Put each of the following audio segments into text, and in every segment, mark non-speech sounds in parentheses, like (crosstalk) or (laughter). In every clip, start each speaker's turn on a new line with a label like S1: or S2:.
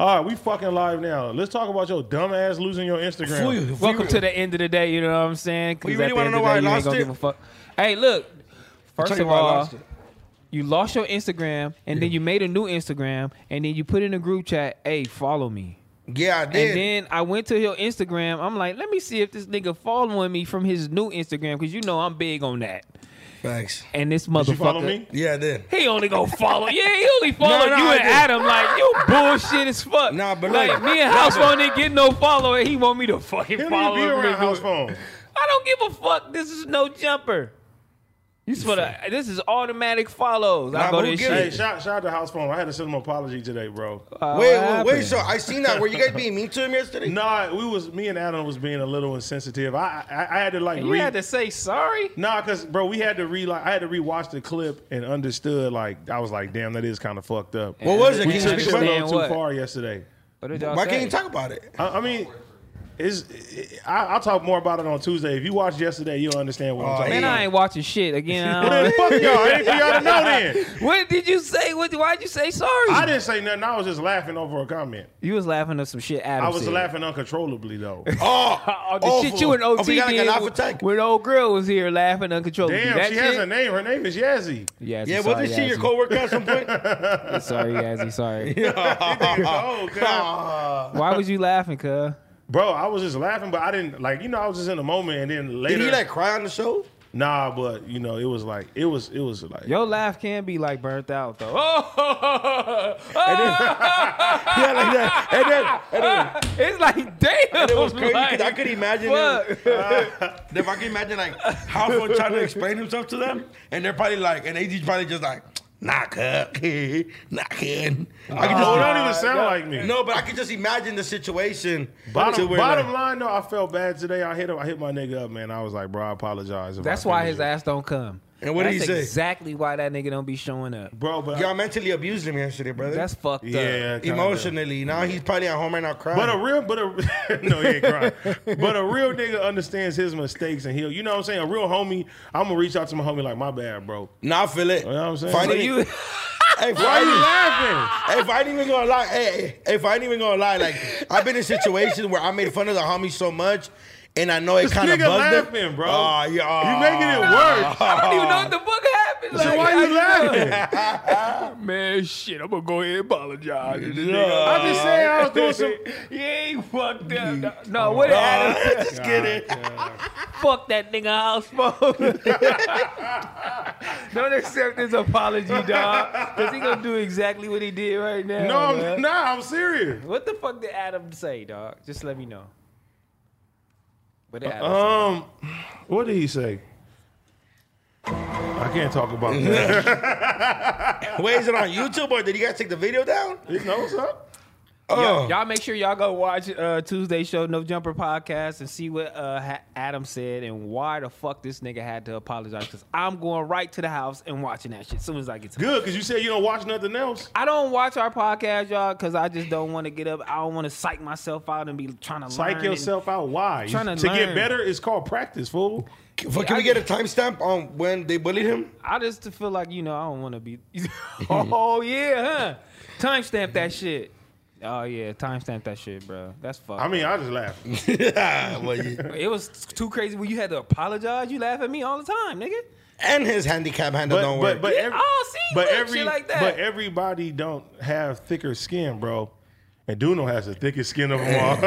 S1: All right, we fucking live now. Let's talk about your dumb ass losing your Instagram.
S2: Welcome to the end of the day. You know what I'm saying? 'Cause
S3: We
S2: at
S3: really
S2: the
S3: wanna
S2: end
S3: know
S2: of the
S3: why I
S2: day, you ain't
S3: lost
S2: gonna
S3: it?
S2: give a fuck. Hey, look. First
S3: you
S2: of
S3: why I
S2: all,
S3: lost it.
S2: you lost your Instagram, and then you made a new Instagram, and then you put in a group chat, "Hey, follow me."
S3: Yeah, I
S2: And
S3: did.
S2: then I went to your Instagram. I'm like, let me see if this nigga following me from his new Instagram, because you know I'm big on that.
S3: Thanks.
S2: And this
S1: Did
S2: motherfucker,
S1: you follow me?
S3: Yeah, I did.
S2: he only go follow. Yeah, he only follow
S3: (laughs) no,
S2: you
S3: I
S2: and
S3: did.
S2: Adam. Like you bullshit as fuck.
S3: Nah, but
S2: like
S3: look.
S2: me and House Phone didn't get no follower. He want me to fucking
S1: He don't
S2: follow
S1: even be
S2: him.
S1: around
S2: and do
S1: house
S2: it.
S1: phone.
S2: I don't give a fuck. This is no jumper. This for the, this is automatic follows. I
S3: Nah,
S2: go
S3: but
S2: to
S3: who
S2: this
S3: gives
S1: Hey,
S2: (laughs) shit.
S1: shout, shout out to house phone. I had to send him an apology today, bro.
S3: wait,
S2: Uh, what
S3: wait, wait.
S2: happened?
S3: So I seen that. Were you guys being mean to him yesterday?
S1: Nah, we was me and Adam was being a little insensitive. I I, I had to like
S2: you
S1: re-
S2: had to say sorry.
S1: Nah, cause bro, we had to re like I had to rewatch the clip and understood like I was like, damn, that is kind of fucked up.
S3: What was it?
S1: we
S3: Can you
S1: took it
S3: speak
S1: a
S3: about it?
S1: little
S2: Understand
S1: too
S2: what?
S1: far yesterday.
S2: What did y'all
S3: Why
S2: say?
S3: can't you talk about it?
S2: (laughs)
S1: I, I mean, is I, I'll talk more about it on Tuesday. If you watched yesterday, you'll understand what
S3: Oh,
S1: I'm talking
S3: yeah.
S2: Man,
S1: about.
S2: I ain't watching shit again. I
S1: Well,
S3: (laughs)
S1: then
S2: don't-
S1: fuck y'all. Ain't for y'all to know then.
S2: what did you say? What? Why'd you say sorry?
S1: I didn't say nothing. I was just laughing over a comment.
S2: you was laughing at some shit. Adam
S1: I was
S2: said.
S1: laughing uncontrollably
S2: (laughs)
S1: though.
S2: Oh,
S3: Oh,
S2: the shit you and OT
S3: oh, we gotta get
S2: did
S3: off
S2: with-
S3: attack.
S2: when old girl was here laughing uncontrollably.
S1: Damn,
S2: that
S1: she
S2: shit?
S1: has a name. Her name is Yazzie.
S2: Yazzie,
S3: Yeah,
S2: sorry,
S3: wasn't she your
S2: Yazzie.
S3: coworker at some point?
S2: Sorry,
S3: (laughs)
S2: Yazzie, sorry.
S3: Uh,
S1: oh, God.
S2: (laughs) Why was you laughing, cuz?
S1: Bro, I was just laughing, but I didn't like you know I was just in the moment, and then later,
S3: Did he like cry on the show?
S1: nah, but you know it was like it was it was like
S2: Your laugh can be like burnt
S3: (laughs)
S2: out though. Oh,
S3: Yeah, like that. And then, and then
S2: it's like damn.
S3: it was crazy. 'cause
S2: like,
S3: I (laughs) could imagine.
S2: fuck.
S3: If, (laughs) if I could imagine like how fun trying to explain himself to them, and they're probably like, and AD's probably just like, (laughs) nah, cup, nah, kid. I can
S1: Oh, it
S3: just,
S1: don't even sound like me.
S3: no, but I can just imagine the situation. to
S1: Bottom,
S3: where,
S1: bottom
S3: like-
S1: line though, I felt bad today. I hit him, I hit my nigga up, man. I was like, bro, I apologize. if
S2: That's
S1: I
S2: why
S1: offended
S2: his
S1: you.
S2: ass don't come.
S3: And what did
S2: That's
S3: he say?
S2: Exactly why that nigga don't be showing up.
S1: bro, but
S3: Y'all mentally abused him yesterday, brother.
S2: That's fucked
S1: yeah,
S2: up.
S1: kinda.
S3: emotionally. Now he's probably at home right now crying.
S1: But a real, but a (laughs) no, he ain't crying. but a real nigga understands his mistakes and he'll, you know what I'm saying. A real homie, I'm gonna reach out to my homie like, my bad, bro.
S3: nah, I feel it.
S1: You know what I'm saying?
S2: So
S3: Fighting-
S2: you, (laughs)
S3: Hey, if,
S1: Why
S3: I
S1: you
S3: ain't-
S1: laughing?
S3: if I ain't even gonna lie, hey, hey, if I ain't even gonna lie, like I've been in situations where I made fun of the homie so much, and I know it
S1: This
S3: kind of
S1: nigga
S3: bugged
S1: laughing,
S3: them.
S1: bro.
S3: Aw, yeah, Ah. aw.
S1: You making it worse.
S2: I don't even
S3: Oh.
S2: know what the fuck happened.
S1: So
S2: Like,
S1: why
S2: how
S1: you
S2: know?
S1: laughing?
S2: (laughs) Man, shit, I'm gonna go ahead and apologize. to this nigga.
S1: I just said I was doing some.
S2: (laughs) You ain't fucked up. No, no what
S3: Oh.
S2: did Adam say?
S3: Just kidding.
S2: Fuck that nigga house phone. (laughs) Don't accept his apology, dog. Cause he gonna do exactly what he did right
S1: (laughs)
S2: now.
S1: No,
S2: man.
S1: I'm, nah, I'm serious.
S2: What the fuck did Adam say, dog? Just let me know. What did Adam say?
S1: Um, what did he say? I can't talk (laughs) about that.
S3: (laughs) Wait, is it on YouTube or did you guys take the video down?
S1: you know what's up?
S3: Oh,
S2: Y'all make sure y'all go watch uh, Tuesday show No Jumper podcast and see what uh, ha- Adam said and why the fuck this nigga had to apologize. Cause I'm going right to the house and watching that shit as soon as I get to.
S1: Good, cause you said you don't watch nothing else.
S2: I don't watch our podcast, y'all, because I just don't want to get up. I don't want to psych myself out and be trying to
S1: Psych
S2: learn
S1: yourself out. Why?
S2: Tryna
S1: to get
S2: learn.
S1: better is called practice, fool.
S3: F- can we get a timestamp on when they bullied him? (laughs)
S2: And I just feel like you know I don't want
S1: (laughs)
S2: to be. (laughs) oh yeah, huh? Timestamp that shit. Oh yeah, timestamp that shit, bro. That's fucked.
S1: I mean, I just laugh.
S3: Well, yeah.
S2: it was too crazy when you had to apologize. You laugh at me all the time, nigga.
S3: and his handicap handle
S1: But
S3: don't
S1: but
S3: work.
S1: but,
S2: Yeah,
S1: every,
S2: I see
S1: but
S2: little
S1: every
S2: shit like that.
S1: but everybody don't have thicker skin, bro. And Duno has the thickest skin of them all. (laughs)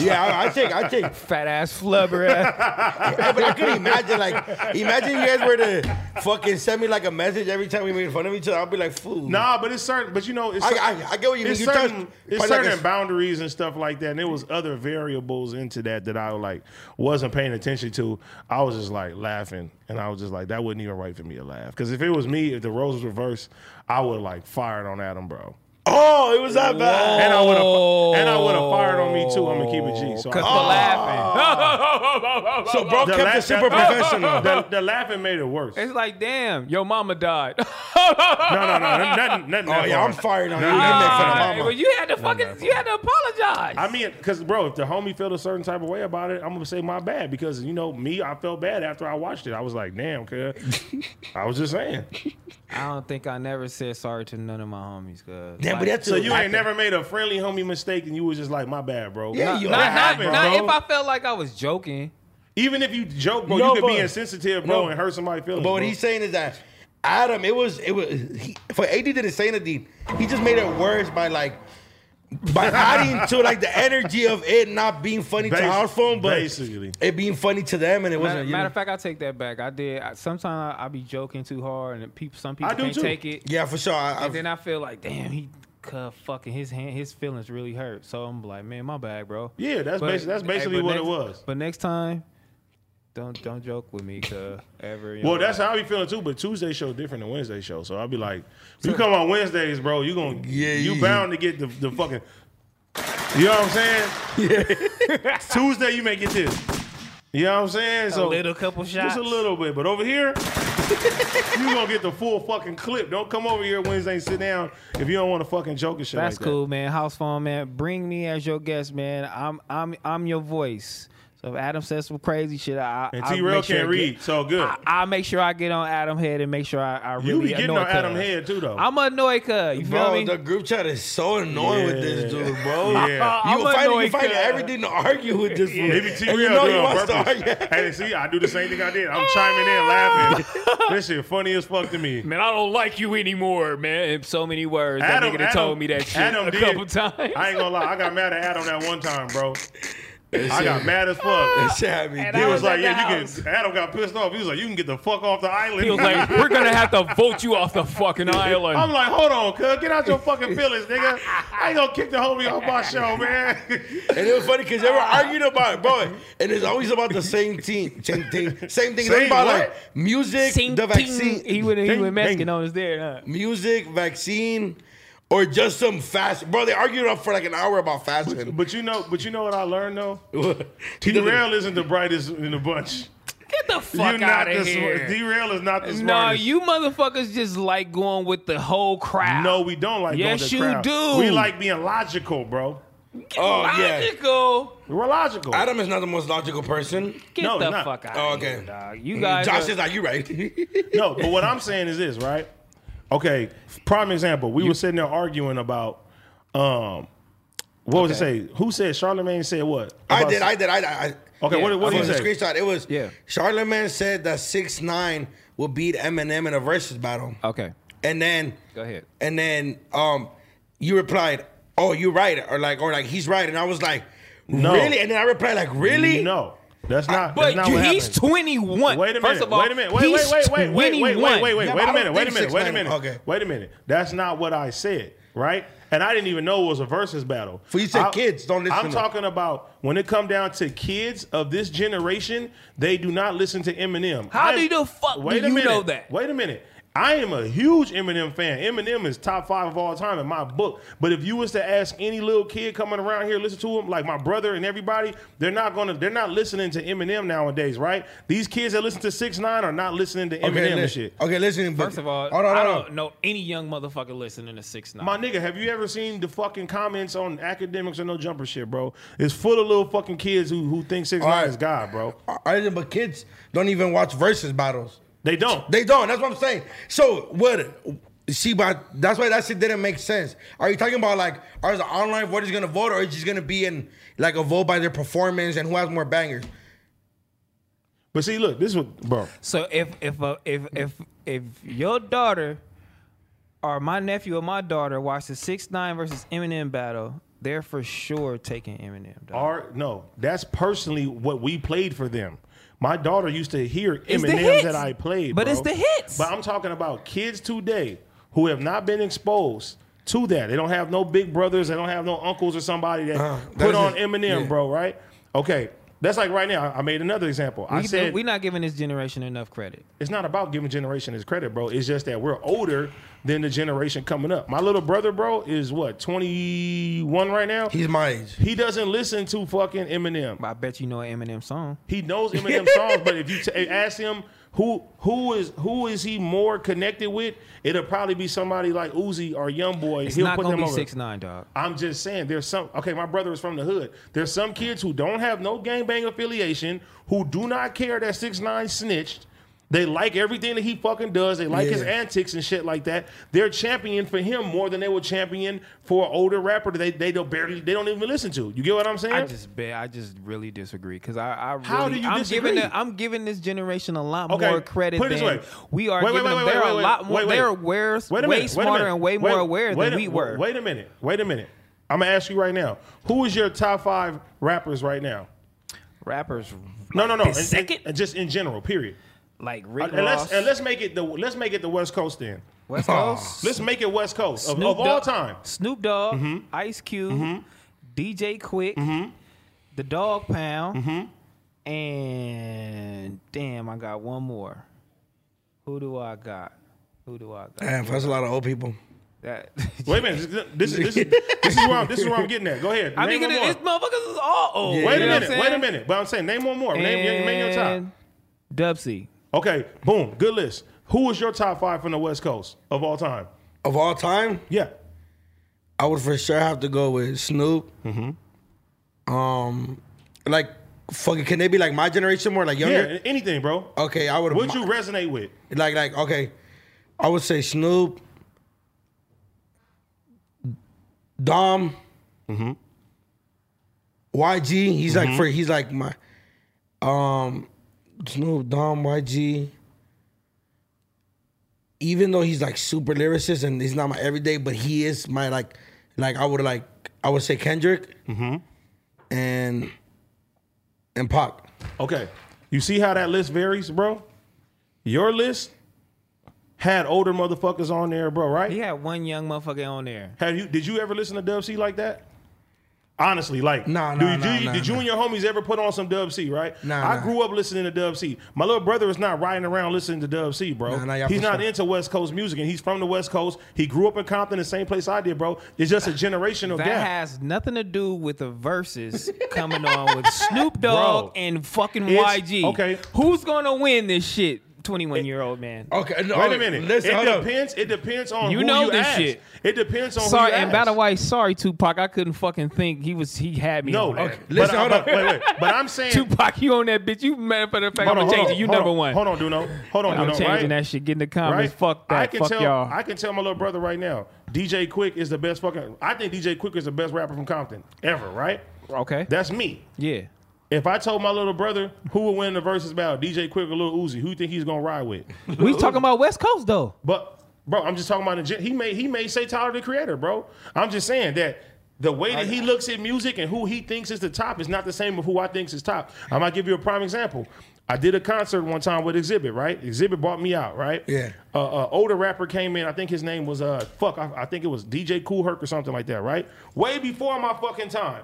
S3: yeah, I, I take, I take.
S2: Fat ass flubber. ass.
S3: Hey, but I could imagine, like, imagine you guys were to fucking send me like a message every time we made fun of each other. I'd be like, fool.
S1: nah, but it's certain. But you know, it's
S3: I-
S1: cer-
S3: I- I get what you
S1: it's
S3: mean. You
S1: certain,
S3: touched-
S1: it's
S3: probably like
S1: certain
S3: a-
S1: boundaries and stuff like that. And there was other variables into that that I like wasn't paying attention to. I was just like laughing, and I was just like, that wasn't even right for me to laugh. Because if it was me, if the roles was reversed, I would like fired on Adam, bro.
S3: Oh, it was that bad.
S1: And I would have, and I would have fired on me too. I'm gonna (laughs) keep it G. So
S2: Oh, Cause
S1: I- Oh!
S2: for laughing.
S3: So bro
S1: The
S3: kept
S1: laugh-
S3: it super
S1: the-
S3: (laughs) professional.
S1: The, the laughing made it worse.
S2: (laughs) it's like, damn, your mama died. (laughs)
S1: No, no, no, no, (laughs) nothing, nothing.
S3: oh
S1: that
S3: yeah,
S1: far.
S3: I'm firing on you.
S1: No,
S3: You
S1: no,
S3: make fun of
S1: no,
S3: mama.
S2: but you had to fucking, you had to apologize.
S1: I mean, because bro, if the homie felt a certain type of way about it, I'm gonna say my bad
S3: (laughs)
S1: because you know me, I felt bad after I watched it. I was like, damn, cuz. I was just saying.
S2: I don't think I never said sorry to none of my homies. Cause
S3: Damn, but
S2: like-
S3: that's
S1: So you
S3: I
S1: ain't
S3: think-
S1: never made a friendly homie mistake, and you was just like, "My bad, bro."
S3: Yeah,
S1: Nah,
S3: you-
S1: that
S2: not, not,
S1: happened,
S2: not
S1: bro.
S2: if I felt like I was joking.
S1: Even if you joke, bro,
S3: No,
S1: you could be
S3: but-
S1: insensitive, bro,
S3: no.
S1: and hurt somebody's feelings.
S3: But what
S1: bro.
S3: he's saying is that Adam, it was it was he, for AD didn't say anything. He just made it worse by like (laughs) by adding to like the energy of it not being funny
S1: Basi-
S3: to our phone, but
S1: basically.
S3: it being funny to them, and it
S2: Matter,
S3: wasn't. you
S2: matter
S3: know.
S2: of fact, I take that back. I did. I, sometimes I, I be joking too hard, and people, some
S1: I
S2: people
S1: do
S2: can't
S1: too.
S2: take it.
S3: yeah, for sure. I,
S2: And then
S3: I,
S2: I feel like, damn, he cut fucking his hand, his feelings really hurt. So I'm like, man, my bad, bro.
S1: Yeah, that's basi- that's basically
S2: but
S1: what it
S2: next-
S1: was.
S2: But next time, don't don't joke with me, cause ever. you
S1: Well,
S2: know,
S1: that's how I be feeling too. But Tuesday show different than Wednesday show, so I'll be like, you come on Wednesdays, bro. You gonna
S3: Yeah,
S1: you
S3: yeah.
S1: bound to get the, the fucking. You know what I'm saying? Yeah. (laughs) Tuesday you may get this. You know what I'm saying?
S2: a
S1: So
S2: little couple shots.
S1: just a little bit, but over
S2: (laughs)
S1: here. you gonna get the full fucking clip. Don't come over here Wednesday and sit down if you don't want to fucking joke and shit.
S2: That's
S1: like that.
S2: cool, man. House phone, man. Bring me as your guest, man. I'm I'm I'm your voice. So if Adam says some crazy shit, I
S1: And
S2: I
S1: T Rail
S2: make sure
S1: can't
S2: I get-
S1: read, so good.
S2: I, I make sure I get on Adam head and make sure I, I really
S1: you be getting
S2: annoy
S1: on
S2: cuz.
S1: Adam head too, though.
S2: I'm annoyed, cuz you feel
S3: bro,
S2: me?
S3: the group chat is so annoying with this
S1: Yeah.
S3: dude, bro.
S2: (laughs)
S1: Yeah.
S2: I'm
S3: You will find, you
S2: annoyed,
S3: will find
S2: cuz.
S3: everything to argue with this fool.
S1: Maybe T
S3: And you
S1: Real
S3: know
S1: do
S3: he
S1: it on
S3: wants to
S1: purpose.
S3: argue.
S1: (laughs) Hey, see, I do the same thing I did. I'm chiming in, laughing.
S3: (laughs)
S1: this shit funny as fuck to me.
S2: Man, I don't like you anymore, man. In so many words,
S1: Adam,
S2: that nigga done
S1: Adam
S2: told me that shit
S1: Adam
S2: a
S1: did-
S2: couple times.
S1: I ain't gonna lie, I got mad at Adam that one time, bro. I got mad as
S3: (laughs) That
S1: fuck.
S3: shit had me
S2: And
S1: He
S2: I
S3: dead.
S1: was
S2: was at
S1: like,
S2: the
S1: "Yeah, you
S2: house.
S1: can." Adam got pissed off. He was like, "You can get the fuck off the island."
S2: he
S1: (laughs)
S2: was like, "We're gonna have to vote you off the fucking island."
S1: I'm like, "Hold on, cuz, get out your fucking feelings, nigga. I ain't gonna kick the homie off my show,
S2: (laughs)
S1: man." (laughs)
S3: And it was funny because they were arguing about it, bro. And it's always about the same thing, same thing, same thing. It's
S1: Same
S3: about
S1: what?
S3: like music,
S2: Ting,
S3: the
S2: ting.
S3: vaccine,
S2: He went he
S1: Ting,
S2: went Mexican
S1: ting.
S2: on us there. Huh?
S3: music, vaccine, or just some fast. Bro, they argued up for like an hour about fasting.
S1: but you know, but you know what I learned though.
S3: (laughs) He
S1: T
S3: doesn't-
S1: Rail isn't the brightest in the bunch.
S2: Get the fuck
S1: not
S2: out
S1: the
S2: of
S1: swa-
S2: here.
S1: D-Rail is not the smartest.
S2: No, you motherfuckers just like going with the whole crowd.
S1: No, we don't like. going
S2: Yes,
S1: to
S2: you
S1: crowd.
S2: do.
S1: We like being logical, bro.
S3: Oh yeah,
S2: logical.
S1: We're logical.
S3: Adam is not the most logical person.
S2: Get
S1: No,
S2: the
S1: not- Mm,
S2: fuck out.
S3: Oh,
S2: of here,
S3: okay.
S2: dog. You guys.
S3: Josh
S2: are-
S3: is like, you right. (laughs)
S1: no, but what I'm saying is this, right? Okay, prime example. We were sitting there arguing about, um, what was it say? Who said Charlemagne said what?
S3: I
S1: About-
S3: did, I did, I, I.
S1: okay,
S2: Yeah,
S1: what, did- what
S3: I
S1: did he
S3: was a
S1: say?
S3: screenshot. It was
S2: Yeah.
S3: Charlemagne said that six nine would beat Eminem in a versus battle,
S2: Okay,
S3: and then
S2: go ahead.
S3: And then um, you replied, "Oh, you're right," or like, or like he's right, and I was like,
S1: No.
S3: "Really?" And then I replied, "like, "Really?"
S1: No, that's not. that's
S2: But
S1: not
S2: you-
S1: what
S2: he's
S1: happened.
S2: 21.
S1: Wait a minute.
S2: First of all,
S1: wait a minute. Wait, wait,
S2: he's
S1: wait, wait, wait, wait, wait,
S2: 21.
S1: wait, wait,
S3: Yeah, but
S1: wait
S3: I
S1: a
S3: don't
S1: minute. Wait a minute.
S3: think
S1: Wait a
S3: 6ix9ine
S1: minute.
S3: okay.
S1: Wait a minute. That's not what I said, right? And I didn't even know it was a versus battle.
S3: For you said
S1: I-
S3: kids, don't listen
S1: I'm
S3: to-
S1: talking about when it come down to kids of this generation, they do not listen to Eminem.
S2: How
S1: I-
S2: do the fuck
S1: wait
S2: do
S1: a
S2: you
S1: minute.
S2: know that?
S1: Wait a minute. I am a huge Eminem fan. Eminem is top five of all time in my book. But if you was to ask any little kid coming around here, listen to him, like my brother and everybody, they're not gonna, they're not listening to Eminem nowadays, right? These kids that listen to Six Nine are not listening to Eminem
S3: Okay,
S1: and
S3: listen.
S1: shit.
S3: Okay, listen. but-
S2: First of all,
S3: hold on,
S2: I
S3: hold
S2: don't
S3: on.
S2: know any young motherfucker listening to Six Nine.
S1: My nigga, have you ever seen the fucking comments on academics or no jumper shit, bro? It's full of little fucking kids who who think Six Nine
S3: right.
S1: is God, bro.
S3: I didn't, but kids don't even watch versus battles.
S1: They don't.
S3: They don't. That's what I'm saying. So what? See, but that's why that shit didn't make sense. Are you talking about like, are the online voters gonna vote, or is just gonna be in like a vote by their performance and who has more bangers?
S1: But see, look, this is what, bro.
S2: So if if uh, if if if your daughter or my nephew or my daughter watched the six nine versus Eminem battle, they're for sure taking Eminem. Dog.
S1: Our no, that's personally what we played for them. My daughter used to hear
S2: It's the
S1: Eminem that
S2: hits.
S1: I played,
S2: But
S1: bro.
S2: it's the hits.
S1: But I'm talking about kids today who have not been exposed to that. They don't have no big brothers. They don't have no uncles or somebody that
S3: Uh, that
S1: put
S3: is
S1: on
S3: a-
S1: Eminem,
S3: yeah.
S1: bro. Right? Okay, that's like right now. I made another example. I
S2: we,
S1: said
S2: we're not giving this generation enough credit.
S1: it's not about giving generation his credit, bro. It's just that we're older than the generation coming up. My little brother, bro, is what 21 right now.
S3: He's my age.
S1: He doesn't listen to fucking Eminem.
S2: I bet you know an Eminem song.
S1: He knows
S2: (laughs)
S1: Eminem songs, but if you t- ask him who who is who is he more connected with, it'll probably be somebody like Uzi or YoungBoy.
S2: It's
S1: He'll
S2: not
S1: put
S2: gonna
S1: them
S2: be
S1: over.
S2: six nine, dog.
S1: I'm just saying, there's some. Okay, my brother is from the hood. There's some kids who don't have no gangbang affiliation, who do not care that six nine snitched, They like everything that he fucking does. They like his
S3: Yeah.
S1: antics and shit like that. They're champion for him more than they were champion for an older rapper that they they don't barely they don't even listen to. You get what I'm saying?
S2: I just bet I just really disagree because I, I really,
S1: How do you
S2: I'm giving
S1: disagree?
S2: the, I'm giving this generation a lot
S1: Okay,
S2: more credit
S1: put it this
S2: than
S1: way.
S2: we are
S1: Wait, wait, wait,
S2: giving them.
S1: wait,
S2: they're
S1: wait,
S2: a
S1: wait,
S2: lot more.
S1: wait, wait.
S2: they're aware,
S1: Wait a
S2: way
S1: minute, wait a
S2: smarter
S1: minute.
S2: and way
S1: Wait-
S2: more aware
S1: wait
S2: than
S1: a-
S2: we were.
S1: Wait a minute. Wait a minute. I'm gonna ask you right now. Who is your top five rappers right now?
S2: Rappers,
S1: No, no, no. And-
S2: This
S1: and-
S2: second?
S1: and just in general. Period.
S2: like Rick
S1: And
S2: Ross,
S1: let's and let's make it the let's make it the West Coast then.
S2: West Coast,
S1: Let's make it West Coast of,
S2: Snoop
S1: of all
S2: Dogg-
S1: time. Mm-hmm.
S2: Snoop Dogg, Ice Cube, DJ Quick, the Dog Pound,
S1: Mm-hmm.
S2: and damn, I got one more. Who do I got? Who do I got?
S3: Damn, that's a lot of old people.
S2: That, (laughs)
S1: Wait a minute. This is this is this is where I'm this is where I'm getting at. Go ahead.
S2: I
S1: Name
S2: mean,
S1: one more.
S2: these motherfuckers is all old.
S3: Yeah.
S2: you
S1: Wait
S2: know
S1: a
S2: what I'm
S1: minute. Wait a
S2: saying?
S1: minute. But I'm saying name one more. Name your, name your top.
S2: And Dubsy.
S1: Okay. Boom. Good list. Who is your top five from the West Coast of all time?
S3: Of all time,
S1: Yeah.
S3: I would for sure have to go with Snoop.
S1: Mm-hmm.
S3: Um, like fucking, can they be like my generation more, like younger?
S1: Yeah. Anything, bro.
S3: Okay, I would.
S1: Would you resonate with?
S3: like like okay? I would say Snoop, Dom, YG. He's like
S1: Mm-hmm.
S3: for he's like my um Snoop Dom YG. Even though he's like super lyricist and he's not my everyday, but he is my like like I would like I would say Kendrick
S1: Mm-hmm.
S3: and and Pac.
S1: Okay. You see how that list varies, bro? Your list had older motherfuckers on there, bro, right?
S2: He had one young motherfucker on there.
S1: Have you? Did you ever listen to Dub C like that? Honestly, like,
S3: Nah,
S1: do
S3: nah,
S1: you, do
S3: nah,
S1: you-
S3: nah,
S1: did you
S3: nah.
S1: and your homies ever put on some Dub C? Right?
S3: Nah,
S1: I
S3: nah.
S1: grew up listening to Dub C. My little brother is not riding around listening to Dub C, bro.
S3: Nah, nah, y'all
S1: he's
S3: for
S1: not
S3: sure.
S1: into West Coast music, and he's from the West Coast. He grew up in Compton, the same place I did, bro. It's just a generational
S2: That
S1: gap.
S2: has nothing to do with the verses coming
S1: (laughs)
S2: on with Snoop
S1: Bro,
S2: Dogg and fucking
S1: it's-
S2: YG.
S1: okay. Oh,
S2: Who's gonna win this shit? Twenty-one year old man.
S3: Okay, no,
S1: Wait a minute.
S3: Listen,
S1: it
S3: hold up.
S1: depends. It depends on
S2: You
S1: who
S2: know
S1: you
S2: this
S1: ask.
S2: shit.
S1: It depends on
S2: Sorry,
S1: who you
S2: and by
S1: ask.
S2: the way, sorry, Tupac. I couldn't fucking think. He was. He had me.
S1: No,
S2: on that.
S1: okay.
S3: Listen,
S1: but,
S3: hold
S1: but, (laughs)
S3: up.
S1: Wait, wait. But I'm saying,
S2: (laughs) Tupac, you on that bitch? You matter for the fact. (laughs) I'm
S1: hold on,
S2: gonna
S1: hold
S2: change
S1: on,
S2: it. You
S1: hold
S2: number
S1: on,
S2: one.
S1: Hold on, Duno. Hold on,
S2: I'm
S1: Duno.
S2: changing
S1: right?
S2: that shit. Get in the comments.
S1: Right?
S2: Fuck that.
S1: I can
S2: Fuck
S1: tell,
S2: y'all.
S1: I can tell my little brother right now. DJ Quick is the best fucking. I think DJ Quick is the best rapper from Compton ever. Right?
S2: okay.
S1: That's me.
S2: yeah.
S1: If I told my little brother who would win the versus battle, DJ Quick or Lil Uzi, who you think he's gonna ride with?
S2: We (laughs) talking about West Coast though.
S1: But bro, I'm just talking about the, gen- he may he may say Tyler the Creator, bro. I'm just saying that. The way that he looks at music and who he thinks is the top is not the same of who I thinks is top. I might give you a prime example. I did a concert one time with Exhibit, right? Exhibit bought me out, right?
S3: Yeah.
S1: Uh, uh, older rapper came in. I think his name was uh fuck. I, I think it was DJ Cool Herc or something like that, right? Way before my fucking time.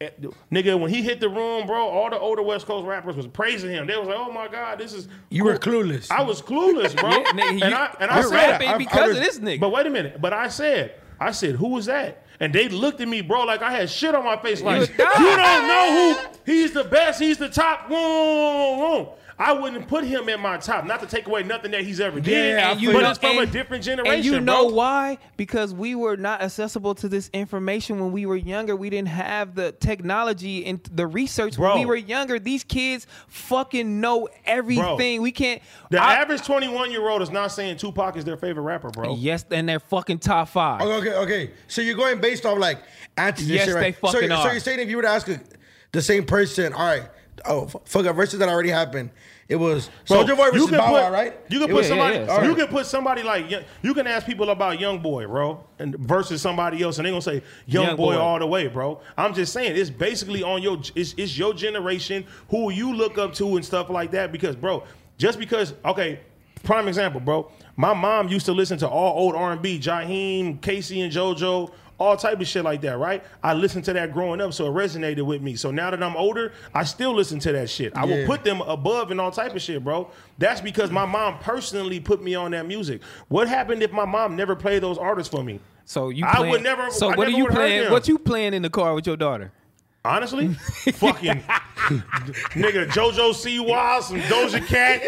S1: Eh, Nigga, when he hit the room, bro, all the older West Coast rappers was praising him. They was like, "Oh my god, this is
S3: You were clueless.
S1: I was clueless, bro.
S2: (laughs) Yeah, nigga,
S1: and
S2: you-
S1: I and I
S2: you're
S1: said,
S2: rapping
S3: I- I
S2: because of
S3: re-
S2: this nigga.
S1: but wait a minute. But I said, I said, who was that? And they looked at me, bro, like I had shit on my face. Like you
S2: dumb.
S1: don't know who he's the best. He's the top. Woo, woo, woo. I wouldn't put him in my top. Not to take away nothing that he's ever did.
S3: Yeah, I
S1: but
S3: feel you.
S1: it's from a different generation.
S2: And you know
S1: bro.
S2: why? Because we were not accessible to this information when we were younger. We didn't have the technology and the research
S1: Bro.
S2: when we were younger. These kids fucking know everything. We can't.
S1: The
S2: I-
S1: average 21 year old is not saying Tupac is their favorite rapper, bro.
S2: yes, and they're fucking top five.
S1: Oh,
S3: Okay, okay, okay. So you're going based off like answers.
S2: Yes,
S3: and shit,
S2: they
S3: right? so,
S2: fucking
S3: you're- so
S2: are.
S3: you're saying if you were to ask a, the same person, all right, oh f- fuck, a versus that already happened. It was
S1: Bro,
S3: Soldier Boy versus
S1: can
S3: Bow
S1: put-
S3: Wow, right?
S1: You can
S2: Yeah,
S1: put
S2: yeah,
S1: somebody.
S2: yeah, sorry.
S1: You can put somebody like Young- you can ask people about Young Boy, bro, and versus somebody else, and they're gonna say Young,
S2: Young
S1: boy,
S2: Boy.
S1: all the way, bro. I'm just saying it's basically on your it's, it's your generation who you look up to and stuff like that. Because, bro, just because okay, prime example, bro. My mom used to listen to all old R&B, Jaheim, Casey, and JoJo. All type of shit like that, right? I listened to that growing up, so it resonated with me. So now that I'm older, I still listen to that shit. I will
S3: Yeah.
S1: put them above and all type of shit, bro. That's because my mom personally put me on that music. What happened if my mom never played those artists for me?
S2: So you.
S1: I
S2: Playing,
S1: would never-
S2: So
S1: I never
S2: what are you
S1: would hurt
S2: playing?
S1: them.
S2: What you playing in the car with your daughter?
S1: Honestly, fucking nigga, JoJo Siwa, some Doja Cat.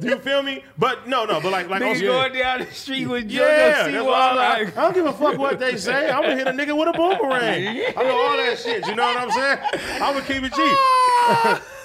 S1: you feel me? But no, no, but like, like, on-
S2: down the street with
S1: yeah, that's what I'm like. I don't give a fuck what they say. I'm gonna hit a nigga with a boomerang. I know all that (laughs) shit. You know what I'm saying? I'm gonna keep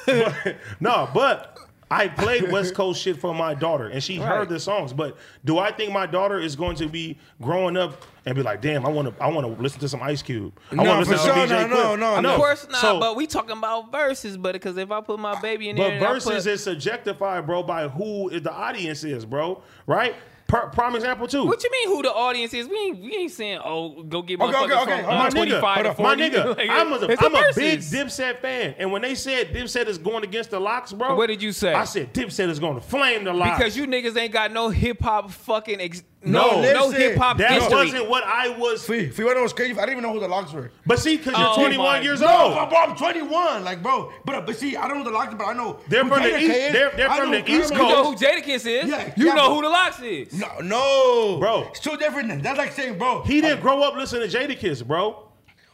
S1: it cheap. But- no, but I played West Coast shit for my daughter, and she
S2: Right.
S1: heard the songs. But do I think my daughter is going to be growing up and be like, "Damn, I want to, I want to listen to some Ice Cube. I
S3: No,
S1: want to
S3: for
S1: listen to
S3: sure.
S1: DJ
S3: No, no,
S1: Quick."
S3: no,
S1: I
S3: no.
S2: Of
S1: know.
S2: course not,
S1: So-
S2: but we talking about verses. But because if I put my baby in there,
S1: But
S2: and I
S1: versus
S2: put-
S1: is subjective, bro, by who the audience is, bro. Right? Per, prime example too.
S2: What you mean? Who the audience is? We ain't, we ain't saying oh go get
S3: Okay,
S2: motherfuckers
S3: okay, okay.
S2: from uh,
S1: my
S3: My
S2: 25 to
S1: nigga,
S2: 40.
S1: my nigga,
S2: Like,
S1: I'm, a,
S2: it's
S1: I'm a big
S2: versus.
S1: Dipset fan, and when they said Dipset is going against the locks, bro,
S2: What did you say?
S1: I said Dipset is going to flame the locks
S2: because you niggas ain't got no hip hop fucking ex-
S1: No,
S2: no no
S3: listen,
S2: hip hop
S1: That
S2: history.
S1: wasn't what I was.
S3: Free, free. What was crazy? I didn't even know who the locks were.
S1: But see, because you're
S2: Oh
S1: 21
S2: my
S1: years
S2: God.
S3: No, bro,
S1: old.
S3: bro, I'm 21, like bro. But but see, I don't know who the locks, are, but I know
S1: They're
S3: who
S1: from the
S3: Jada
S1: East-
S3: is.
S1: they're- they're
S3: I
S1: from
S3: know-
S1: the East
S3: I
S2: you
S1: Coast.
S2: know who Jadakiss is.
S3: Yeah,
S2: you
S3: yeah,
S2: know
S3: but-
S2: who the locks is.
S3: No, no,
S1: Bro.
S3: it's two different. things. That's like saying, bro,
S1: He didn't grow up listening to Jadakiss, bro.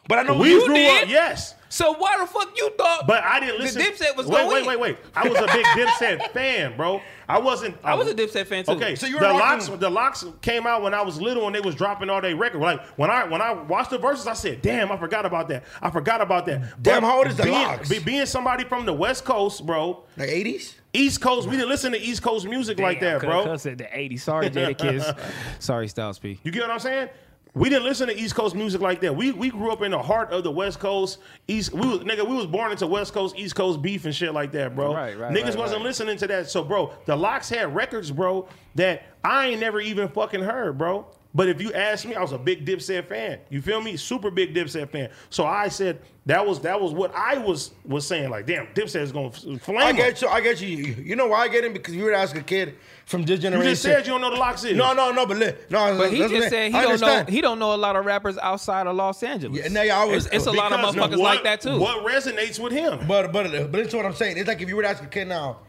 S3: But I know
S1: We
S3: you.
S1: grew
S2: did?
S1: up, yes.
S2: So why the fuck you thought?
S1: But I didn't listen.
S2: Dipset was
S1: wait,
S2: gonna
S1: wait,
S2: win.
S1: wait, wait. I was a
S2: (laughs)
S1: big Dipset fan, bro. I wasn't.
S2: I was a Dipset fan too.
S1: Okay, so
S3: So you
S1: you
S3: were
S1: the
S3: rocking-
S1: locks. The locks came out when I was little, and they was dropping all their record. Like when I when I watched the verses, I said, "Damn, I forgot about that. I forgot about that."
S3: Damn,
S1: But
S3: how old is The
S1: being,
S3: Lox?
S1: be- being somebody from the West Coast, bro.
S3: Like 80s?
S1: East Coast, we didn't listen to East Coast music like that, bro.
S2: said the 80.
S1: (laughs)
S2: Sorry, Jadakiss. Sorry, Styles P.
S1: You get what I'm saying? We didn't listen to East Coast music like that. We we grew up in the heart of the West Coast. East we was nigga, we was born into West Coast, East Coast beef and shit like that, bro.
S2: Right, right,
S1: Niggas
S2: right,
S1: wasn't
S2: right.
S1: listening to that. So, bro, the locks had records, bro, that I ain't never even fucking heard, bro. But if you ask me, I was a big Dipset fan. You feel me? Super big Dipset fan. So I said that was that was what I was was saying. Like, damn, Dipset is gonna f- flame.
S3: I
S1: him.
S3: get you. I get you. You you know why I get him? Because you were to ask a kid from this
S1: You
S3: generation.
S1: just said you don't know the locks is.
S3: No, no, no. But li- no,
S2: But he
S3: that's
S2: just
S3: what I-
S2: said he
S3: I
S2: don't know
S3: understand.
S2: he don't know a lot of rappers outside of Los Angeles.
S3: Yeah, now, yeah, I was-
S2: it's, it's a lot of
S1: Because
S2: motherfuckers
S1: what-
S2: like that too.
S1: What resonates with him?
S3: But but but listen to what I'm saying. It's like if you were to ask a kid now,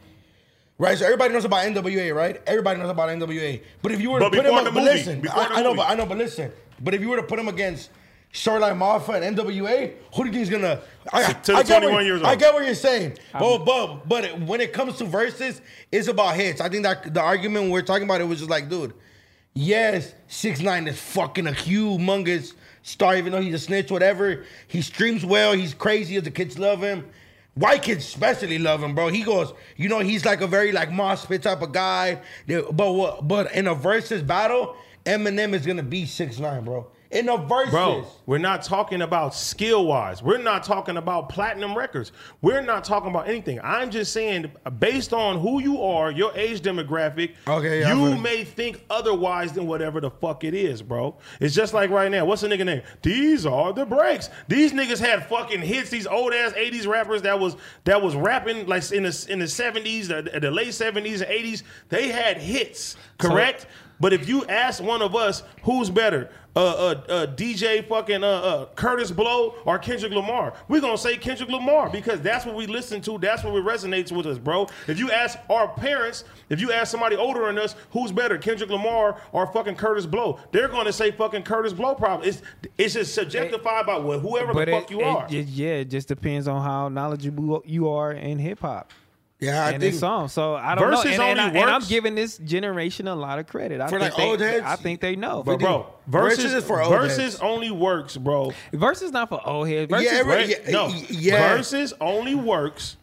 S3: right? So everybody knows about NWA, right? Everybody knows about NWA. But if you were to
S1: But
S3: put him,
S1: before
S3: up-
S1: the
S3: but
S1: movie,
S3: listen,
S1: before
S3: I,
S1: the
S3: I know,
S1: movie.
S3: but I know, but listen. But if you were to put him against Shoreline Mafia and NWA, who do you think is gonna? I,
S1: To- to the
S3: I get what-
S1: 21 years
S3: I
S1: old.
S3: get what you're saying. But, but but when it comes to verses, it's about hits. I think that the argument we're talking about it was just like, dude, yes, six nine is fucking a humongous star, even though he's a snitch, whatever. He streams well. He's crazy. The kids love him. White kids especially love him, bro. He goes, you know, he's like a very like Moss Pit type of guy. Yeah, But what? But in a versus battle, Eminem is gonna be six nine, bro. In a versus,
S1: Bro, we're not talking about skill wise. We're not talking about platinum records. We're not talking about anything. I'm just saying, based on who you are, your age demographic,
S3: Okay, yeah,
S1: you
S3: I'm with it.
S1: may think otherwise than whatever the fuck it is, bro. It's just like right now. What's the nigga name? These are the breaks. These niggas had fucking hits. These old ass '80s rappers that was that was rapping like in the in the '70s, the, the late '70s and '80s. They had hits, correct? but if you ask one of us who's better, uh, uh, uh, DJ fucking uh, uh, Curtis Blow or Kendrick Lamar, we're gonna say Kendrick Lamar because that's what we listen to. That's what resonates with us, bro. If you ask our parents, if you ask somebody older than us, who's better, Kendrick Lamar or fucking Curtis Blow, they're gonna say fucking Curtis Blow. Probably it's it's just subjectified by what whoever the fuck you are.
S2: it- yeah, it just depends on how knowledgeable you are in hip hop
S3: yeah, I
S2: and in
S3: think
S2: songs. So I don't
S1: Versus
S2: know. And, and, I,
S1: only
S2: and I'm
S1: works-
S2: giving this generation a lot of credit. I
S3: For,
S2: think
S3: like,
S2: they,
S3: old heads?
S2: I think they know.
S1: But bro, versus
S3: Versus is for old
S1: versus
S3: heads.
S1: only works, bro.
S2: Versus not for old heads. Versus
S3: Yeah, every-
S1: Right?
S3: yeah,
S1: no,
S3: y- yeah.
S1: versus only works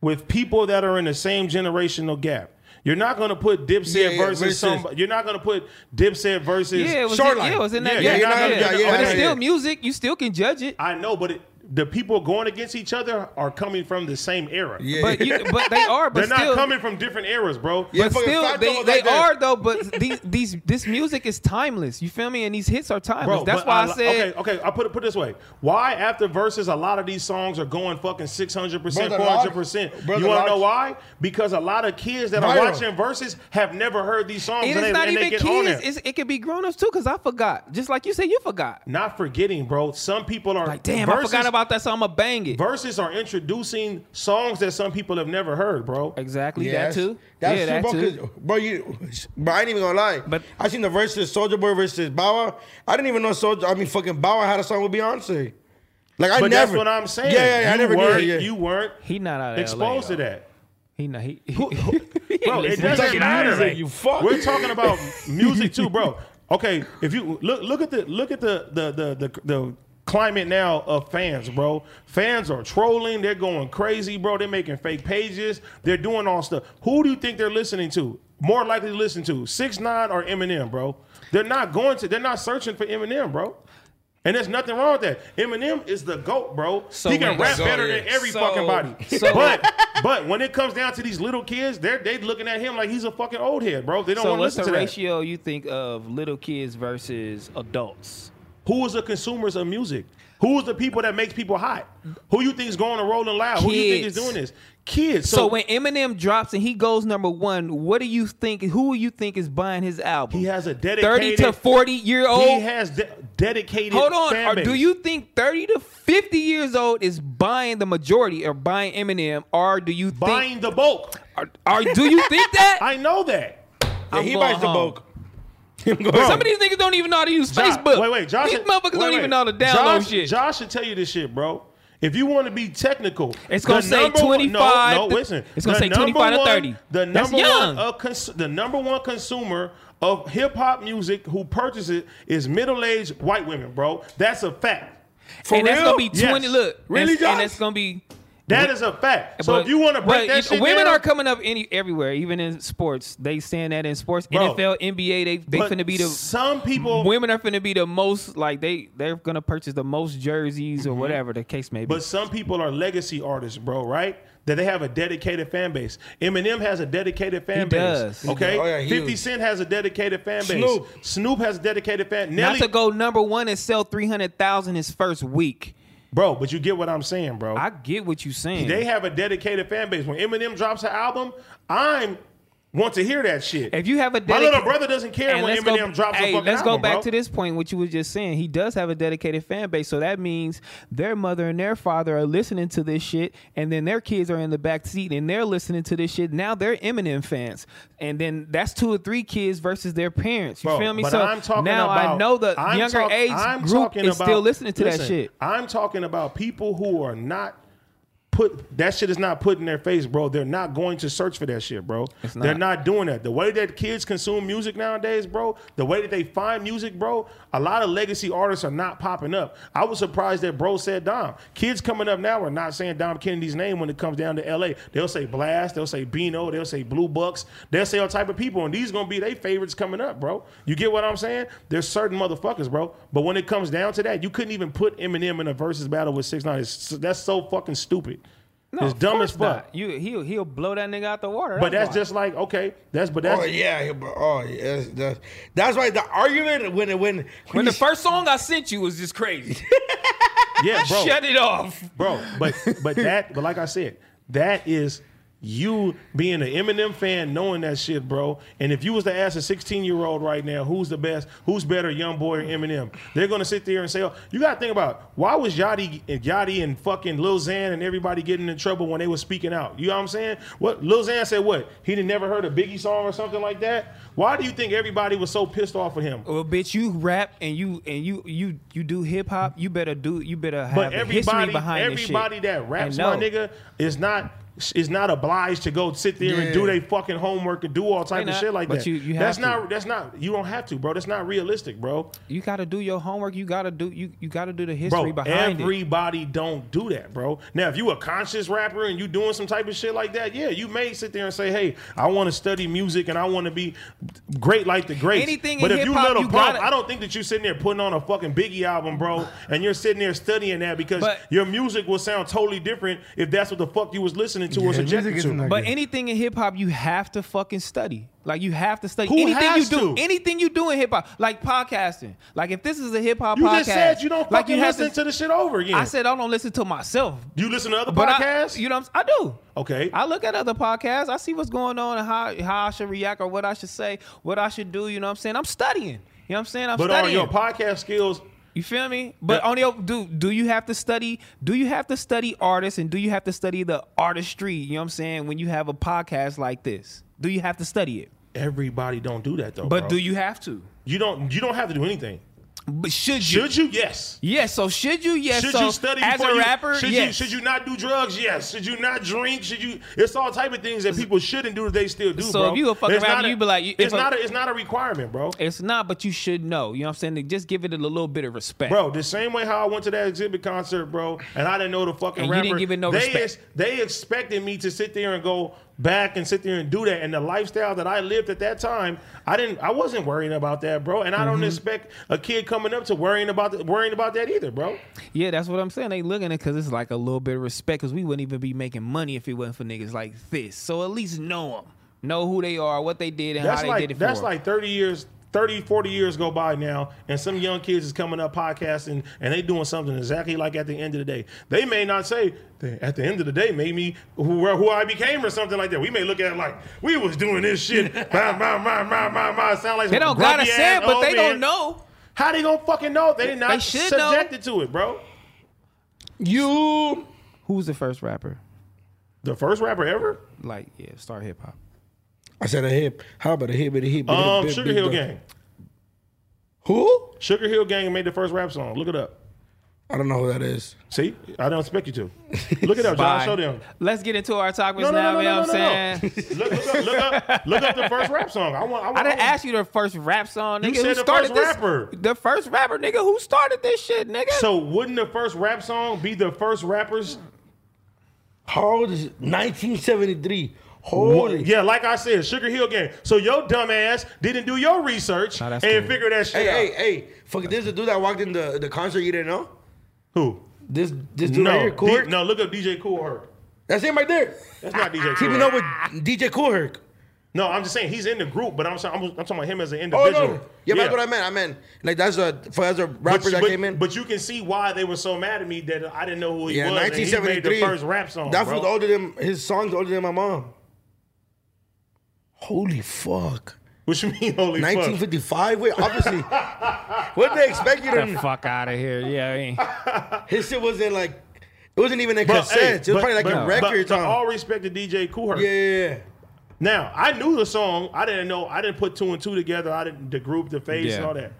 S1: with people that are in the same generational gap. You're not gonna put Dipset
S3: Yeah, yeah,
S1: versus,
S3: versus-
S1: somebody. You're not gonna put Dipset versus.
S2: yeah, it was in,
S3: Shoreline.
S2: yeah, it was in
S1: Yeah,
S2: that.
S1: yeah,
S2: gap.
S1: yeah, yeah, yeah, yeah,
S2: but it's
S1: yeah.
S2: still music. You still can judge it.
S1: I know, but it, the people going against each other are coming from the same era.
S3: Yeah.
S2: But you, but they are. But
S1: They're not
S2: still,
S1: coming from different eras, bro.
S3: Yeah,
S2: But
S3: fucking
S2: still,
S3: Fat
S2: they,
S3: Joe,
S2: they
S3: like that.
S2: are though. But (laughs) these these this music is timeless. You feel me? And these hits are
S1: Bro,
S2: timeless. That's
S1: but
S2: why I,
S1: li-
S2: said
S1: Okay, okay. I put it put it this way. Why after verses, a lot of these songs are going fucking six hundred percent,
S3: Brother
S1: four
S3: Lodge-
S1: hundred percent.
S3: Brother
S1: You want to know why?
S3: Lodge-
S1: Because a lot of kids that are
S3: Viral.
S1: watching verses have never heard these songs,
S2: it
S1: and,
S2: is
S1: they,
S2: not
S1: and they
S2: even
S1: get on
S2: kids.
S1: it.
S2: It's, it could be grown ups too. Because I forgot. Just like you said, you forgot.
S1: Not forgetting, bro. Some people are
S2: Like damn, I
S1: verses,
S2: forgot about that. So I'ma bang it.
S1: verses are introducing songs that some people have never heard, bro.
S2: exactly
S3: Yes.
S2: that too.
S3: That's
S2: yeah,
S3: true,
S2: that
S3: bro,
S2: too.
S3: 'cause- bro, you, bro, I ain't even gonna lie.
S2: But-
S3: But I seen the verses Soldier Boy versus Bauer. I didn't even know Soldier. I mean, fucking Bauer had a song with Beyonce. Like I
S1: But
S3: never.
S1: that's what I'm saying.
S3: Yeah, yeah, yeah I
S1: You
S3: never
S1: weren't,
S3: knew. Yeah.
S1: You weren't
S2: He uh, not out of
S1: exposed
S2: LA,
S1: to that.
S2: He not. He, (laughs)
S1: (laughs)
S2: he,
S1: Bro, it doesn't matter. We're talking (laughs) about music too, bro. Okay, if you look look at the look at the the the the, the climate now of fans, bro. Fans are trolling. They're going crazy, bro. They're making fake pages. They're doing all stuff. Who do you think they're listening to? More likely to listen to Six Nine or Eminem, bro. They're not going to. They're not searching for Eminem, bro. And there's nothing wrong with that. Eminem is the goat, bro.
S2: So
S1: he can
S2: when-
S1: rap
S4: So,
S1: better
S4: yeah.
S1: than every
S2: So-
S1: fucking
S2: (laughs)
S1: body.
S2: so-
S1: but but when it comes down to these little kids, they're they looking at him like he's a fucking old head, bro. They don't
S2: So
S1: want to
S2: what's
S1: listen
S2: the
S1: to that.
S2: ratio you think of little kids versus adults?
S1: Who is the consumers of music? Who is the people that makes people hot? Who you think is going and rolling loud? Who you think is
S2: Kids.
S1: doing this? Kids. So,
S2: So, when Eminem drops and he goes number one, what do you think? Who do you think is buying his album?
S1: he has a
S2: thirty
S1: dedicated
S2: to forty year
S1: He
S2: old.
S1: has de- dedicated.
S2: Hold on,
S1: fan
S2: or do
S1: base.
S2: you think thirty to fifty years old is buying the majority or buying Eminem, or do you think,
S1: buying the bulk?
S2: or, or do you
S1: (laughs)
S2: think that?
S1: I know that.
S3: Yeah,
S2: I'm
S3: he
S2: going
S3: buys the
S2: home.
S3: bulk. (laughs)
S2: Some of these niggas don't even know how to use
S1: Josh-
S2: Facebook.
S1: Wait, wait, Josh.
S2: These motherfuckers
S1: wait,
S2: don't
S1: wait.
S2: even know how to download
S1: Josh,
S2: shit.
S1: Josh should tell you this shit, bro. If you want to be technical,
S2: It's gonna
S1: the
S2: say
S1: number one-
S2: 25
S1: No, no,
S2: to-
S1: listen.
S2: it's gonna
S1: The
S2: say 25 to
S1: number
S2: 30.
S1: One, the
S2: That's
S1: number
S2: young.
S1: one, of cons- the number one consumer of hip hop music who purchases it is middle aged white women, bro. That's a fact.
S3: For
S2: and
S3: real?
S2: that's gonna be
S1: Yes.
S2: twenty. Look,
S3: Really,
S2: and, and
S3: Josh?
S2: it's gonna be.
S1: That is a fact. So if you want to break
S2: but
S1: that shit
S2: women
S1: down,
S2: are coming up any everywhere, even in sports. They saying that in sports,
S1: Bro.
S2: NFL, NBA, they they
S1: but
S2: finna be the
S1: some people.
S2: women are finna be the most like they they're gonna purchase the most jerseys or whatever the case may be.
S1: Mm-hmm. But some people are legacy artists, bro, right? That they have a dedicated fan base. Eminem has a dedicated fan
S2: He
S1: base.
S2: does.
S1: Okay.
S3: Oh, yeah, huge.
S1: 50 Cent has a dedicated fan base.
S3: Snoop.
S1: Snoop has a dedicated fan.
S2: Not
S1: Nelly,
S2: to go number one and sell three hundred thousand his first week.
S1: bro, but you get what I'm saying, bro.
S2: I get what you saying.
S1: Oh. they have a dedicated fan base. When Eminem drops an album, I'm want to hear that shit.
S2: if you have a
S1: My
S2: dedicated,
S1: little brother doesn't care when
S2: let's
S1: Eminem drops
S2: hey,
S1: a fucking
S2: let's
S1: album,
S2: go back
S1: bro.
S2: to this point what you was just saying he does have a dedicated fan base so that means their mother and their father are listening to this shit and then their kids are in the back seat and they're listening to this shit now they're eminem fans and then that's two or three kids versus their parents you
S1: Bro,
S2: feel me
S1: But
S2: so
S1: I'm talking
S2: now
S1: about,
S2: i know the
S1: I'm
S2: younger
S1: talk-
S2: age
S1: I'm
S2: group
S1: talking
S2: is
S1: about-
S2: still listening to that
S1: listen,
S2: shit
S1: I'm talking about people who are not put that shit is not put in their face, bro. They're not going to search for that shit, bro.
S2: It's
S1: They're
S2: not.
S1: not doing that. The way that kids consume music nowadays, bro, the way that they find music, bro, a lot of legacy artists are not popping up. I was surprised that bro said Dom. Kids coming up now are not saying Dom Kennedy's name when it comes down to LA. They'll say Blast, they'll say Beano, they'll say Blue Bucks, they'll say all type of people, and these gonna be their favorites coming up, bro. You get what I'm saying? There's certain motherfuckers, bro. But when it comes down to that, you couldn't even put Eminem in a versus battle with Six Nine. That's so fucking stupid.
S2: No,
S1: it's
S2: of
S1: dumb
S2: course
S1: as fuck.
S2: not. you he'll, he'll blow that nigga out the water
S1: But that's
S2: why.
S1: just like okay. That's but that's
S3: Oh yeah, bro. Oh yeah, that's, that's, that's why the argument when it- when
S2: when
S3: you-
S2: the
S1: (laughs)
S2: first song i sent you was just crazy
S1: yeah, bro.
S2: (laughs) shut it off
S1: bro. But but that but like I said, that is you being an Eminem fan, knowing that shit, bro. And if you was to ask a 16 year old right now, who's the best, who's better, Young Boy or Eminem, they're gonna sit there and say, "Oh, you gotta think about why was Yachty and Yachty and fucking Lil Xan and everybody getting in trouble when they was speaking out? You know what I'm saying? What Lil Xan said? What he did never heard a Biggie song or something like that? Why do you think everybody was so pissed off at him?
S2: Well, bitch, you rap and you and you you you do hip hop. You better do. You better have
S1: But
S2: a history
S1: everybody,
S2: behind this shit.
S1: everybody that raps,
S2: I know.
S1: my nigga, is not is not obliged to go sit there and do
S3: Yeah.
S1: their fucking homework and do all type
S2: They
S1: of
S2: not,
S1: shit like
S2: but
S1: that.
S2: you- you have
S1: that's
S2: to.
S1: not that's not you don't have to, bro. That's not realistic, bro.
S2: You gotta do your homework. You gotta do. You you gotta do the history
S1: Bro,
S2: behind it.
S1: everybody don't do that, bro. Now, if you a conscious rapper and you doing some type of shit like that, yeah, you may sit there and say, "Hey, I want to study music and I want to be great like the greats."
S2: Anything in
S1: but if you
S2: hip-hop,
S1: little
S2: you
S1: pump,
S2: gotta-
S1: I don't think that you're sitting there putting on a fucking Biggie album, bro, and you're sitting there studying that because
S2: But-
S1: your music will sound totally different if that's what the fuck you was listening to or
S3: Yeah, music
S1: subjected
S3: isn't
S1: to.
S3: like-
S2: But anything in hip hop, you have to fucking study. Like you have to study
S1: Who
S2: anything
S1: has
S2: you do.
S1: to?
S2: Anything you do in hip hop, like podcasting. Like if this is a hip hop,
S1: You
S2: podcast,
S1: just said you don't
S2: like
S1: fucking
S2: have
S1: listen to, the shit over again.
S2: I said I don't listen to myself.
S1: you listen to other
S2: But
S1: podcasts.
S2: I, you know, what I'm, I do.
S1: okay,
S2: I look at other podcasts. I see what's going on and how, how I should react or what I should say, what I should do. You know what I'm saying? I'm studying. You know what I'm saying? I'm
S1: but are
S2: studying.
S1: your podcast skills
S2: you feel me? But
S1: Yeah.
S2: on the do do you have to study? Do you have to study artists and do you have to study the artistry? You know what I'm saying? When you have a podcast like this, do you have to study it?
S1: everybody don't do that though.
S2: But
S1: bro.
S2: do you have to?
S1: You don't. You don't have to do anything.
S2: But should you?
S1: Should you? Yes.
S2: Yes. So should you? Yes.
S1: Should
S2: so
S1: you study
S2: as
S1: before
S2: a
S1: you-
S2: rapper?
S1: should
S2: yes.
S1: you should you not do drugs? Yes. Should you not drink? Should you? It's all type of things that people shouldn't do that they still do.
S2: So
S1: bro.
S2: if you a fucking
S1: It's
S2: rapper,
S1: not a-
S2: you be like, you- if
S1: it's
S2: a-
S1: not a, it's not a requirement, bro.
S2: It's not, but you should know. You know what I'm saying? Just give it a little bit of respect.
S1: Bro, the same way how I went to that exhibit concert, bro, and I didn't know the fucking
S2: And you
S1: rapper.
S2: didn't give it no
S1: they
S2: respect.
S1: they expected me to sit there and go back and sit there and do that. And the lifestyle that I lived at that time, I didn't, I wasn't worrying about that, bro. And I
S2: Mm-hmm.
S1: don't expect a kid coming up to worrying about the, worrying about that either, bro.
S2: Yeah, that's what I'm saying. They looking at it because it's like a little bit of respect because we wouldn't even be making money if it wasn't for niggas like this. So at least know them. Know who they are, what they did, and
S1: That's
S2: how they
S1: like
S2: did it
S1: that's
S2: for 'em.
S1: like thirty years. 30, 40 years go by now, and some young kids is coming up podcasting, and they doing something exactly like at the end of the day. They may not say "They- at the end of the day made me who, who I became or something like that. We may look at it like we was doing this
S2: (laughs)
S1: shit. my, my, my, my, my, my, sound like
S2: They
S1: some
S2: don't gotta
S1: grumpy-ass
S2: say it, but
S1: old
S2: they
S1: man.
S2: don't know.
S1: How they gonna fucking know? They not
S2: should know.
S1: subjected to it, bro.
S3: You
S2: Who's the first rapper?
S1: The first rapper ever,
S2: Like, yeah, start hip hop.
S3: I said a hip. How about a hip? A hip. a
S1: um,
S3: hip,
S1: Sugar
S3: big
S1: Hill
S3: dog.
S1: Gang.
S3: Who?
S1: Sugar Hill Gang made the first rap song. Look it up.
S3: I don't know who that is.
S1: See, I don't expect you to. Look it up, John.
S2: Bye.
S1: Show them.
S2: Let's get into our topics
S1: No, no, no,
S2: now.
S1: no,
S2: you know
S1: no,
S2: what I'm
S1: no,
S2: saying?
S1: (laughs) no. Look, look, up, look, up, look up the first rap song. I want. I, want,
S2: I didn't
S1: want-
S2: ask you the first rap song, nigga.
S1: said
S2: who
S1: the
S2: started
S1: first
S2: this?
S1: rapper.
S2: The first rapper, nigga, who started this shit, nigga?
S1: So wouldn't the first rap song be the first rappers?
S3: How old is it? 1973. Holy.
S1: Yeah, like I said, Sugar Hill Gang. So your dumb ass didn't do your research
S2: Nah,
S1: and
S2: that's cool.
S1: figure that shit
S3: Hey,
S1: out.
S3: hey, hey. Fuck, there's a dude that walked in the, the concert you didn't know?
S1: Who?
S3: This this dude right
S1: No,
S3: here, Cool
S1: D-
S3: Herc?
S1: no. Look up DJ Cool Herc.
S3: That's him right there.
S1: That's not DJ. Cool
S3: Keeping
S1: Herc.
S3: up with DJ Cool Herc.
S1: No, I'm just saying he's in the group, but I'm saying- I'm, I'm talking about him as an
S3: Oh,
S1: individual.
S3: no. Yeah, that's what I meant. I meant, like, that's a, for as a rapper
S1: But,
S3: that
S1: but-
S3: came in.
S1: but you can see why they were so mad at me that I didn't know who he
S3: yeah,
S1: was. and he made
S3: 1973.
S1: the first rap song.
S3: That
S1: bro.
S3: fool's older than, his song's older than my mom. Holy fuck.
S1: Which you mean, holy fuck.
S3: 1955? Wait,
S1: (laughs)
S3: obviously. what they expect you
S2: the
S3: to.
S2: fuck out of here. Yeah, I
S1: (laughs)
S2: mean,
S3: His shit wasn't like, it wasn't even in
S1: But,
S3: cassettes.
S1: hey,
S3: it was probably like
S1: but-
S3: in
S1: but-
S3: records.
S1: but
S3: on-
S1: all respect to DJ Kool Herc.
S3: yeah, yeah, yeah.
S1: Now I knew the song. I didn't know. I didn't put two and two together. I didn't the group, the face, and
S2: Yeah.
S1: all that.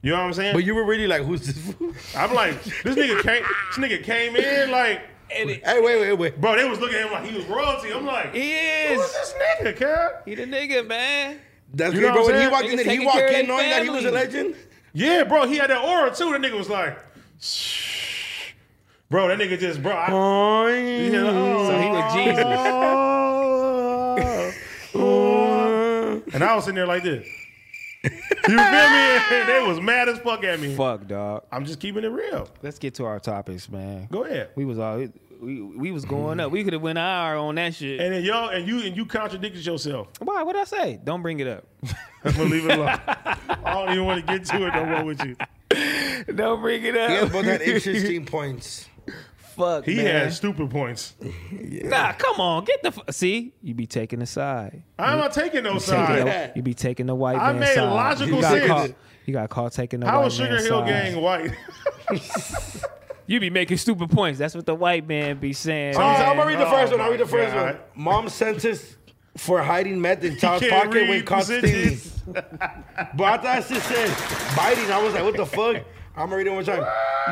S1: You know what I'm saying?
S3: But you were really like, who's this fool?
S1: I'm like, this nigga came. This nigga came in like,
S3: Hey, wait, wait, wait.
S1: bro. They was looking at him like he was royalty. I'm like,
S2: he
S1: who's
S2: is.
S1: this nigga, cat?
S2: He the nigga, man.
S3: That's
S1: You
S3: you
S1: know what I'm
S3: bro. When he
S1: saying?
S3: walked in,
S2: Niggas
S3: did he
S2: taking
S3: walk
S2: care of
S3: in
S2: they
S3: knowing that he was a
S2: family.
S3: legend?
S1: Yeah, bro. He had that aura too. The nigga was like, bro. That nigga just, bro. I,
S3: Oh,
S1: you know,
S2: So he was Jesus.
S1: (laughs) and I was sitting there like this. You feel me? (laughs) they was mad as fuck at me.
S2: (laughs) Fuck, dog.
S1: I'm just keeping it real.
S2: Let's get to our topics, man.
S1: Go ahead.
S2: We was all we, we was going up. We could have went an hour on that shit.
S1: And then y'all and you and you contradicted yourself.
S2: Why? What I say? Don't bring
S1: (laughs)
S2: it up.
S1: I'm gonna leave it alone. I don't even want to get to it no more with you.
S2: Don't bring it up.
S3: He has both
S1: (laughs)
S3: had (laughs) interesting points.
S2: Fuck.
S1: He
S2: man.
S1: had stupid points.
S2: Nah, come on. Get the fu- see. You be taking the side.
S1: I'm not taking no
S2: Taking
S1: side.
S2: the- you be taking the white
S1: I
S2: man
S1: made
S2: side.
S1: logical
S2: you got
S1: sense.
S2: Caught, you got caught taking the
S1: How
S2: white
S1: was Sugar
S2: man's
S1: Hill
S2: side.
S1: Gang white? (laughs)
S2: You be making stupid points. That's what the white man be saying.
S3: I'm,
S2: man.
S3: I'm gonna read the
S1: oh
S3: first one. I'll
S1: my
S3: read the first
S1: God.
S3: one. Mom sentenced for hiding meth (laughs) in child's
S1: can't
S3: pocket when
S1: read
S3: caught stealing.
S1: percentages.
S3: (laughs) But I thought she said biting. I was like, what the fuck? I'm gonna read it one time.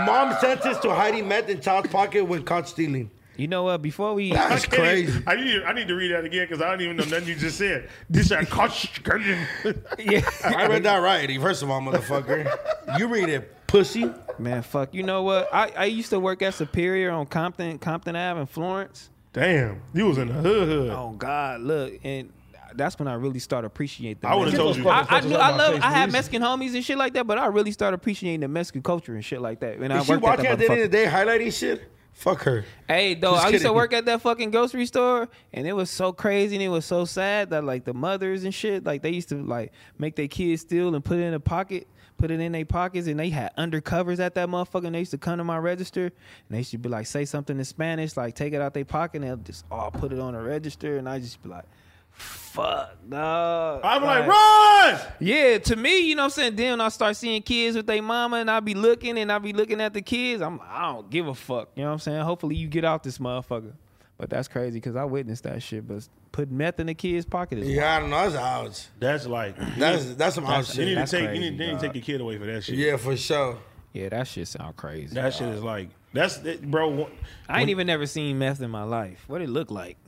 S3: Mom sentenced to hiding meth in child's pocket when caught stealing.
S2: You know what?
S1: (laughs)
S2: Before we (laughs)
S3: That's
S1: I can't even-
S3: crazy.
S1: I need, I need to read that again because I don't even know nothing you just said. This I caught Sugar Hill.
S2: yeah.
S3: I read that right. First of all, motherfucker, you read it, pussy.
S2: Man, fuck. You know what? I, I used to work at Superior on Compton, Compton Ave in Florence.
S1: (laughs) Damn, you was in the hood. hood.
S2: Oh God, look, and that's when I really start appreciating. The
S1: I would've
S2: Mexican-
S1: told you.
S2: I, I,
S1: Fuck
S2: knew,
S1: was
S2: I
S1: up
S2: love.
S1: my face,
S2: I had
S1: please.
S2: Mexican homies and shit like that, but I really started appreciating the Mexican culture and shit like that. And I
S3: Is she
S2: worked at
S3: walking
S2: that
S3: at the end of
S2: motherfucker.
S3: the day highlighting shit? Fuck her.
S2: Hey, though,
S3: Just
S2: I used to
S3: kidding.
S2: work at that fucking grocery store, and it was so crazy and it was so sad that like the mothers and shit, like they used to like make their kids steal and put it in a pocket, put it in their pockets, and they had undercovers at that motherfucker. And they used to come to my register and they used to be like, say something in Spanish, like take it out their pocket, and they'll just all put it on the register, and I just be like. Fuck no.
S1: I'm like, run!
S2: Yeah, to me, you know what I'm saying? Then when I start seeing kids with their mama and I be looking and I be looking at the kids, I'm like, I don't give a fuck. You know what I'm saying? Hopefully you get out this motherfucker. But that's crazy because I witnessed that shit. But put meth in the kid's pocket is
S3: Yeah, I don't know. That's outs.
S1: That's like
S3: That's that's some out
S1: you need
S3: shit.
S1: to
S2: That's
S1: take you
S2: crazy,
S1: need, they need to
S2: dog.
S1: take your kid away for that shit.
S3: Yeah, for sure.
S2: yeah, that shit sound crazy.
S1: That shit is like that's it, bro. one-
S2: I ain't even never seen meth in my life. What it look like?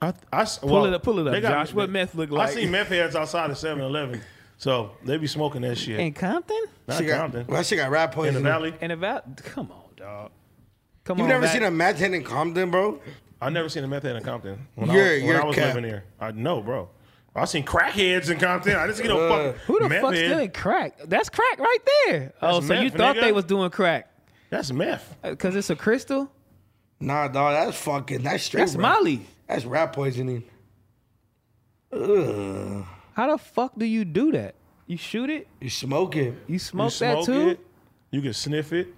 S1: I, I s-
S2: Pull
S1: well,
S2: it up, pull it up,
S1: they got-
S2: Josh. What meth look like?
S1: I see meth heads outside of 7-Eleven, so they be smoking that shit.
S2: in Compton?
S1: Not
S3: She got,
S1: Compton.
S3: well, she got rat
S1: in
S3: poison.
S1: the valley.
S2: And about come on, dog. Come
S3: You
S2: on.
S3: never
S2: back.
S3: seen a meth head in Compton, bro?
S1: I never seen a meth head in Compton. When I
S3: You're-
S1: was, when
S3: you're
S1: I was
S3: cap.
S1: living here, I know, bro. I seen crackheads in Compton. I just get no fucking
S2: Who the
S1: meth
S2: fuck's
S1: head.
S2: doing crack? That's crack right there. oh, so you
S1: meth,
S2: thought
S1: nigga.
S2: they was doing crack
S1: That's meth.
S2: because it's a crystal?
S3: Nah, dog. That's fucking. That's straight.
S2: That's
S3: rat-
S2: Molly.
S3: That's rat poisoning.
S2: How the fuck do you do that? You shoot it?
S3: You smoke it.
S2: You
S1: You
S2: smoke,
S1: smoke
S2: that too?
S1: it. You can sniff it.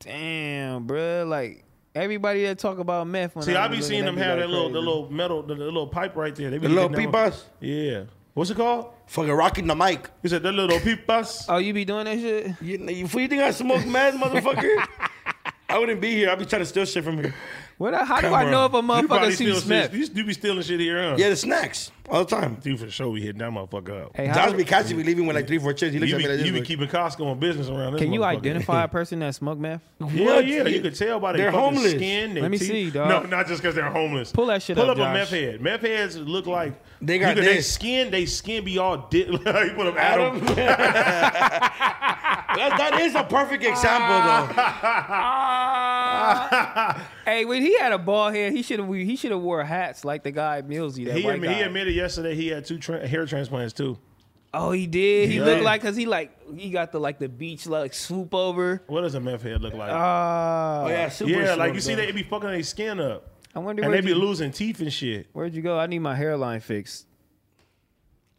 S2: Damn, bruh. Like everybody that talk about meth. When
S1: See, I
S2: I was
S1: be
S2: little,
S1: seeing
S2: they
S1: them have
S2: like
S1: that little, the
S2: crazy.
S1: little metal, the, the little pipe right there. They be
S3: The little
S1: getting that
S3: pipas?
S1: one- Yeah. What's it called?
S3: Fucking rocking the mic.
S1: You said the little peepas.
S2: Oh, you be doing that shit?
S3: You, you, fool, you think I smoke meth,
S1: (laughs)
S3: motherfucker? I wouldn't be here. I'd be trying to steal shit from here.
S2: What? the- How do I know if a motherfucker shoots meth?
S1: You, you be stealing shit here, huh?
S3: Yeah, the snacks all the time.
S1: You for sure be hitting that motherfucker up.
S2: Hey, how
S3: Josh
S2: do-
S3: be catching me leaving with like three, four chips. He looks
S1: you
S3: at
S1: be,
S3: me like this.
S1: you be
S3: like,
S1: keeping Costco on business around this
S2: can you
S1: motherfucker.
S2: identify
S1: (laughs)
S2: a person that smoke meth?
S1: Yeah,
S3: What?
S1: yeah. You can tell by
S3: They're
S1: their fucking
S3: homeless.
S1: skin. Their
S2: Let me
S1: teeth.
S2: see, dog.
S1: No, not just because they're homeless.
S2: Pull that shit
S1: Pull
S2: up,
S1: up a
S2: Josh.
S1: meth head. Meth heads look like
S3: They got
S1: you could- they
S3: this.
S1: skin. They skin be all dip. (laughs) you put them
S3: Adam.
S1: Adam.
S3: (laughs) that, that is a perfect example,
S1: Ah.
S3: though.
S2: Hey, when he had a bald head, he should have he should have wore hats like the guy at Millsy. That
S1: He,
S2: white
S1: admi-
S2: guy.
S1: he admitted yesterday he had two tra- hair transplants too.
S2: oh, he did. He
S1: Yeah.
S2: looked like because he like he got the like the beach like swoop over.
S1: What does a meth head look like?
S2: Uh,
S3: Oh, yeah, super
S1: yeah, like
S3: slow,
S1: you see,
S3: though.
S1: they be fucking their skin up,
S2: I wonder
S1: and
S2: where
S1: they
S2: would
S1: be
S2: you,
S1: losing teeth and shit.
S2: where'd you go. I need my hairline fixed.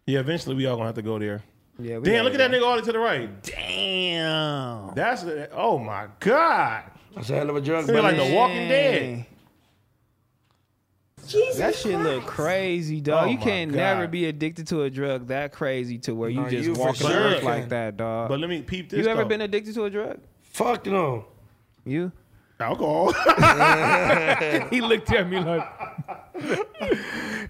S1: Yeah, eventually we all gonna have to go there.
S2: Yeah, we
S1: Damn, look at
S2: gotta
S1: that nigga all the way to the right.
S2: go. Damn.
S1: That's the, oh my god.
S3: That's a hell of a drug,
S1: Feel like
S3: buddy.
S1: The Walking Dead.
S2: Dang. That shit look crazy, dog.
S1: Oh
S2: you
S1: my
S2: can
S1: God.
S2: never be addicted to a drug that crazy to where you
S3: No,
S2: just
S3: you for
S2: walking
S1: sure
S2: around
S1: can.
S2: like that, dog.
S1: But let me peep this.
S2: you ever
S1: though.
S2: been addicted to a drug?
S3: Fuck no.
S2: You?
S1: alcohol?
S2: (laughs) he looked at
S1: (laughs)
S2: me like, is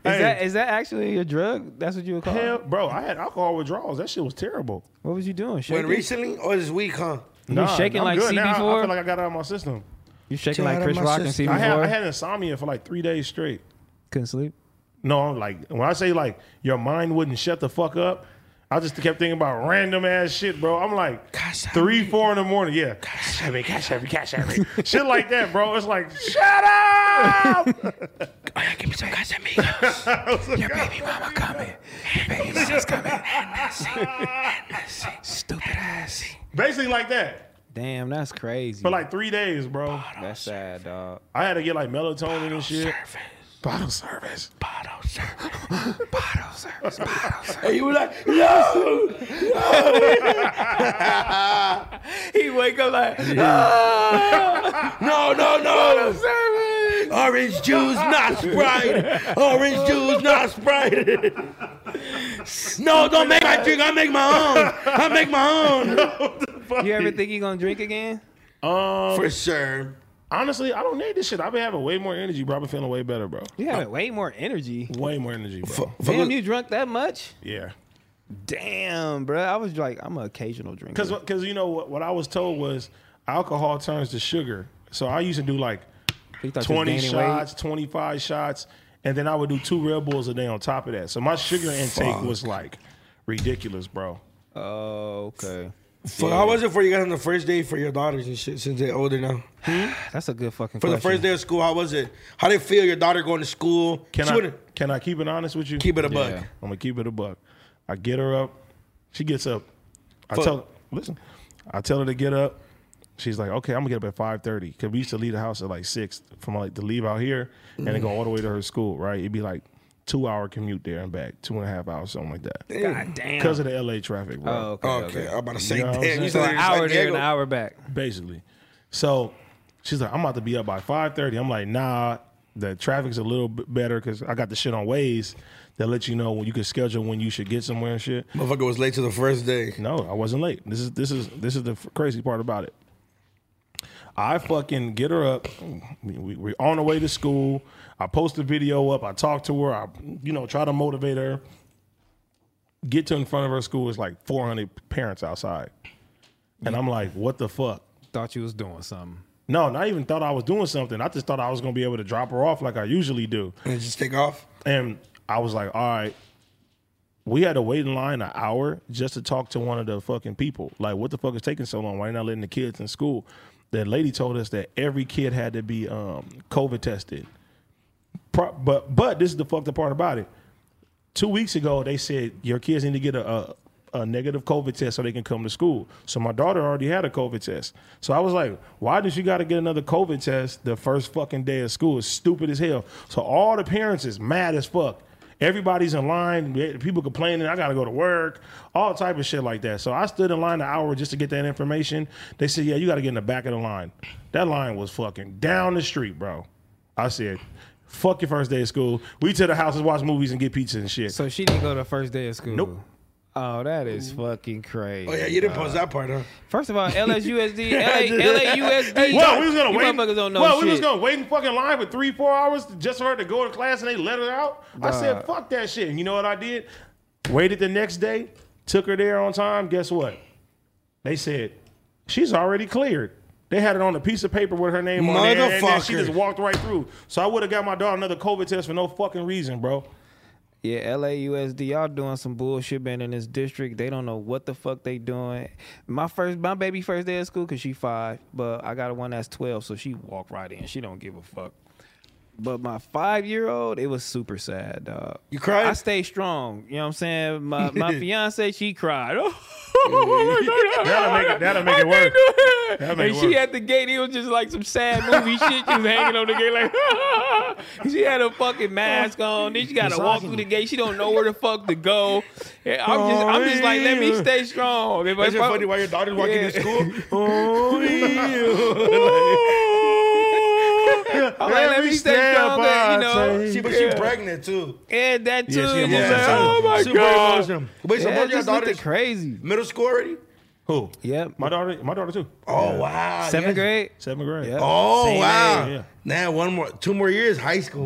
S2: that is that actually a drug? That's what you would call
S1: Hell,
S2: it.
S1: bro, I had alcohol withdrawals. That shit was terrible.
S2: What was you doing? Shaking?
S3: When recently or this week, huh?
S1: Oh,
S2: you was shaking
S1: I'm
S2: like
S1: good now. I- I,
S2: CB4.
S1: feel like I got it out of my system.
S2: you shaking
S3: Get
S2: like
S3: out of
S2: Chris
S3: my
S2: Rock and
S3: system.
S2: CB4.
S1: I had I had insomnia for like three days straight.
S2: Couldn't sleep.
S1: No, I'm like when I say like your mind wouldn't shut the fuck up, I just kept thinking about random ass shit, bro. I'm like
S3: Cash app
S1: three, four in the morning. Yeah, cash every, cash every, cash
S2: (laughs)
S1: every, shit like that, bro. It's like shut up.
S2: (laughs)
S3: Oh, yeah, give me some Casamigos. (laughs)
S1: I was like, God.
S2: mama coming. Your baby
S1: (laughs)
S2: mama's coming. Stupid ass.
S1: Basically like that
S2: Damn, that's crazy.
S1: for like three days, bro.
S2: that's sad, dog.
S1: I had to get like melatonin and shit.
S3: Surface.
S1: Bottle service.
S3: Bottle service.
S2: Bottle service. Bottle service.
S3: And you were like, no!
S2: He wake up like (laughs)
S3: No, no,
S1: (laughs)
S3: no! Orange juice, not Sprite. Orange juice, not Sprite. (laughs) No, don't make my drink. I make my own. I make
S1: (laughs)
S3: my
S2: You ever think you gonna drink again?
S1: Um,
S3: own. For sure.
S1: honestly, I don't need this shit. I've been having way more energy, bro. I've been feeling way better, bro.
S2: You have way more energy.
S1: Way more energy, bro.
S2: Damn, you drunk that much?
S1: Yeah.
S2: Damn, bruh. I was like, I'm an occasional drinker.
S1: Because because you know what, what I was told was alcohol turns to sugar. So I used to do like
S2: He thought you was
S1: twenty
S2: gaining
S1: shots, twenty five shots, and then I would do two Red Bulls a day on top of that. So my sugar intake was like ridiculous, bro.
S2: weight. Oh, okay. (sighs)
S3: Fuck, how was it for you guys on the first day for your daughters and shit since they're older now?
S2: That's a good fucking
S3: For the first day of school, how was it? How did it feel your daughter going to school?
S1: Can
S3: she
S1: I
S3: wouldn't-
S1: can I keep it honest with you?
S3: Keep it a buck.
S2: Yeah.
S1: I'm gonna keep it a buck. I get her up. She gets up. I
S3: Fuck.
S1: tell listen. I tell her to get up. She's like, okay, I'm gonna get up at five thirty. Cause we used to leave the house at like six from like to leave out here and then go all the way to her school, right? It'd be like two hour commute there and back, two and a half hours, something like that.
S2: God damn.
S1: Because of the LA traffic, bro.
S2: oh, okay.
S3: Okay, I'm about to say,
S1: You know what I'm
S3: damn, you
S1: saying?
S2: So
S3: said
S2: an
S3: it was
S2: hour
S3: like
S2: there, an
S3: Diego.
S2: hour back.
S1: Basically. So she's like, I'm about to be up by 5.30. I'm like, nah, the traffic's a little bit better because I got the shit on Waze that let you know when you can schedule when you should get somewhere and shit.
S3: Motherfucker was late to the first day.
S1: No, I wasn't late. This is this is this is the f- crazy part about it. I fucking get her up. We, we, we're on the way to school. I post the video up. I talk to her. I, you know, try to motivate her. Get to in front of her school. It's like 400 parents outside. And I'm like, what the fuck?
S2: Thought you was doing something.
S1: No, not even thought I was doing something. I just thought I was going to be able to drop her off like I usually do.
S3: And just take off.
S1: And I was like, all right. We had to wait in line an hour just to talk to one of the fucking people. Like, what the fuck is taking so long? Why are you not letting the kids in school? That lady told us that every kid had to be um, COVID tested. Pro- but but this is the fucked up part about it. Two weeks ago, they said your kids need to get a, a a negative COVID test so they can come to school. So my daughter already had a COVID test. So I was like, why does she got to get another COVID test the first fucking day of school? It's stupid as hell. So all the parents is mad as fuck. Everybody's in line. People complaining. I gotta go to work. All type of shit like that. So I stood in line an hour just to get that information. They said, "Yeah, you gotta get in the back of the line." That line was fucking down the street, bro. I said, "Fuck your first day of school. We to the house and watch movies and get pizza and shit."
S2: So she didn't go to the first day of school.
S1: Nope.
S2: Oh, that is fucking crazy.
S3: Oh yeah, you didn't post that part, huh?
S2: First of
S1: (laughs)
S2: all, LSUSD,
S3: I
S2: LA,
S3: did.
S2: LAUSD.
S1: Well, we was gonna
S2: you
S1: wait.
S2: Motherfuckers don't know
S1: well,
S2: shit.
S1: we was gonna wait in fucking line for three, four hours just for her to go to class, and they let her out. I
S2: Nah.
S1: said, "Fuck that shit." And you know what I did? Waited the next day, took her there on time. Guess what? They said she's already cleared. They had it on a piece of paper with her name on it, and then she
S3: Motherfucker.
S1: just walked right through. So I would have got my daughter another COVID test for no fucking reason, bro.
S2: Yeah, LAUSD, y'all doing some bullshit been in this district. They don't know what the fuck they doing. My first, my baby first day of school because she five, but I got one that's twelve, so she walk right in. She don't give a fuck. But my five year old, it was super sad, dog.
S3: You cried?
S2: I stayed strong. You know what I'm saying?
S1: (laughs)
S2: My my fiance, she cried. (laughs)
S1: That'll make it. That'll make it worse. That'll make
S2: and
S1: it
S2: she
S1: worse.
S2: at the gate, it was just like some sad movie shit. She was hanging on the gate like, (laughs) she had a fucking mask on. Then she got to walk through the gate. She don't know where the fuck to go. And I'm just, I'm just like, let me
S3: Oh,
S2: stay strong. If,
S3: Is
S2: if
S3: it
S2: I-
S3: funny why your daughter's walking to
S2: Yeah. (laughs)
S3: school?
S1: Oh,
S2: (laughs) I'm like, let me
S1: Every
S2: stay
S1: step
S2: strong.
S1: I
S2: and, You know,
S1: take.
S3: She, but
S2: Yeah.
S3: she pregnant too.
S2: and that too.
S1: Yeah, she
S2: I'm
S1: emotional.
S2: like, oh my
S3: Super
S2: god.
S3: emotional. Wait, so
S2: Yeah,
S3: both your
S2: just looked
S3: daughters
S2: crazy.
S3: middle school already?
S1: Who?
S2: Yep.
S1: My daughter. My daughter too.
S3: Oh wow,
S2: Seventh
S3: yes.
S2: grade.
S1: Seventh grade.
S2: Yeah.
S3: Oh
S2: Same
S3: wow!
S1: age, yeah.
S3: Now one more, two more years, high school.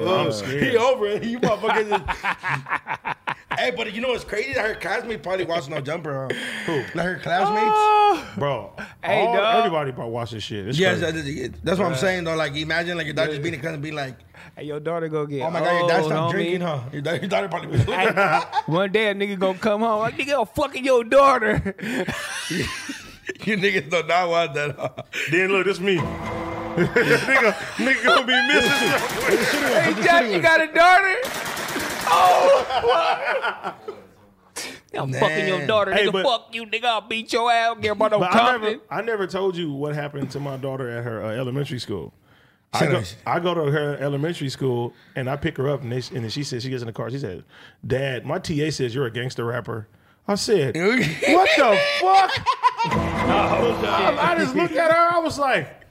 S1: Yeah,
S3: (laughs)
S1: I'm scared.
S3: He over it. You motherfuckers. is- (laughs) hey, but you know what's crazy? Her classmate probably watching No Jumper. Huh? Who? Like her classmates.
S2: Oh.
S1: bro.
S2: Hey,
S1: all-
S2: dog.
S1: everybody about watching shit. It's
S3: yes,
S1: crazy.
S3: that is- that's what I'm saying though. Like imagine like your dad just being a cousin, being like,
S2: Hey, your daughter go get
S3: "Oh my god, your dad
S2: old,
S3: stopped
S2: homie.
S3: drinking, huh?" Your, dad, your daughter probably.
S1: (laughs)
S3: Be
S2: One day a nigga gonna come home. Like, nigga, I'm fucking your daughter.
S3: (laughs) you niggas do not want that. Huh? (laughs)
S1: Then look, this me. (laughs) nigga, nigga gonna be missing.
S2: hey, Josh, you got a daughter? Oh, fuck. (laughs) I'm fucking your
S3: Man.
S2: daughter,
S1: Hey,
S2: nigga.
S1: but-
S2: fuck you, nigga. I'll beat your ass. Get about no
S1: but I never,
S2: company.
S1: I never told you what happened to my daughter at her uh, elementary school. I
S3: Shut
S1: go,
S3: up.
S1: I go to her elementary school and I pick her up and, they, and then she said she gets in the car. She said, "Dad, my TA says you're a gangster rapper." I said, "What the fuck?" I just looked at her. I was like,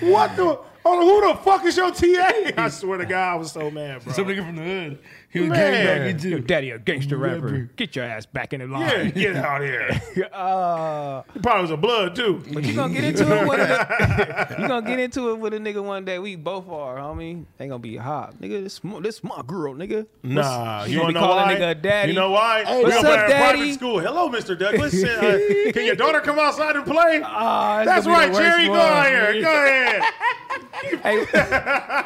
S1: "What the? Oh, who the fuck is your TA?" (laughs) I swear to God, I was so mad, bro.
S3: Some nigga from the hood. He was
S1: Man.
S3: getting back into.
S2: Your daddy a gangster rapper.
S3: Rapper.
S2: Get your ass back in the
S1: Mm, Yeah,
S2: line.
S1: get out here.
S2: Uh,
S1: It probably was a blood too.
S2: (laughs) but you gonna get into it
S1: (laughs)
S2: with a you gonna get into it with a nigga one day. We both are, homie. They gonna be hot, nigga. This my- this my girl, nigga.
S1: Nah, you
S2: be
S1: wanna know
S2: calling
S1: why?
S2: nigga a daddy.
S1: You know why? We
S2: what's
S1: gonna
S2: up,
S1: put her in
S2: daddy?
S1: Private school. Hello, Mr.
S2: (laughs)
S1: Douglas. Uh, can your daughter come outside and play?
S2: Ah,
S1: That's
S2: gonna be
S1: right,
S2: the worst
S1: Jerry. Go
S2: one.
S1: out here. Go
S2: (laughs)
S1: ahead.
S2: hey,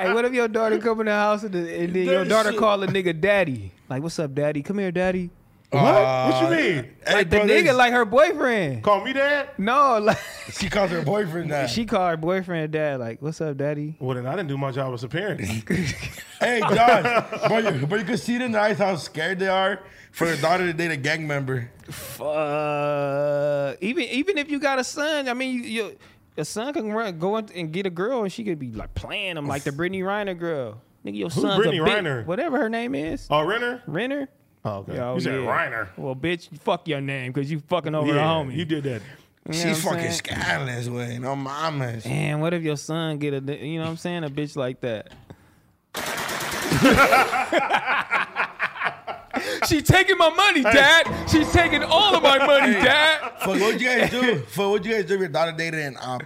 S2: hey, what if your daughter come in the house and, the, and then your
S3: That
S2: daughter
S3: shit-
S2: call a nigga daddy? Like, what's up, daddy? Come here, daddy.
S1: What? what you mean?
S3: Hey,
S2: Like the
S3: bro, this-
S2: nigga, like her boyfriend.
S1: Uh, Call me dad?
S2: No, like (laughs)
S3: she calls her boyfriend that.
S2: she called her boyfriend dad. Like, what's up, daddy?
S1: Well, then I didn't do my job as a parent.
S2: (laughs)
S3: Hey, Josh, but you, but you can see it in their eyes how scared they are for their daughter to date a gang member.
S2: Fuck. Even even if you got a son, I mean, you, your your son can run, go in and get a girl, and she could be like playing him like the Brittany Reiner girl. Nigga, your son's
S1: Brittany
S2: a bitch.
S1: Reiner?
S2: Whatever her name is,
S1: Oh, Renner?
S2: Renner.
S1: Oh, okay.
S2: Yo,
S1: you said
S2: yeah.
S1: Reiner.
S2: Well, bitch, fuck your name because you fucking over the
S1: Yeah,
S2: homie.
S1: You did that.
S2: You know
S3: She's
S2: what I'm
S3: fucking
S2: saying?
S3: scandalous, way. No mamas.
S2: And what if your son get a, you know what I'm saying, a bitch like that? She's taking my money, Dad. She's taking all of my money, Dad.
S3: Fuck, what you guys do? Fuck, what you guys do if your daughter dated an op?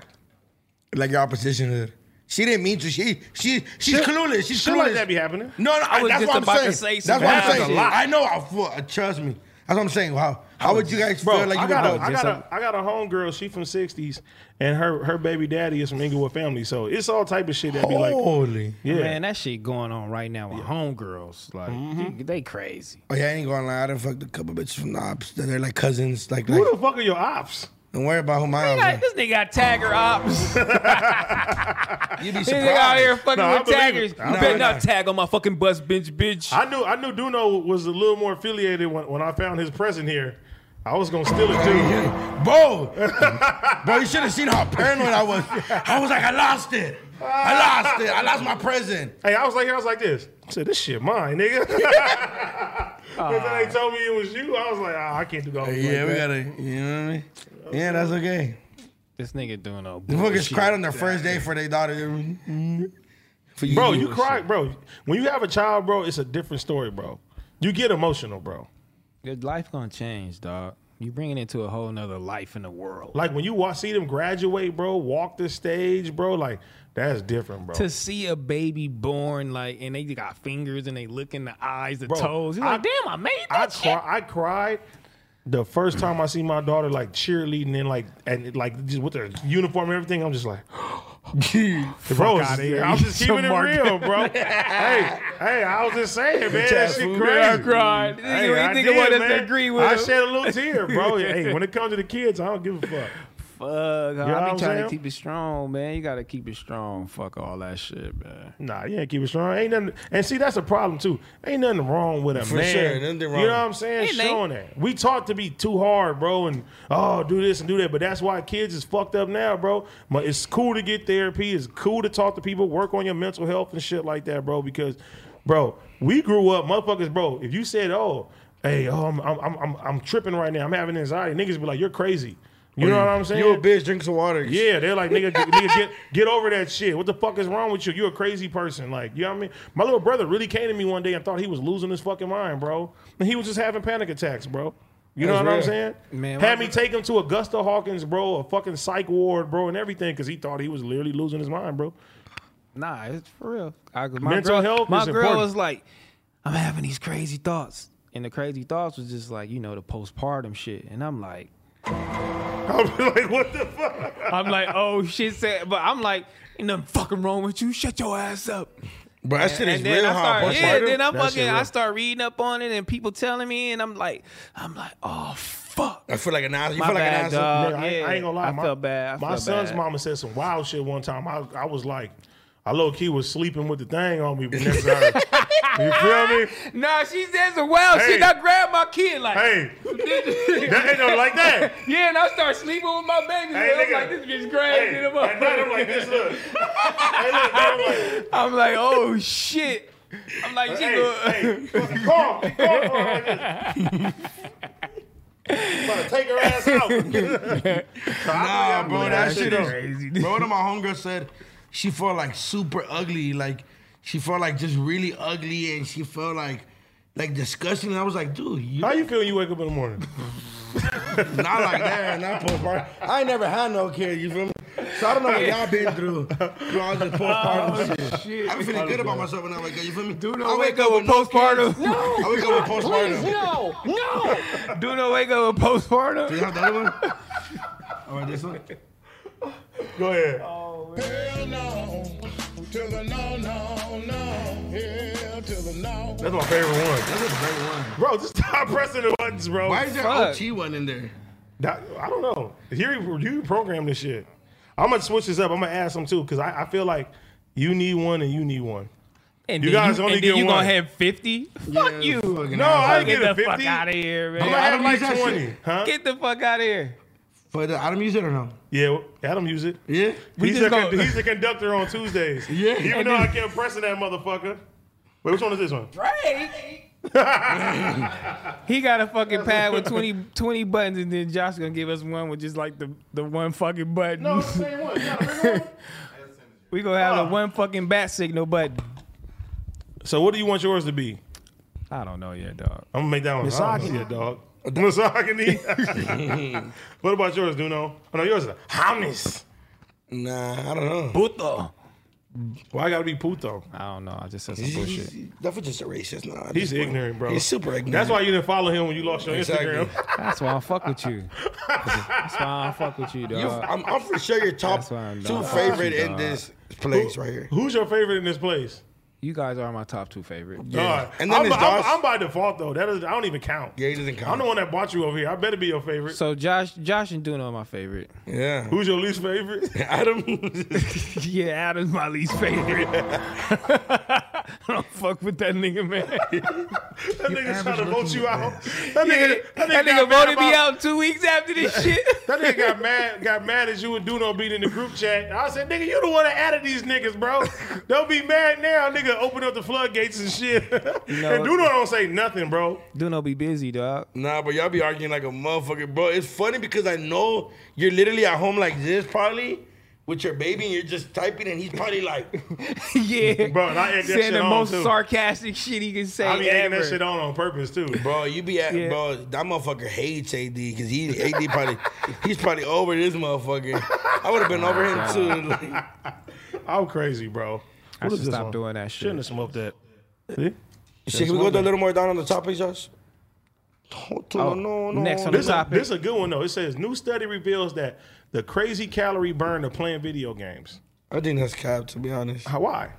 S3: like your opposition her. She didn't mean to. She she she's clueless. She's
S1: Shit
S3: clueless.
S1: like that be happening.
S3: No, no, I
S2: was
S3: that's
S2: just
S3: what I'm
S2: about to
S3: saying. that's
S2: say something.
S3: what I'm
S1: That's a
S3: saying.
S1: lot.
S3: I know. I, fu- trust me. That's what I'm saying. How how would you guys feel like
S1: I
S3: you
S1: got,
S3: were
S1: a, I,
S2: just
S1: got a, I got a homegirl. She from '60s, and her her baby daddy is from Inglewood family. So it's all type of shit that be like,
S3: holy?
S1: yeah,
S2: Oh,
S1: Mm-hmm.
S2: Man, that shit going on right now with homegirls. Like they crazy.
S3: Oh yeah, I ain't gonna lie. I done fucked a couple bitches from the ops. They're like cousins. Like, like
S1: who the fuck are your ops?
S3: don't worry about who my ops.
S2: Like,
S3: are.
S2: this nigga got tagger
S1: (laughs)
S2: ops. this
S3: You be
S2: nigga out here
S3: surprised.
S2: fucking
S1: Nah, I
S2: with
S1: believe
S2: taggers.
S1: it.
S2: You
S1: Nah,
S2: better
S3: nah.
S2: not tag on my fucking bus, bitch, bitch.
S1: I knew I knew Duno was a little more affiliated when, when I found his present here. I was gonna steal it too.
S3: Bro, (laughs) bro, you should have seen how paranoid I was. I was like, I lost it. I lost it. I lost my present.
S1: Hey, I was like, I was like this. I said, this shit mine, nigga. (laughs) Because then they told me it was you. I was like, ah, I can't do that.
S3: Yeah,
S1: like
S3: we
S1: that.
S3: gotta. You know what I mean? Yeah, that's okay.
S2: This nigga doing all
S3: The
S2: bullshit.
S3: fuckers cried on their first day for their daughter. mm-hmm. For you,
S1: Bro, you cry, bro. When you have a child, bro, it's a different story, bro. You get emotional, bro.
S2: Your life gonna change, dog. You bringing it to a whole nother life in the world.
S1: Like when you watch, see them graduate, bro, walk the stage, bro. Like that's different, bro.
S2: to see a baby born, like, and they got fingers and they look in the eyes, the
S1: Bro,
S2: toes. You're
S1: I-
S2: like, damn, I made
S1: I
S2: that shit.
S1: cry, I cried the first time I see my daughter like cheerleading and like and like just with her uniform and everything. I'm just like,
S3: (laughs)
S1: bro, (laughs)
S2: Fuck outta here.
S1: I'm just
S2: You
S1: keeping it
S2: mark-
S1: real,
S2: (laughs)
S1: bro. hey, hey, I was just saying, man, that
S3: chat
S1: shit
S3: food.
S1: crazy.
S2: I cried. You
S1: Hey,
S2: ain't
S1: I
S2: thinking what
S1: did,
S2: us to
S1: man.
S2: agree with
S1: I
S2: him.
S1: shed a little tear,
S2: (laughs)
S1: bro. hey, when it comes to the kids, I don't give a fuck.
S2: Fuck, I be
S1: know what
S2: trying
S1: I'm
S2: to
S1: saying?
S2: keep it strong, man. You gotta keep it strong. Fuck all that shit, man.
S1: Nah, you ain't keep it strong. Ain't nothing. And see, that's a problem too. Ain't nothing wrong with a
S3: For
S1: man.
S3: sure, nothing wrong.
S1: You know what I'm saying?
S2: Ain't they?
S1: Showing that we taught to be too hard, bro, and oh, do this and do that. But that's why kids is fucked up now, bro. But it's cool to get therapy. It's cool to talk to people. Work on your mental health and shit like that, bro. Because, bro, we grew up, motherfuckers, bro. If you said, oh, hey, oh, I'm, I'm, I'm, I'm, I'm tripping right now. I'm having anxiety. Niggas be like, you're crazy. You know what I'm saying?
S3: You a bitch, drink some water.
S1: Yeah, they're like, nigga, get- nigga get, get over that shit. What the fuck is wrong with you? You're a crazy person. Like, you know what I mean? My little brother really came to me one day and thought he was losing his fucking mind, bro. And he was just having panic attacks, bro. You know
S3: That's
S1: what I'm
S3: real.
S1: saying?
S2: Man,
S1: Had
S2: my-
S1: me take him to Augusta Hawkins, bro, a fucking psych ward, bro, and everything, because he thought he was literally losing his mind, bro. (laughs)
S2: Nah, it's for real. I, my
S1: Mental
S2: girl,
S1: health
S2: My
S1: is
S2: girl
S1: important.
S2: was like, I'm having these crazy thoughts, and the crazy thoughts was just like, you know, the postpartum shit, and I'm like.
S1: I was like, what the fuck?
S2: I'm like, oh (laughs) shit, said, but I'm like, ain't nothing fucking wrong with you. Shut your ass up.
S3: Bro, that shit is
S2: and then
S3: real.
S2: I
S3: How
S2: start, yeah,
S3: postpartum-
S2: then I
S1: That shit
S2: fucking, I
S1: real.
S2: start reading up on it, and people telling me, and I'm like, I'm like, oh fuck.
S3: I feel like an ass. You
S2: My
S3: feel like
S2: bad,
S3: an ass.
S2: dog.
S1: Nigga, I, ain't- I ain't gonna lie.
S2: Uh, I
S1: my,
S2: felt bad. I
S1: my
S2: felt
S1: son's
S2: bad.
S1: mama said some wild shit one time. I, I was like, I low key was sleeping with the thing on me next to her.
S2: (laughs)
S1: you feel me?
S2: Nah, she says some wild
S1: Hey.
S2: shit. I grabbed my kid like,
S1: Hey, that ain't no like that.
S2: (laughs) yeah, and I start sleeping with my baby.
S1: Hey,
S2: I'm
S1: nigga.
S2: like, this bitch crazy.
S1: Hey,
S2: the
S1: at night, I'm like this. Look, hey, look, man, I'm like,
S2: (laughs) I'm like, oh shit. I'm like, she
S1: hey,
S2: go- (laughs)
S1: hey, fucking call, call her like this. I'm about to take her ass (laughs) out.
S3: Nah, Oh, bro, that
S2: Oh, that
S3: shit
S2: shit
S3: is
S2: crazy.
S3: Bro, one of my homegirls said she felt like super ugly. Like she felt like just really ugly, and she felt like like disgusting. And I was like, dude, you
S1: How
S3: not
S1: you feel when you wake up in the morning?
S3: like that, not postpartum. I ain't never had no kid. You feel me? So I don't know what y'all been through. through
S2: (laughs)
S3: all this postpartum shit.
S2: Oh, shit.
S3: I've been feeling good about myself when I wake up. You feel me? Dude,
S2: I wake up with postpartum. (laughs)
S3: I wake up with postpartum.
S2: no, no. Do no wake up with postpartum.
S3: You have the other one? All right, this one.
S1: Go ahead.
S4: Hell no, to the no, no, no. Hell to the no.
S1: That's my favorite one,
S3: That's a great one.
S1: bro. Just stop pressing the buttons, bro.
S3: Why is there
S2: Fuck.
S3: OT one in there?
S1: That- I don't know. Here you, you program this shit. I'm gonna switch this up. I'm gonna ask them too because I, I feel like you need one and you need one.
S2: And
S1: You
S2: then
S1: guys only
S2: and
S1: get
S2: then you
S1: one.
S2: gonna have fifty?
S3: Yeah,
S2: fuck you!
S3: fucking
S1: No,
S3: asshole.
S1: I
S2: Get,
S1: ain't getting
S2: the
S1: a 50.
S2: fuck out of here, man!
S1: I'm gonna have
S3: Adam
S1: like
S3: used that shit.
S1: 20, huh?
S2: Get the fuck out of here!
S3: But uh, Adam use it or no?
S1: Yeah, Adam use it.
S3: Yeah.
S1: he's,
S2: just
S1: a,
S2: go-
S1: con- he's a conductor on Tuesdays.
S3: (laughs) Yeah.
S1: Even
S3: And
S1: though I kept pressing that motherfucker. Wait, which one is this one?
S2: Drake. he got a fucking pad with 20, 20 buttons, and then Josh gonna give us one with just like the, the one fucking button.
S1: No, it's the same one. You got a bigger one?
S2: we gonna have
S1: Huh.
S2: the one fucking bat signal button.
S1: So what do you want yours to be?
S2: I don't know yet, dog.
S1: I'm gonna make that one.
S2: Misogyny.
S1: Yeah, dog. (laughs) Misogyny. what about yours, Duno? Oh, no, yours is a hummus.
S3: Nah, I don't know.
S1: Puto. Why I gotta be puto?
S2: I don't know. I just said some
S3: He's-
S2: bullshit.
S3: he's- That was just a racist. Nah, at
S1: He's
S3: this point.
S1: ignorant, bro.
S3: He's super ignorant.
S1: That's why you didn't follow him when you lost your
S3: Exactly.
S1: Instagram. (laughs)
S2: That's why I fuck with you. That's why I fuck with you,
S3: You-
S2: dog.
S3: I'm, I'm for sure your top
S2: That's why I'm
S3: two
S2: done.
S3: favorite
S2: Fuck you,
S3: in
S2: dog.
S3: this place right here.
S1: Who's your favorite in this place?
S2: You guys are my top two favorite.
S1: All right.
S3: And then
S1: I'm,
S3: it's
S1: I'm,
S3: Josh.
S1: I'm by default though. That is, I don't even count.
S3: Yeah, he doesn't count.
S1: I'm the one that bought you over here. I better be your favorite.
S2: So Josh, Josh and Duno are my favorite.
S3: Yeah,
S1: Who's your least favorite?
S3: (laughs) Adam.
S2: (laughs) yeah, Adam's my least favorite. (laughs) I don't fuck with that nigga, man.
S1: That nigga trying to vote you out. That
S2: that
S1: nigga, that nigga,
S2: nigga
S1: got mad
S2: voted me
S1: about-
S2: out two weeks after this shit.
S1: (laughs) That nigga got mad, got mad as you and Duno being in the group chat. And I said, nigga, you the one that added these niggas, bro. Don't be mad now, nigga. Open up the floodgates and shit. (laughs) and Duno don't say nothing, bro.
S2: Duno be busy, dog.
S3: nah, but y'all be arguing like a motherfucker, bro. It's funny because I know you're literally at home like this, probably with your baby, and you're just typing, and he's probably like,
S2: (laughs)
S1: (laughs)
S2: yeah,
S1: Bro,
S2: (laughs)
S1: and I egg that
S2: saying
S1: shit
S2: the
S1: on,
S2: most
S1: too.
S2: sarcastic shit he can say
S1: I be egging
S2: ever.
S1: that shit on on purpose too.
S3: bro, you be at,
S2: Yeah.
S3: bro. That motherfucker hates AD because he AD probably he's probably over this motherfucker. I would have
S1: Oh
S3: been over him too. Like,
S1: I'm crazy, bro.
S2: I
S1: What is
S2: should
S1: this
S2: stop
S1: one?
S2: doing that
S1: Shouldn't
S2: shit.
S1: have smoked that. See?
S3: shit, can we go a little more down on the topic, Josh? Oh,
S2: Oh,
S3: no, no.
S2: next on
S1: This
S2: the
S1: is a,
S2: topic.
S1: this a good one though. It says new study reveals that the crazy calorie burn of playing video games.
S3: I think that's cap, to be honest.
S1: How, why?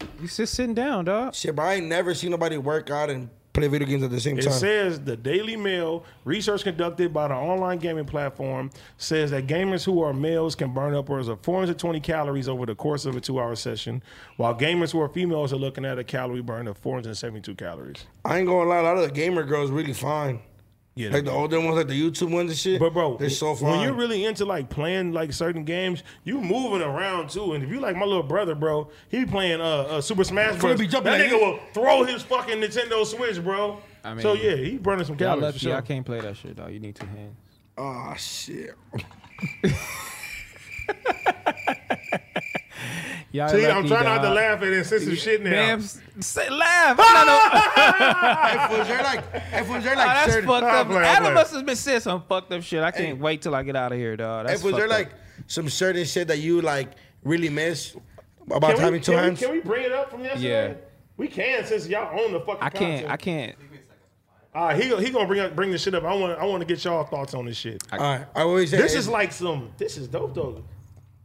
S2: You just sitting down, dog.
S3: Shit, bro, I ain't never seen nobody work out and play video games at the same
S1: It
S3: time.
S1: says the Daily Mail research conducted by the online gaming platform says that gamers who are males can burn upwards of 420 calories over the course of a two-hour session, while gamers who are females are looking at a calorie burn of 472 calories.
S3: I ain't gonna lie, a lot of the gamer girls really fine.
S1: Yeah,
S3: Like the older ones, like the YouTube ones and shit.
S1: But bro,
S3: they're so fine.
S1: when you're really into like playing like certain games, you moving around too. And if you like my little brother, bro, he playing uh, uh Super Smash Bros.
S3: be
S1: That
S3: jumping like
S1: nigga
S3: this.
S1: will throw his fucking Nintendo Switch, bro.
S2: I mean,
S1: so yeah, he burning some
S2: Y'all
S1: calories.
S2: lucky
S1: for sure.
S2: I can't play that shit, dog. You need two hands.
S3: oh shit.
S2: Y'all
S1: See,
S2: lucky,
S1: I'm trying not to
S2: dawg.
S1: laugh at insensitive shit now.
S2: Damn, s- say, laugh. No,
S1: Ah,
S2: no.
S3: Hey, fools, they're like, hey, fools, they're
S2: Oh,
S3: like,
S2: that's
S3: certain,
S2: fucked
S1: I
S2: up.
S1: Ah, play, I play.
S2: Adam must have been saying some fucked up shit. I can't wait till I get out of here, dog.
S3: hey,
S2: That's
S3: fools,
S2: fucked
S3: they're
S2: up.
S3: like some certain shit that you like really miss about
S1: Can we,
S3: having two
S1: can, we,
S3: hands.
S1: can we bring it up from yesterday?
S2: Yeah.
S1: We can since y'all own the fucking.
S2: I can't. I can't.
S1: Uh, he he gonna bring up, bring this shit up. I want I want to get y'all thoughts on this shit.
S3: All right, I always say
S1: This is like some. This is dope though.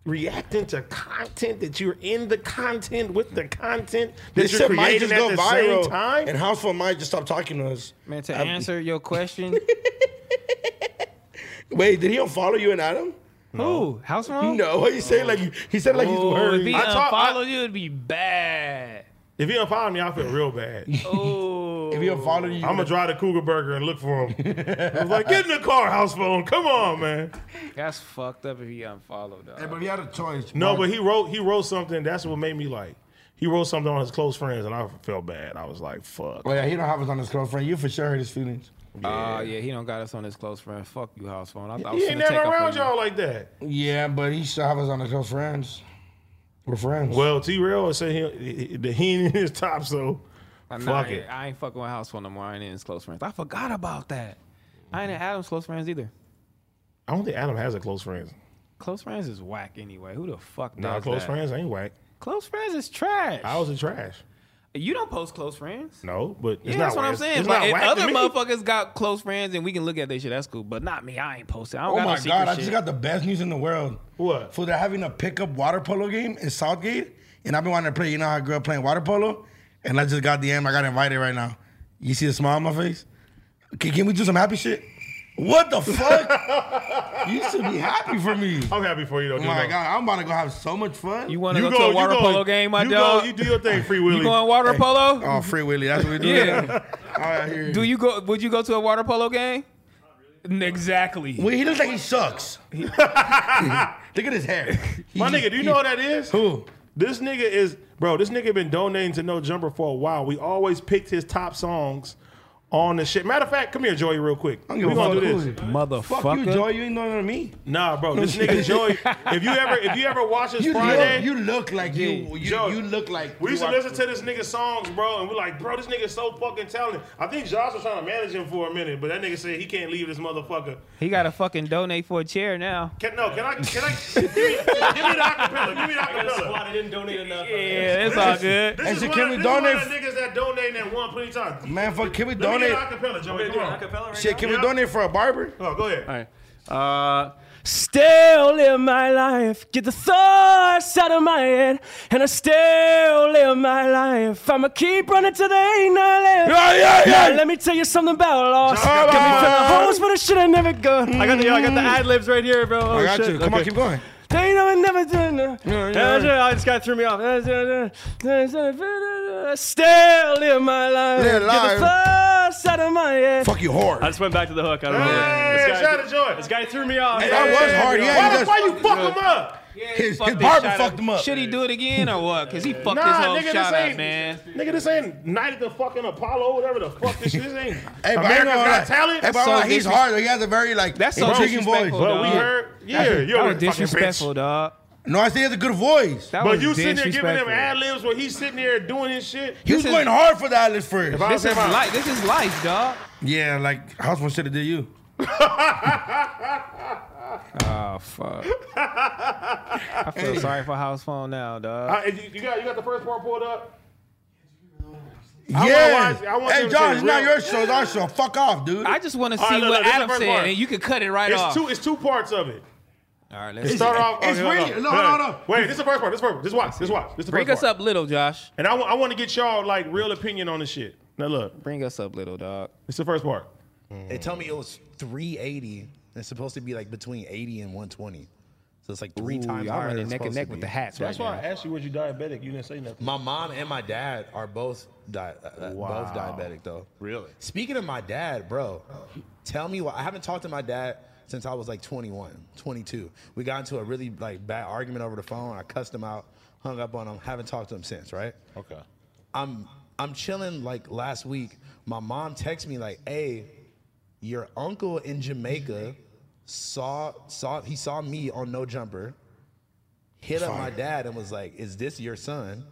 S1: Reacting to content that you're in the content with the content that
S3: this
S1: you're
S3: shit might
S1: creating
S3: just
S1: at
S3: go
S1: the
S3: viral,
S1: same time.
S3: and Houseful might just stop talking to us.
S2: Man, to answer
S1: (laughs)
S2: your question,
S3: Wait, did he unfollow you and Adam?
S2: who house phone?
S3: No, (laughs) what you say? Like he said, like he's
S2: Oh, if
S3: worried.
S2: he
S1: I talk- I-
S2: unfollowed you, it'd be bad.
S1: if you don't follow me, I feel real bad.
S2: (laughs) Oh,
S3: If he unfollowed you,
S1: I'm gonna drive the Cougar Burger and look
S2: (laughs)
S1: for him. I was like, get in the car, house phone. Come on, man.
S2: Oh. that's fucked up. If he unfollowed, dog.
S3: Hey, (laughs) but if you had a choice.
S1: No,
S3: Mark-
S1: but he wrote he wrote something. That's what made me like. He wrote something on his close friends, and I felt bad. I was like, fuck.
S2: Uh,
S3: Oh yeah, he don't have us on his girlfriend. You for sure hurt his feelings.
S2: Oh yeah, he don't got us on his close friend. Fuck you, house phone. I thought I
S1: He
S2: was
S1: ain't
S2: finna
S1: never
S2: take up
S1: around
S2: on you.
S1: y'all like that.
S3: Yeah, but he still have us on his close friends. We're friends.
S1: Well, T Rail said he the he ain't in his top, so
S2: Nah,
S1: fuck
S2: I
S1: it.
S2: ain't- I ain't fucking with house phone no more. I ain't in his close friends. I forgot about that. I ain't in Adam's close friends either.
S1: I don't think Adam has a close friends.
S2: Close friends is whack anyway. Who the fuck does
S1: Nah, close
S2: that?
S1: friends ain't whack.
S2: Close friends is trash.
S1: I was in trash.
S2: you don't post close friends.
S1: No, but it's
S2: yeah,
S1: not
S2: that's what
S1: whack.
S2: I'm saying.
S1: It's
S2: But
S1: not
S2: if
S1: whack to
S2: other
S1: me.
S2: motherfuckers got close friends and we can look at that shit, that's cool. But not me. I ain't posting. I don't
S3: oh
S2: got no
S3: my
S2: secret
S3: god, I
S2: shit.
S3: just got the best news in the world.
S1: What?
S3: So they're having a pickup water polo game in Southgate, and I've been wanting to play. You know how I grew up playing water polo, and I just got the DM. I got invited right now. You see the smile on my face? Can, can we do some happy shit? What the
S1: (laughs)
S3: fuck? you should be happy for me. Oh
S1: I'm happy for you though.
S3: my
S1: Dino.
S3: god, I'm about to go have so much fun.
S2: You want to go, to a water
S1: you go-
S2: polo game, my
S1: you
S2: dog?
S1: Go, you do your thing, Free
S2: you
S1: Willy.
S2: going water polo?
S3: Oh, free Willy, that's what we do.
S2: Yeah.
S3: (laughs) All right, here.
S2: Do you go? Would you go to a water polo game? Exactly.
S3: Wait, he looks like he
S2: (laughs)
S3: sucks. (laughs) He- Look at his hair.
S1: my nigga, do you know what that is?
S3: Who?
S1: This nigga is bro. This nigga been donating to No Jumper for a while. We always picked his top songs on the shit. Matter of fact, come here, Joey, real quick.
S3: I don't
S1: We
S3: give a
S1: gonna do
S3: fuck
S1: this.
S3: who's it.
S2: Motherfucker.
S3: Fuck you, Joy. You ain't doing none of me.
S1: Nah, bro, this nigga
S3: (laughs)
S1: Joey. If you ever, if you ever watch this
S3: You
S1: Friday,
S3: look, you look like you. You,
S1: Joe,
S3: you look like.
S1: We
S3: you
S1: used to
S3: are-
S1: listen to this nigga songs, bro, and we're like, bro, this nigga's so fucking talented. I think Josh was trying to manage him for a minute, but that nigga said he can't leave this motherfucker.
S2: He got to fucking donate for a chair now.
S1: Can, no, can I?
S3: (laughs)
S1: Can I? give, me, give me the acapella. Give me the acapella.
S5: Squad, I didn't donate enough.
S2: Yeah, it's all good.
S1: This
S3: And
S1: is
S3: so
S1: one,
S3: can
S1: of-
S3: we
S1: this is one
S3: donate-
S1: of the niggas that donated and won plenty times. Let
S3: Man, fuck. Can we
S1: me get
S3: donate?
S1: the acapella, Joey. Come on.
S3: Shit, can
S1: Yeah.
S3: we donate for a barber?
S1: Come on, go ahead.
S5: (laughs) All right. Uh, still live my life, get the thoughts out of my head, and I still live my life. I'ma keep running till there ain't no left.
S3: Yeah, yeah,
S5: Now,
S3: yeah.
S5: let me tell you something about loss.
S1: Come
S5: Got me
S1: on.
S5: feeling hoes for the shit I never got. I got the, I got the ad libs right here, bro. Oh,
S3: I got
S5: shit.
S3: you. Come on,
S5: Okay.
S3: keep going.
S5: They ain't never, never done that.
S3: Yeah, yeah,
S5: That's
S3: yeah.
S5: it. I just got threw me off. Still live my life.
S3: Live
S5: Get
S3: life.
S5: the thoughts out of my head.
S3: Fuck you,
S5: I
S3: whore.
S5: just went back to the hook. I don't know.
S1: Hey,
S5: where- this guy-
S1: shout out to Joy.
S5: This guy threw me off.
S3: Hey, that was hard. Yeah,
S1: Why
S3: he
S1: the
S3: just-
S1: fuck you fuck him up?
S3: His,
S2: Fuck
S3: his
S2: this
S3: barber
S2: shot
S3: fucked him up.
S2: Should he do it again or what? Because he fucked
S1: Nah,
S2: this whole
S1: nigga, this
S2: shot up,
S1: ain't-
S2: man.
S1: Nigga, this ain't night at the fucking Apollo, whatever the fuck this shit this ain't.
S3: Hey, but I ain't
S1: America's
S3: gonna lie.
S1: Got Talent.
S3: Hey, but I'm
S2: So
S3: like, he's
S2: disres-
S3: hard. though. He has a very like
S2: That's so
S3: intriguing voice.
S2: disrespectful,
S1: But we
S2: dog.
S1: heard, yeah,
S2: That
S1: you're
S2: was
S1: a fucking bitch.
S2: disrespectful, dog.
S3: No, I say he has a good voice.
S2: That
S1: But
S2: was
S1: you sitting there giving him
S2: disrespectful.
S1: ad libs where he's sitting there doing his shit.
S3: He was
S2: This is-
S3: going hard for the Atlas first.
S1: I-
S2: This is
S1: Come on.
S2: life. This is life, dog.
S3: Yeah, like how's one should have did you?
S2: Oh
S5: (laughs)
S2: fuck. I feel sorry for house phone now, dog.
S1: I, Uh, you, you got you got the first part pulled up. wanna
S3: Yeah.
S1: watch- I want
S3: Hey,
S1: them to
S3: John,
S1: say
S3: it's not
S1: real-
S3: your show. It's our show. Fuck off, dude.
S2: I just want to see
S1: All right, look,
S2: what
S1: look, this is the
S2: Adam
S1: first
S2: said,
S1: part.
S2: and you can cut it right
S1: It's
S2: off.
S1: two it's two parts of it.
S2: All right, let's
S1: Start off.
S3: It's
S1: okay, hold
S3: really-
S1: on.
S3: no, no, no.
S1: Wait, this is the first part. This is the first part. This watch. This watch. This is the
S2: bring
S1: first
S2: us
S1: part.
S2: up little, Josh.
S1: And I want to get y'all like real opinion on this shit. Now look,
S2: Bring us up little, dog.
S1: it's the first part.
S6: They tell me it was 380. It's supposed to be like between 80 and 120. So it's like three
S2: Ooh,
S6: times
S2: y'all
S6: higher.
S2: running
S6: than it's
S2: neck and
S6: supposed
S2: neck
S6: to
S2: with
S6: be.
S2: the hats
S1: That's
S2: right
S1: why I asked you, was you diabetic? You didn't say nothing.
S6: My mom and my dad are both di- uh, both diabetic though.
S5: Really?
S6: Speaking of my dad, bro, tell me what I haven't talked to my dad since I was like 21, 22. We got into a really like bad argument over the phone. I cussed him out, hung up on him. Haven't talked to him since, right?
S5: Okay.
S6: I'm I'm chilling like last week. My mom texts me like, "Hey, your uncle in Jamaica saw saw he saw me on No Jumper, hit up my dad and was like, "Is this your son?"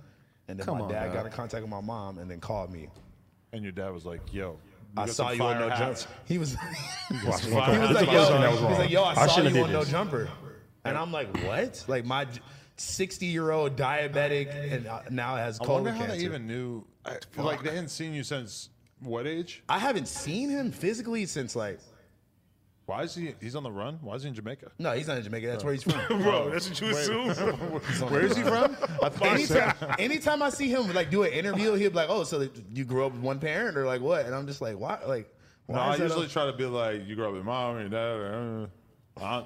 S6: And then my
S2: on,
S6: dad
S2: dog.
S6: got in contact with my mom and then called me.
S5: And your dad was like, "Yo,
S6: I saw you on No Jumper. He was (laughs) he was like, yo,
S1: That's the first
S6: he
S1: thing that was
S6: was
S1: wrong.
S6: like, "Yo, I,
S1: I
S6: saw
S1: shouldn't have
S6: you
S1: did
S6: on No
S1: this.
S6: Jumper," and I'm like, "What?" Like my. 60 year old diabetic and uh, now has
S7: I
S6: colon
S7: wonder how
S6: cancer.
S7: they even knew. I, like they hadn't seen you since what age?
S6: I haven't seen him physically since like
S7: Why is he? He's on the run. Why is he in Jamaica?
S6: no, he's not in Jamaica. That's where (laughs) he's from.
S1: Bro, that's what you assume.
S7: Where is he from? I thought he said-
S6: anytime, anytime I see him like do an interview, he'll be like, "Oh, so that you grew up with one parent or like what?" And I'm just like, "Why?" Like, why
S7: No, I
S6: is that
S7: usually
S6: a
S7: try to be like, you grew up with mom, your dad, uh, aunt,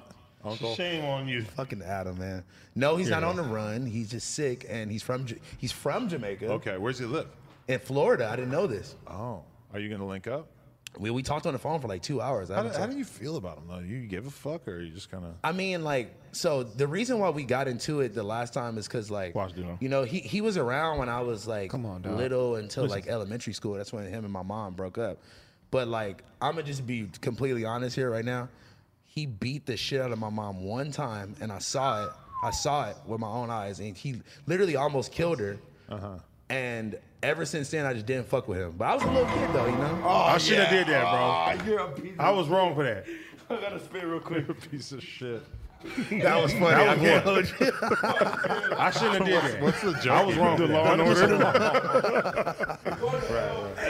S1: (laughs)
S7: uncle.
S1: Shame on you.
S6: fucking Adam, man? No, he's not on the run. He's just sick, and he's from Ja- he's from Jamaica,
S7: Okay, where's he live?
S6: in Florida. I didn't know this.
S7: Oh, are you gonna link up?
S6: We we talked on the phone for like two hours. I
S7: How
S6: haven't
S7: do, how
S6: talked-
S7: do you feel about him though? You give a fuck, or you just kind of?
S6: I mean, like, so the reason why we got into it the last time is because, like,
S1: Watch, Dino.
S6: you know, he, he was around when I was like
S2: Come on, dog.
S6: little until like elementary school. That's when him and my mom broke up. But like, I'm gonna just be completely honest here right now. He beat the shit out of my mom one time, and I saw it. I saw it with my own eyes, and he literally almost killed her. Uh-huh. And ever since then, I just didn't fuck with him. But I was a little kid though, you know.
S1: I should have did that, bro.
S3: Ah, you're a piece
S1: I was wrong for that.
S5: I gotta spit real quick.
S7: Piece of shit.
S6: that was funny. I can't hold you.
S1: (laughs) I shouldn't have did that.
S7: What's the joke?
S1: I was wrong for Law and Order.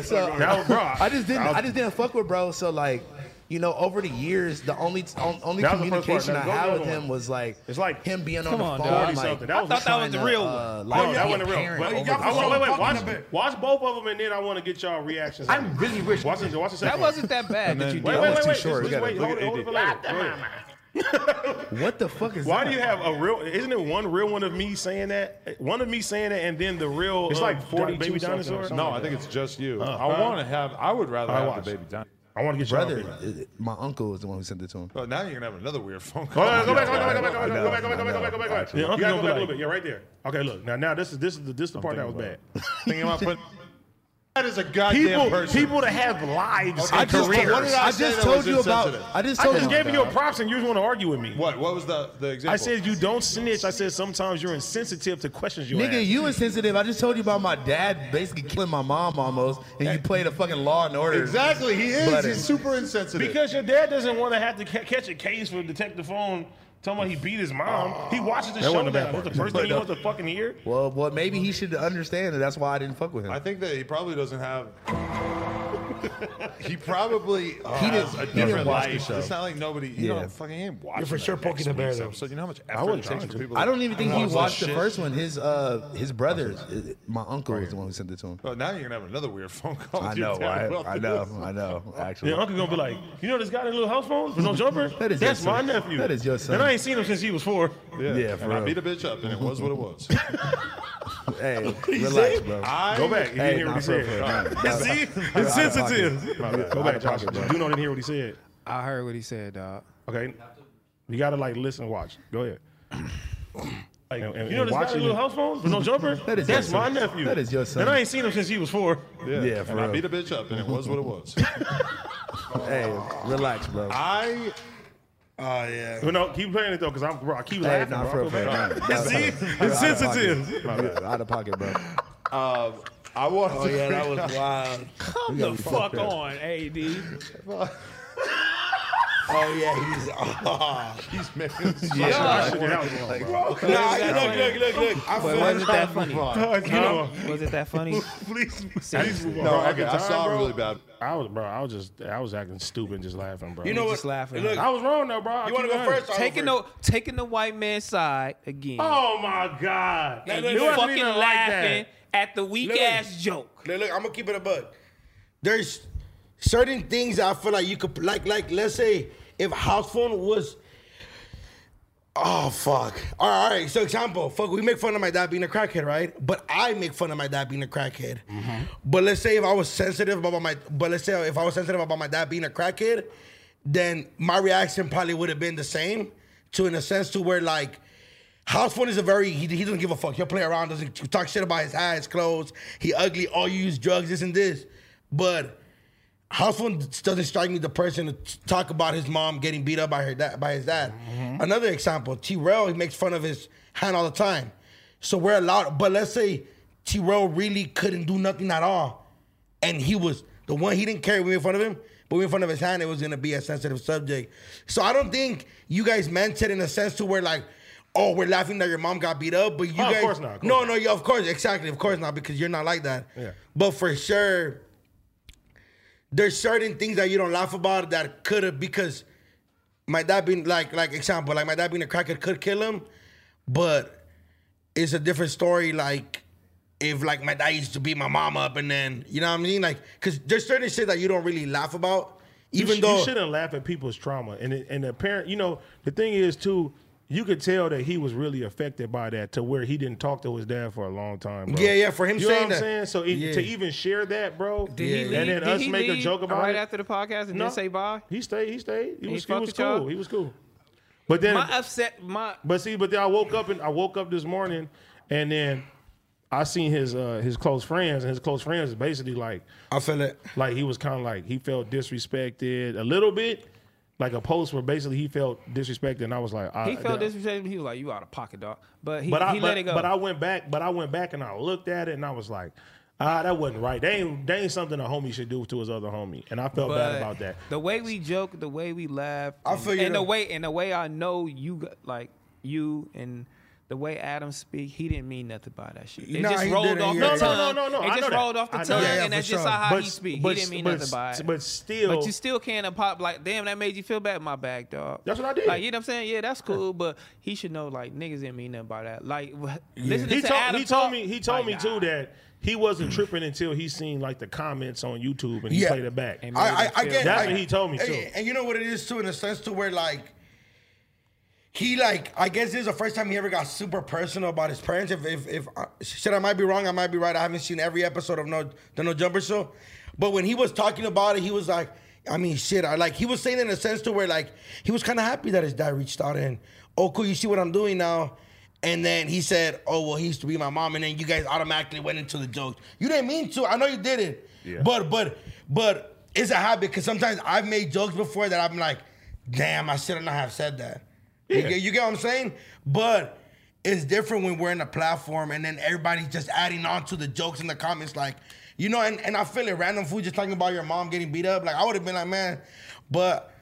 S6: So-
S1: That was, bro.
S6: I just didn't. I just didn't fuck with bro. So like, you know, over the years, the only on- only
S1: That was the first part.
S6: communication I
S1: Now, go
S6: had
S1: to
S6: with
S1: the
S6: him
S1: one.
S6: was like,
S1: It's like-
S6: him being on
S2: Come
S6: the
S2: on,
S6: phone.
S2: dog.
S6: Like,
S1: 40-something. That was- I
S2: thought that was the
S6: trying to,
S2: real
S6: uh,
S2: one.
S6: like,
S1: No, Oh, that
S6: be a
S1: wasn't real.
S6: parent
S1: But
S6: over
S1: y'all- I
S6: the
S1: wanna-
S6: phone.
S1: wait, wait,
S3: fucking
S1: watch,
S3: a bit.
S1: watch both of them, and then I want to get y'all reactions.
S3: I really wish.
S1: Watch the watch the second.
S2: (laughs) That
S1: one.
S2: wasn't that bad that you
S1: Wait,
S2: did.
S1: wait,
S6: was
S1: wait,
S6: too
S1: wait.
S6: short.
S1: Just, just
S6: We gotta
S1: wait.
S6: look
S1: Hold it, hold it for later. Go ahead.
S6: What the fuck is?
S1: Why
S6: that?
S1: do you have a real? Isn't it one real one of me saying that? One of me saying that, and then the real.
S8: It's
S1: um,
S8: like 42
S1: baby
S8: something or
S1: dinosaur.
S7: No, I think it's just you. I want to have. I would rather
S1: I
S7: have
S1: watched.
S7: the baby done.
S1: I want to get
S6: brother?
S1: Y'all
S6: uh, My uncle is the one who sent it to him.
S7: Oh, now you're gonna have another weird phone
S1: Go
S7: call.
S1: back, go back,
S7: Yeah.
S1: go back, go back, go back, go back, go back, go back, go back, go back.
S6: I
S1: You
S6: know.
S1: gotta go back a little bit. Yeah, right there. Okay, look. Now, now this is this is the this is the part that was bad.
S8: (laughs)
S7: Thinking about putting
S8: That is a goddamn
S1: People,
S8: person.
S1: people that have lives
S8: Okay,
S1: and
S8: just-
S1: careers.
S8: what did
S6: I,
S8: I say
S6: just
S8: that
S6: told
S8: was
S6: you about.
S8: insensitive?
S6: I just
S1: I
S6: told
S1: just
S6: you.
S1: gave you a props and you just want to argue with me.
S8: What? What was the the example?
S1: I said you don't snitch. I said sometimes you're insensitive to questions you
S6: Nigga,
S1: ask.
S6: you insensitive. I just told you about my dad basically killing my mom almost, and you played a fucking Law and Order.
S8: exactly. He is.
S6: Button.
S8: He's super insensitive.
S1: because your dad doesn't want to have to ca- catch a case for detective phone telling him he beat his mom. he watches the
S6: That
S1: show
S6: wasn't a
S1: now.
S6: bad
S1: What's the
S6: part.
S1: first
S6: But,
S1: thing he
S6: uh,
S1: wants to fucking hear?
S6: Well, well, maybe he should understand that. That's why I didn't fuck with him.
S8: I think that he probably doesn't have. he probably uh,
S6: He didn't-
S8: has a
S6: he didn't
S8: different
S6: watch the
S8: life.
S6: show.
S8: It's not like nobody. You
S6: Yeah.
S8: don't fucking ain't watching.
S3: for
S8: that
S3: sure poking
S8: next
S3: the bear,
S8: week's
S3: though.
S8: episode. You know how much effort it takes for people.
S6: I
S8: to
S6: don't even think he
S8: watch that
S6: watched the
S8: shit?
S6: first one. His uh, his brother, uh, my uncle, was the one who sent it to him.
S8: Oh, now you're gonna have another weird phone
S3: Oh,
S8: call. (laughs)
S6: I
S8: with your
S6: know,
S8: dad
S6: I,
S8: about
S6: I
S8: this.
S3: (laughs)
S6: know, I know. Actually,
S1: Your uncle gonna be like, you know this guy in the little house phone
S6: (laughs)
S1: with no jumper?
S6: That is
S1: That's
S6: your
S1: my
S6: son.
S1: nephew.
S6: That is your son.
S1: And I ain't seen him since he was
S6: (laughs)
S1: four.
S8: Yeah,
S6: Yeah, for
S8: and I
S6: real.
S8: beat a bitch up, and it was what it
S6: (laughs)
S8: was.
S3: (laughs)
S6: hey, relax, bro.
S8: I
S1: Go back. You
S6: Hey,
S1: didn't hear what he
S6: nah,
S1: said.
S6: for real, for
S1: See? (laughs)
S3: (laughs)
S6: real.
S1: It's sensitive. Go back, Josh.
S6: pocket, bro.
S1: You know didn't hear what he said.
S2: I heard what he
S1: (laughs)
S2: said, dog.
S1: Okay? You gotta like listen and watch. Go
S6: (clears throat)
S1: ahead. Like, you know this
S6: and
S1: guy in the
S6: watching-
S1: little house phone with no jumper?
S6: (laughs) That is
S1: That's
S6: your
S1: my
S6: son.
S1: nephew.
S6: That is your son.
S1: And I ain't seen him since he was four.
S8: yeah,
S6: Yeah, for
S8: and I
S6: real.
S8: beat a bitch up, and it was what it
S6: (laughs)
S8: was.
S6: Hey, relax, bro.
S8: I
S3: Oh yeah.
S1: But no, keep playing it though, because I'm bro, I keep
S6: Hey,
S1: laughing.
S6: not
S1: bro.
S6: for real, for
S3: (laughs)
S6: real. nah, nah,
S1: See?
S6: nah, nah, nah,
S1: (laughs) It's
S6: nah,
S1: sensitive.
S6: Out of pocket. Out of pocket, bro.
S8: um, I wanted
S3: Oh
S8: to
S3: yeah,
S6: (laughs)
S3: that
S8: bring up-
S3: was wild.
S2: Come the fuck on, (laughs) AD.
S3: Oh yeah,
S2: (laughs)
S3: he's. Oh.
S8: He's making
S1: I should have that was wrong, bro.
S3: Nah, look, look, look, look. I
S2: But
S3: feel
S2: wasn't that funny?
S1: (laughs) You know,
S2: Was it that (laughs) funny?
S1: please.
S2: Seriously.
S1: Bro,
S8: No,
S1: at
S8: okay,
S1: the
S8: I
S1: time,
S8: saw it
S1: bro,
S8: really bad.
S1: I was, bro. I was just, I was acting stupid, just laughing, bro.
S3: You know what?
S2: just laughing.
S3: Look,
S1: I was wrong though, bro. I
S3: you want
S1: keep
S3: to go
S1: lying.
S3: first? I'll go
S2: Taking
S3: first.
S2: the taking the white man's side again.
S1: Oh my god!
S2: and
S3: no,
S2: you
S3: no, no.
S2: fucking
S1: It wasn't even like
S2: laughing at the weak
S3: Look.
S2: ass joke.
S3: Look, look, I'm gonna keep it a bug. There's certain things I feel like you could like like let's say if house phone was Oh fuck. All right, all right. So example, fuck, we make fun of my dad being a crackhead, right? But I make fun of my dad being a crackhead. But let's say if I was sensitive about my but let's say if I was sensitive about my dad being a crackhead, then my reaction probably would have been the same to in a sense to where like House phone is a very he, he doesn't give a fuck. He'll play around, doesn't talk shit about his eyes, clothes, he ugly, all you use drugs, this and this. But House phone doesn't strike me the person to t- talk about his mom getting beat up by her dad by his dad.
S1: Mm-hmm.
S3: Another example, T Rell, he makes fun of his hand all the time. So we're allowed, but let's say T Rell really couldn't do nothing at all. And he was the one he didn't care we were in front of him, but we were in front of his hand, it was gonna be a sensitive subject. So I don't think you guys meant it in a sense to where like, oh, we're laughing that your mom got beat up, but you
S1: Oh, of
S3: guys
S1: course not, of course
S3: No,
S1: not.
S3: no, yeah, of course, exactly, of course not, because you're not like that.
S1: Yeah.
S3: But for sure, there's certain things that you don't laugh about that could have because my dad being like like example like my dad being a crackhead could kill him, but it's a different story. Like if like my dad used to beat my mom up and then you know what I mean like because there's certain shit that you don't really laugh about
S1: You
S3: even
S1: sh-
S3: though
S1: you shouldn't laugh at people's trauma, and it, and the parent, you know, the thing is too. You could tell that he was really affected by that to where he didn't talk to his dad for a long time. Bro.
S3: Yeah, yeah, for him
S1: you
S3: saying
S1: know what I'm
S3: that.
S1: saying. So it,
S3: Yeah.
S1: to even share that, bro,
S2: Did he leave?
S1: and then
S2: did
S1: us
S2: he
S1: make a
S2: leave
S1: joke about
S2: right
S1: it
S2: after the podcast and
S1: No.
S2: then say bye?
S1: He stayed. He stayed. He, was, he
S2: fucked
S1: was
S2: with
S1: cool.
S2: y'all?
S1: He was cool. But then
S2: My uh, upset my
S1: But see, but then I woke up and I woke up this morning, and then I seen his uh, his close friends, and his close friends basically like
S3: I feel it.
S1: like he was kind of like he felt disrespected a little bit, like a post where basically he felt disrespected, and I was like, I,
S2: he felt
S1: that-
S2: disrespected. He was like, "You out of pocket, dog." But he,
S1: Uh, But I
S2: he
S1: but,
S2: let it go.
S1: but I went back, but I went back and I looked at it, and I was like. Ah, that wasn't right. They ain't, they ain't something a homie should do to his other homie, and I felt bad
S2: But
S1: about that.
S2: The way we joke, the way we laugh,
S3: I
S2: and,
S3: feel you
S2: and the
S3: though.
S2: way and the way I know you got- like you and the way Adam speak, he didn't mean nothing by that shit. It
S3: Nah,
S2: just
S3: he
S2: rolled
S3: didn't,
S2: off
S3: yeah,
S2: the
S3: yeah.
S2: tongue.
S1: No, no, no, no, I
S2: It
S1: know
S2: just
S1: that.
S2: rolled off the
S1: I know
S2: tongue,
S1: that. Yeah,
S2: and that's
S3: for
S2: just
S3: sure.
S2: how
S1: But-
S2: he speak.
S1: but-
S2: he didn't mean
S1: but-
S2: nothing by it.
S1: But still,
S2: But you still can't pop like, damn, that made you feel bad, my bag, dog.
S1: That's what I did.
S2: Like, you know what I'm saying? Yeah, that's cool, but he should know like niggas didn't mean nothing by that. Like, (laughs) wh- listen
S1: he
S2: to
S1: told,
S2: Adam
S1: he told
S2: talk,
S1: me he told
S2: like,
S1: me
S2: nah.
S1: too that he wasn't tripping until he seen like the comments on YouTube and he
S3: Yeah.
S1: played it back.
S2: And
S3: I, I, I
S2: That's
S3: get
S1: what
S3: I-
S1: he told me,
S3: and-
S1: too.
S3: And you know what it is too, in a sense to where like he like I guess this is the first time he ever got super personal about his parents. If if, if uh, shit, I might be wrong, I might be right. I haven't seen every episode of No the No Jumper Show, but when he was talking about it, he was like, I mean, shit, I like he was saying in a sense to where like he was kind of happy that his dad reached out and oh cool, you see what I'm doing now. And then he said, "Oh well, he used to be my mom." And then you guys automatically went into the jokes. You didn't mean to. I know you didn't.
S8: Yeah.
S3: But but but it's a habit because sometimes I've made jokes before that I'm like, "Damn, I should not have said that." You, get, you get what I'm saying? But it's different when we're in a platform and then everybody's just adding on to the jokes in the comments, like, you know. And, and I feel it. Random food just talking about your mom getting beat up. Like I would have been like, man, but.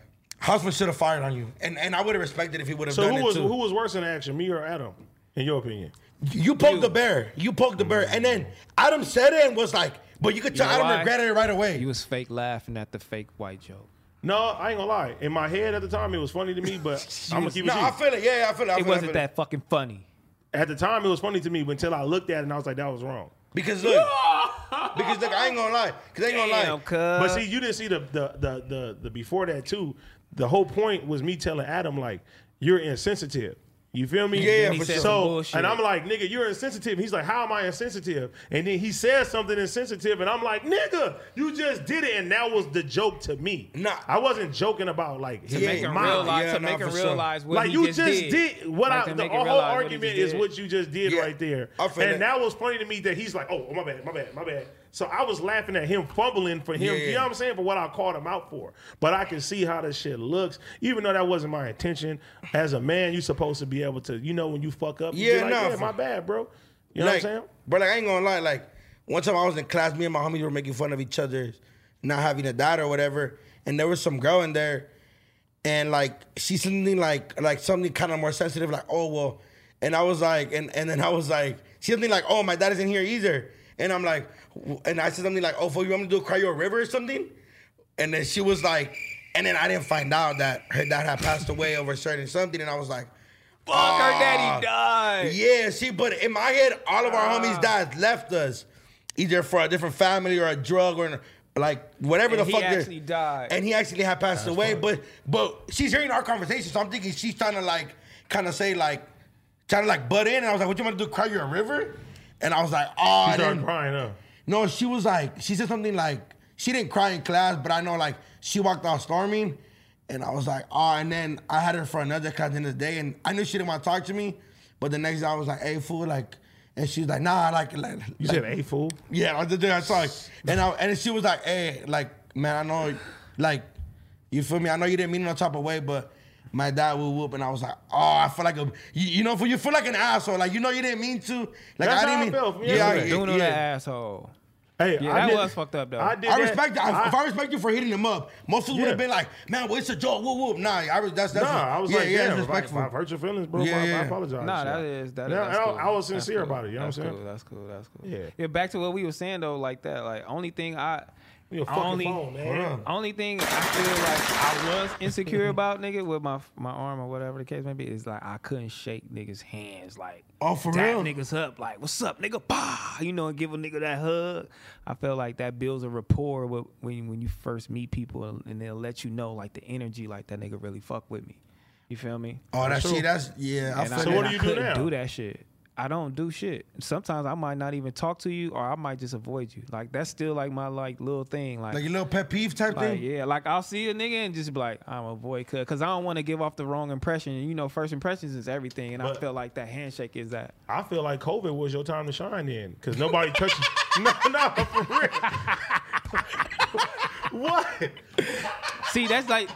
S3: Husband should have fired on you, and and I would have respected if he would have
S1: So
S3: done
S1: who
S3: it
S1: was
S3: too.
S1: who was worse in the action, me or Adam? In your opinion?
S3: You poked the bear. You poked the bear. And then Adam said it and was like, but you could tell
S2: know
S3: Adam
S2: why?
S3: regretted it right away.
S2: You was fake laughing at the fake white joke.
S1: No, I ain't gonna lie. In my head at the time, it was funny to me,
S2: (laughs)
S1: but I'm gonna keep it.
S3: no, I
S1: G.
S3: feel it. Yeah, yeah, I feel it. I
S2: It
S3: feel
S2: wasn't
S3: I feel it.
S2: that fucking funny.
S1: at the time, it was funny to me but until I looked at it and I was like, that was wrong.
S3: Because
S1: (laughs)
S3: look, because look, I ain't gonna lie. Because I ain't gonna
S2: Damn,
S3: lie.
S1: But
S2: cuz.
S1: see, you didn't see the the, the the the before that too. The whole point was me telling Adam like, you're insensitive. You feel me?
S3: Yeah, Then he for said
S2: sure. some
S1: So,
S2: bullshit.
S1: and I'm like, nigga, you're insensitive. He's like, how am I insensitive? And then he says something insensitive, and I'm like, nigga, you just did it, and that was the joke to me.
S3: Nah.
S1: I wasn't joking about like
S3: To
S2: Make
S3: yeah,
S2: him
S1: my-
S2: realize,
S3: yeah,
S2: to
S3: nah,
S2: make him
S3: for sure.
S2: realize what
S1: like
S2: he
S1: you
S2: just,
S1: just did, what I
S2: Like, to
S1: the
S2: make him
S1: whole
S2: realize what he
S1: argument
S2: just
S1: is
S2: did.
S1: what you just did
S3: Yeah,
S1: right there,
S3: I feel
S1: and
S3: that.
S1: that was funny to me that he's like, oh my bad, my bad, my bad. So I was laughing at him fumbling for him.
S3: Yeah, yeah.
S1: You know what I'm saying for what I called him out for. But I can see how this shit looks, even though that wasn't my intention. As a man, you're supposed to be able to, you know, when you fuck up, yeah,
S3: Yeah,
S1: like,
S3: nah,
S1: yeah,
S3: for-
S1: my bad, bro. You know
S3: Like,
S1: what I'm saying?
S3: but like, I ain't gonna lie. Like, one time I was in class, me and my homies were making fun of each other, not having a dad or whatever. And there was some girl in there, and like she said something like like something kind of more sensitive, like oh well, and I was like, and and then I was like, she said something like oh my dad isn't here either, and I'm like, w- and I said something like oh for you want me to do cry you a river or something, and then she was like, and then I didn't find out that her dad had passed away over certain something, and I was like, fuck
S2: Her daddy died.
S3: yeah, see, but in my head, all of our
S2: Ah.
S3: homies died left us, either for a different family or a drug or like whatever
S2: And
S3: the
S2: he
S3: fuck. they're-
S2: actually died.
S3: and he actually had passed away. But but she's hearing our conversation, so I'm thinking she's trying to like kind of say like trying to like butt in. And I was like, "What you want to do? Cry you a river?" And I was like, "Oh,
S1: You
S3: I
S1: started
S3: didn't-
S1: crying, huh?
S3: no, she was like, she said something like, she didn't cry in class, but I know like she walked out storming. And I was like, oh, and then I had her for another class in the day. And I knew she didn't want to talk to me. But the next day I was like, hey, fool, like, and she was like, nah, like, like
S1: You said, "Hey, fool."
S3: yeah, I did that. I saw it. And, I, and she was like, hey, like, man, I know, like, you feel me? I know you didn't mean it no type of way, but my dad would whoop. And I was like, oh, I feel like a, you, you know, for you feel like an asshole. Like, you know, you didn't mean to. Like,
S1: That's
S3: I didn't
S1: how I
S3: mean.
S1: felt. Yeah,
S2: Yeah,
S1: yeah,
S2: yeah, doing that asshole.
S1: Hey,
S2: Yeah, that was fucked up, though.
S1: did
S3: I
S1: that-
S3: respect that. I, if I respect you for hitting him up, most fools would
S1: Yeah.
S3: have been like, "Man, well, it's a joke." Whoop whoop. Nah, I was that's that's
S1: Nah, I was
S3: yeah,
S1: like,
S3: yeah,
S1: yeah,
S3: it's
S1: respectful.
S3: respectful.
S1: If I hurt your feelings, bro,
S3: Yeah,
S1: I, I
S3: yeah.
S1: apologize.
S2: No,
S1: Shit.
S2: that is that.
S1: Yeah,
S2: that's
S1: I,
S2: cool.
S1: I was
S2: That's
S1: sincere
S2: cool.
S1: about it. You know
S2: that's
S1: what I'm
S2: Cool.
S1: saying?
S2: That's cool. That's cool.
S1: Yeah.
S2: Yeah. Back to what we were saying though, like that. Like only thing I,
S1: Your fucking
S2: only
S1: phone, man. Hold on.
S2: only thing I feel like I was insecure about, nigga, with my my arm or whatever the case may be, is like I couldn't shake niggas' hands. Like
S3: Oh, for
S2: tap
S3: real?
S2: niggas up. Like what's up, nigga? Bah, you know, and give a nigga that hug. I feel like that builds a rapport with, when when you first meet people and they'll let you know like the energy, like that nigga really fuck with me. You feel me?
S3: oh, that shit. That's yeah. I
S2: And I,
S3: feel
S1: So what
S2: and
S1: do
S2: I
S1: you do
S2: couldn't
S1: now?
S2: do that shit. I don't do shit. Sometimes I might not even talk to you, or I might just avoid you. Like that's still like my like little thing. Like,
S3: like your little pet peeve type
S2: like,
S3: thing.
S2: yeah, like I'll see a nigga and just be like, I'm avoid cuz cuz I don't want to give off the wrong impression. And you know, first impressions is everything. And I
S1: But-
S2: feel like that handshake is that.
S1: I feel like COVID was your time to shine in because
S2: (laughs)
S1: nobody touched you. (laughs) No, no, for real. (laughs) what?
S2: See, that's like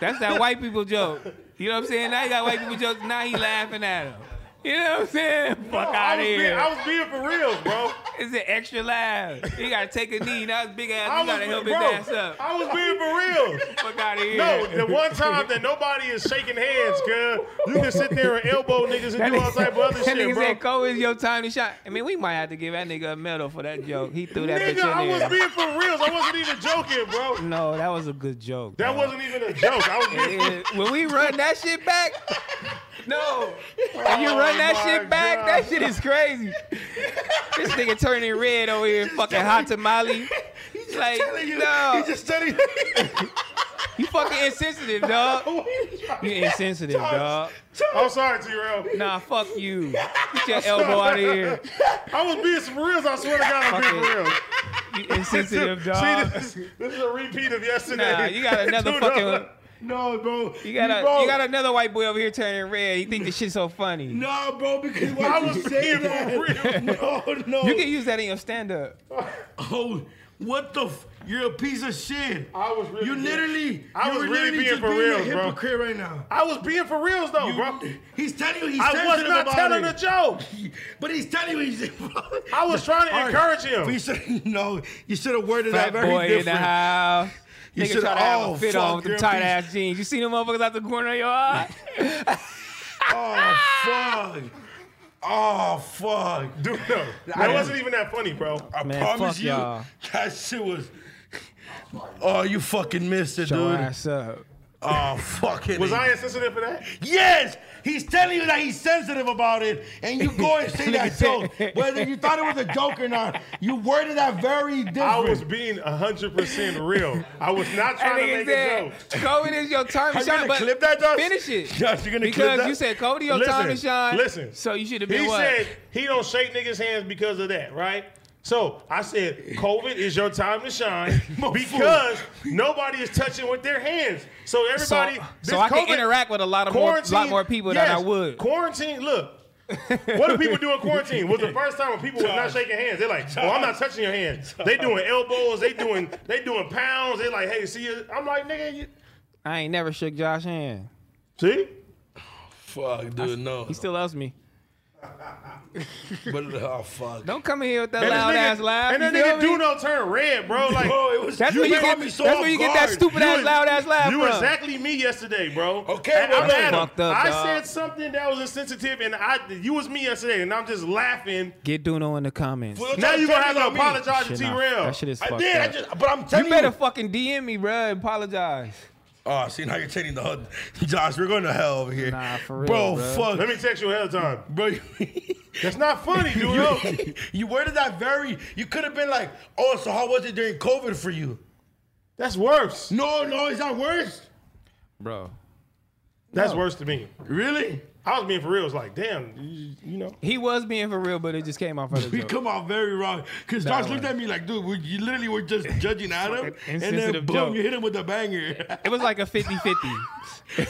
S2: that's that white people joke. You know what I'm saying? Now you got white people jokes. Now he laughing at him. You know what I'm saying? Fuck
S1: No,
S2: out
S1: I,
S2: of
S1: was
S2: here.
S1: being, I was being for real, bro.
S2: It's an extra laugh. You gotta take a knee. Now it's big ass.
S1: I
S2: You gotta
S1: was,
S2: help
S1: bro,
S2: his ass up.
S1: I was being for
S2: (laughs)
S1: real.
S2: Fuck out of here.
S1: No, the one time that nobody is shaking hands, girl, you can sit there and elbow niggas and do all type of other
S2: that
S1: shit,
S2: nigga
S1: bro.
S2: said, Cole, it's your time to shine. I mean, we might have to give that nigga a medal for that joke. He threw that
S1: Nigga,
S2: bitch
S1: I
S2: in
S1: was
S2: there.
S1: being for real. I wasn't even joking, bro.
S2: no, that was a good joke.
S1: That
S2: dog.
S1: wasn't even a joke.
S3: (laughs)
S1: I was being for
S2: (laughs) Yeah, when we run that shit back, no. When you run that
S1: Oh, my
S2: shit back,
S1: God.
S2: that shit is crazy. this nigga turning red over here, fucking hot
S1: (laughs)
S2: tamale. He's like, no,
S3: He just studied.
S2: you fucking
S1: (laughs)
S2: insensitive, dog. You insensitive, dog.
S1: I'm sorry, T-Rail.
S2: Nah, fuck you.
S1: (laughs)
S2: Get your elbow out of here.
S1: I was being some reals. I swear to God, I'm being
S2: Fucking
S1: real.
S2: You
S1: (laughs)
S2: insensitive,
S1: See,
S2: dog.
S1: this, is- this is a repeat of yesterday.
S2: Nah, you got
S1: (laughs)
S2: another
S1: Dude,
S2: fucking.
S3: No, bro.
S2: You got a,
S3: bro,
S2: you got another white boy over here turning red. He think this shit's so funny.
S3: No, bro, (laughs) because why would you say that? No, no.
S2: You can use that in your stand up.
S3: Oh, what the? F- you're a piece of shit.
S1: I was really
S3: You
S1: being-
S3: literally.
S1: I
S3: you
S1: was really
S3: were literally
S1: being
S3: just
S1: for
S3: being a
S1: reals, bro.
S3: hypocrite right now.
S1: I was being for reals though,
S3: You-
S1: bro.
S3: He's telling you he's
S1: I was
S3: sensitive
S1: not
S3: about
S1: telling
S3: it.
S1: a joke. (laughs)
S3: But he's telling you he's.
S1: I was trying to encourage him.
S3: We should no. (laughs) You should have worded
S2: Fat
S3: that very
S2: boy in
S3: different.
S2: the house.
S3: You
S2: Nigga
S3: should've-
S2: try to have
S3: oh,
S2: a fit
S3: fuck,
S2: on with
S3: you're
S2: them
S3: a
S2: tight
S3: piece-
S2: ass jeans. You see them motherfuckers out the corner of your eye?
S3: Oh
S2: Ah!
S3: fuck. Oh fuck.
S1: Dude, no, that wasn't even that funny, bro.
S3: I
S2: Man,
S3: promise
S2: fuck
S3: you,
S2: y'all.
S3: that shit was. Oh, you fucking missed it,
S2: Your
S3: dude.
S2: ass up.
S3: Oh, fucking.
S1: Was I insensitive for that?
S3: Yes, he's telling you that he's sensitive about it, and you go and
S6: (laughs)
S3: say that joke, whether you thought it was a joke or not. You worded that very different.
S1: I was being hundred percent real. I was
S2: (laughs)
S1: not trying
S2: That
S1: to
S2: nigga
S1: make a
S2: said,
S1: joke.
S2: COVID is your time to
S1: Are you
S2: shine.
S1: gonna
S2: But
S1: clip that, Josh?
S2: finish it.
S3: Josh, you gonna clip
S2: because
S3: that?
S2: you said COVID your time to shine.
S1: Listen.
S2: So you should have been
S1: He
S2: what?
S1: said he don't shake niggas' hands because of that, right? So I said, COVID is your time to
S2: (laughs)
S1: shine because nobody is touching with their hands. So
S2: so,
S1: everybody, this
S2: so I can
S1: COVID
S2: interact with a lot of more, lot more people than I
S1: yes,
S2: would.
S1: Quarantine, look. what do people do in quarantine? Was the first time when people was not shaking hands. They're like, "Oh, I'm not touching your hands." They doing elbows. They doing they doing pounds. They like, "Hey, see you." I'm like, "Nigga, you,
S2: I ain't never shook Josh hand.
S1: see,
S3: Fuck, dude, no.
S2: He still loves me.
S3: But, oh, fuck.
S2: Don't come in here with that
S1: And this
S2: loud
S1: nigga-
S2: ass laugh.
S1: And
S2: You
S1: that
S2: feel
S1: nigga
S2: me?
S1: do no turn red, bro. Like,
S3: Bro, it was.
S2: That's where you
S3: caught
S2: get-
S3: me so
S2: that's
S3: off
S2: where you get that
S3: guard.
S2: stupid ass
S1: was-
S2: loud ass laugh
S1: you
S2: from.
S1: exactly me yesterday, bro.
S3: Okay,
S1: And
S3: well,
S1: I'm
S3: look.
S1: at him.
S2: Fucked up,
S1: I
S2: dog.
S1: said something that was insensitive, and I you was me yesterday, and I'm just laughing.
S2: Get Duno in the comments.
S3: Well,
S1: now
S3: don't
S1: you
S3: tell
S1: gonna have
S3: me
S1: to
S3: about me.
S1: apologize to
S2: Shit,
S1: T
S2: nah.
S1: Rail.
S2: That shit is
S3: I
S2: fucked
S3: did. I
S2: up.
S3: just, but I'm telling
S2: You
S3: you.
S2: better fucking DM me, bruh, and apologize.
S3: Oh, see, now you're taking the HUD. (laughs) Josh, we're going to hell over here.
S2: Nah, for real,
S3: Bro,
S2: bro.
S1: Let
S3: fuck. (laughs)
S1: me text you ahead of time.
S3: Bro,
S1: That's not (laughs) funny,
S2: (laughs)
S1: dude.
S3: you, you worded that very. You could have been like, oh, so how was it during COVID for you?
S1: That's worse.
S3: No, no, is that worse?
S2: Bro.
S1: That's worse to me.
S3: Really?
S1: I was being for real. It's like, damn, you, you know.
S2: He was being for real, but it just came off as a
S3: We
S2: joke.
S3: come out very wrong because
S2: Nah,
S3: Josh looked
S2: man.
S3: at me like, dude, we, you literally
S1: (laughs)
S3: were just judging Adam, and then
S2: insensitive
S3: boom,
S2: joke.
S3: you hit him with a banger.
S2: It was like a (laughs) 50-50.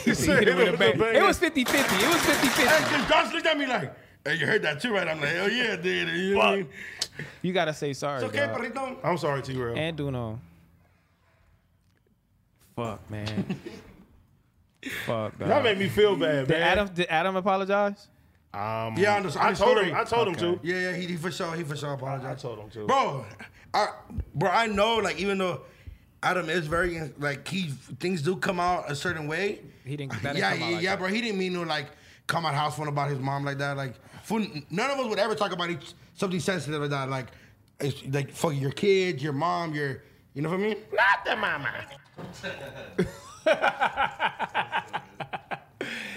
S3: (laughs)
S1: said it was a banger.
S2: it was 50-50. It was 50-50.
S3: Because Josh looked at me like, hey, you heard that too, right? I'm like, hell yeah, dude. You know what I mean?
S2: You gotta say sorry.
S3: Okay,
S1: uh,
S2: dog.
S3: perrito.
S1: I'm sorry, T Rail.
S2: and Duno. Fuck, man. (laughs) Fuck, dog.
S1: That made me feel bad,
S2: Did
S1: man.
S2: Adam did Adam apologize?
S1: Um,
S3: Yeah, I, understand.
S1: I told him. I told him to.
S3: Yeah, yeah, he, he for sure, he for sure
S1: I
S3: apologized.
S1: told him to.
S3: Bro, I, bro, I know, like, even though Adam is very, like, he, things do come out a certain way. Uh,
S2: He didn't- that didn't
S3: yeah,
S2: come out
S3: yeah,
S2: like
S3: yeah,
S2: that.
S3: bro. He didn't mean to, like, come out house phone about his mom like that. Like, fool, none of us would ever talk about each, something sensitive like that. Like, it's, like, fuck your kid, your mom, your, you know what I mean?
S1: Not the mama. I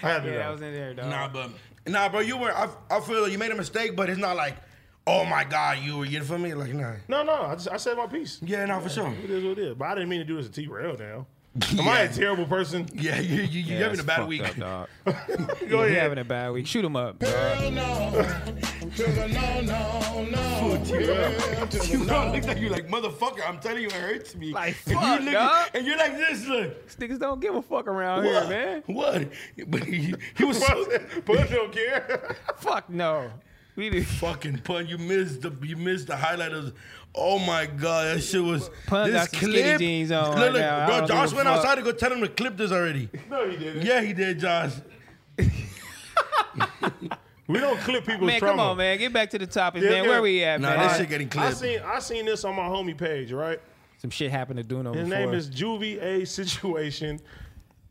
S1: had to
S2: Yeah,
S1: know.
S2: I was in there, dog.
S3: Nah, but nah, bro. You were. I, I feel like you made a mistake, but it's not like, oh my god, you were. You feel me? Like nah.
S1: No, no, I, just, I said my piece.
S3: (laughs) Yeah, nah, for sure.
S1: It is what it is. But I didn't mean to do this to T Rail now. Am I a terrible person?
S3: Yeah, you you, you having a bad week.
S2: (laughs) Go ahead. having a bad week. Shoot him up.
S4: Hell no. To the no, no, no. Hell to the
S3: (laughs) You
S4: no.
S3: don't look like you like motherfucker. I'm telling you, it hurts me.
S2: Like,
S3: and
S2: fuck,
S3: you
S2: dog.
S3: and you're like this. Look,
S2: Niggas don't give a fuck around
S3: what?
S2: here, Oh, man.
S3: What? But he, he was so
S1: Push don't care.
S2: Fuck no. We did.
S3: fucking pun. You missed the you missed the highlight of. Oh my god, that shit was.
S2: Pun
S3: this
S2: got some skinny
S3: clip-
S2: jeans on
S3: Look,
S2: right
S3: look,
S2: now. I
S3: bro.
S2: don't
S3: Josh
S2: give a
S3: went
S2: fuck.
S3: outside to go tell him to clip this already.
S1: (laughs) no, he didn't.
S3: Yeah, he did, Josh.
S1: We don't clip people's
S2: Man,
S1: trauma.
S2: come on, man. Get back to the topics,
S1: Yeah,
S2: man.
S1: yeah.
S2: Where we at,
S3: Nah,
S2: man?
S3: this shit getting
S1: I
S3: clipped.
S1: seen I seen this on my homie page, right?
S2: Some shit happened to Duno.
S1: His
S2: before.
S1: name is Juvie A Situation.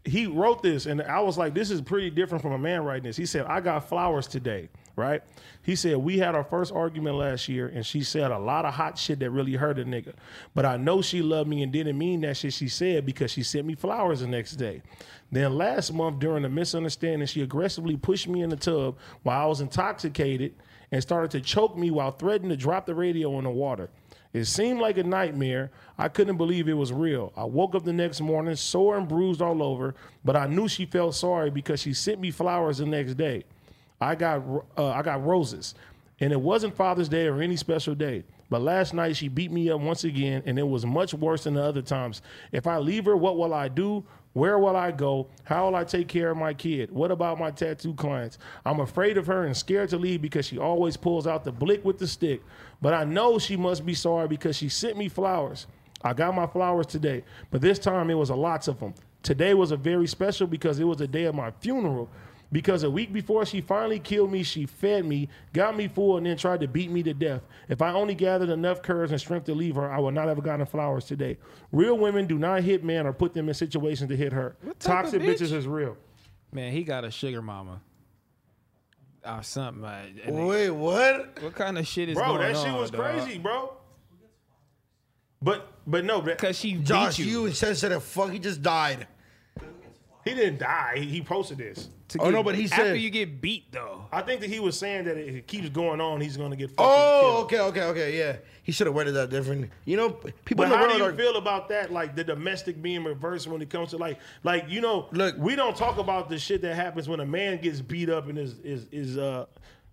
S1: He wrote this, and I was like, this is pretty different from a man writing this. He said, I got flowers today, right? He said, We had our first argument last year, and she said a lot of hot shit that really hurt a nigga. But I know she loved me and didn't mean that shit she said because she sent me flowers the next day. Then last month, during a misunderstanding, she aggressively pushed me in the tub while I was intoxicated and started to choke me while threatening to drop the radio in the water. It seemed like a nightmare. I couldn't believe it was real. I woke up the next morning sore and bruised all over, but I knew she felt sorry because she sent me flowers the next day. I got uh, I got roses, and it wasn't Father's Day or any special day. But last night she beat me up once again, and it was much worse than the other times. If I leave her, what will I do? Where will I go? How will I take care of my kid? What about my tattoo clients? I'm afraid of her and scared to leave because she always pulls out the blick with the stick. But I know she must be sorry because she sent me flowers. I got my flowers today, but this time it was a lots of them. Today was a very special because it was the day of my funeral. Because a week before she finally killed me, she fed me, got me full, and then tried to beat me to death. If I only gathered enough courage and strength to leave her, I would not have gotten flowers today. Real women do not hit men or put them in situations to hit her.
S2: type
S1: Toxic
S2: of bitch?
S1: bitches is real.
S2: Man, he got a sugar mama. Or something. Like, I mean,
S3: Wait, what?
S2: what kind of shit is
S1: Bro,
S2: going
S1: that shit
S2: on,
S1: was
S2: dog?
S1: crazy, bro. But but no, but
S2: Cause she
S3: Josh,
S2: beat
S3: you.
S2: you.
S3: insensitive fuck. He just died.
S1: he didn't die. He, he posted this.
S2: to
S3: Oh,
S2: get-
S3: no, but he
S2: after
S3: said-
S2: you get beat though.
S1: I think that he was saying that if it keeps going on, he's gonna get fucking killed.
S3: Oh, okay, okay, okay. Yeah, he should have worded that differently. You know, p- people
S1: But
S3: in the
S1: how do
S3: world
S1: you
S3: are.
S1: feel about that? Like the domestic being reversed when it comes to like, like you know,
S3: Look-
S1: we don't talk about the shit that happens when a man gets beat up and is is is uh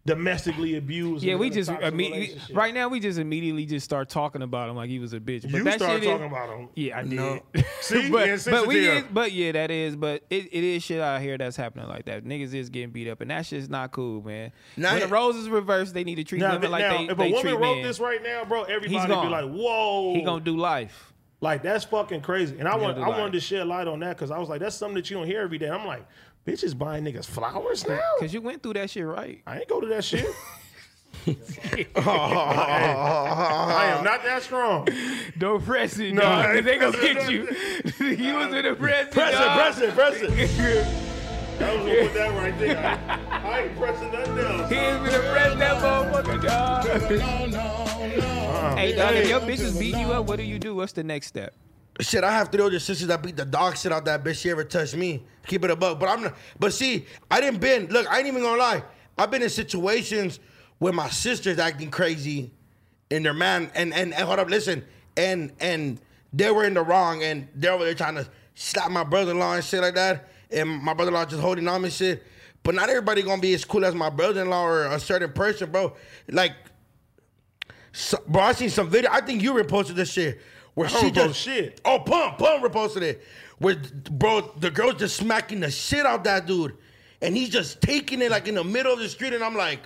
S1: domestically abused.
S2: Yeah,
S1: and
S2: we
S1: in a
S2: just
S1: toxic
S2: imme- we-
S1: relationship.
S2: right now we just immediately just start talking about him like he was a bitch. But
S1: You
S2: that
S1: start
S2: shit is-
S1: talking about him.
S2: Yeah, I did.
S3: No.
S1: (laughs) See,
S2: but,
S1: Insensitive.
S2: but we is, but yeah, that is. But it, it is shit out here that's happening like that. Niggas is getting beat up, and that shit's not cool, man.
S3: Now-
S2: when the roses reverse, they need to treat
S1: now,
S2: women like
S1: now,
S2: they,
S1: if
S2: they
S1: a woman
S2: treat
S1: wrote
S2: men.
S1: this right now, bro, everybody be
S2: gone.
S1: like, "Whoa!"
S2: he gonna do life.
S1: Like that's fucking crazy. And I want
S2: do
S1: I
S2: life.
S1: wanted to shed light on that because I was like, that's something that you don't hear every day. I'm like, bitches buying niggas flowers now.
S2: Cause you went through that shit, (laughs) right?
S1: I ain't go to that shit. (laughs)
S3: Oh,
S1: I am not that strong.
S2: Don't press it,
S1: No.
S2: dog, 'cause (laughs) They gonna
S1: (laughs)
S2: get you. you was in a press it,
S1: Press
S2: dog.
S1: it, press it, press it. (laughs) That was with that right there. I, I ain't pressing nothing else.
S2: He ain't gonna press that motherfucker, dog.
S4: No, no, no.
S2: Hey, dog, if your bitches beat you up, what do you do? What's the next step?
S3: Shit, I have three older sisters that beat the dog shit out that bitch. She ever touched me. Keep it above. But I'm not. But see, I didn't been. Look, I ain't even gonna lie. I've been in situations where my sisters acting crazy, and their man and and, and hold up, listen, and and they were in the wrong, and they were there trying to slap my brother-in-law and shit like that, and my brother-in-law just holding on and shit. But not everybody gonna be as cool as my brother-in-law or a certain person, bro. Like, so, bro, I seen some video. I think you reposted this shit. Where she
S1: repost
S3: just
S1: shit.
S3: Oh, pump, pump reposted it. Where bro, the girl's just smacking the shit out that dude, and he's just taking it like in the middle of the street, and I'm like,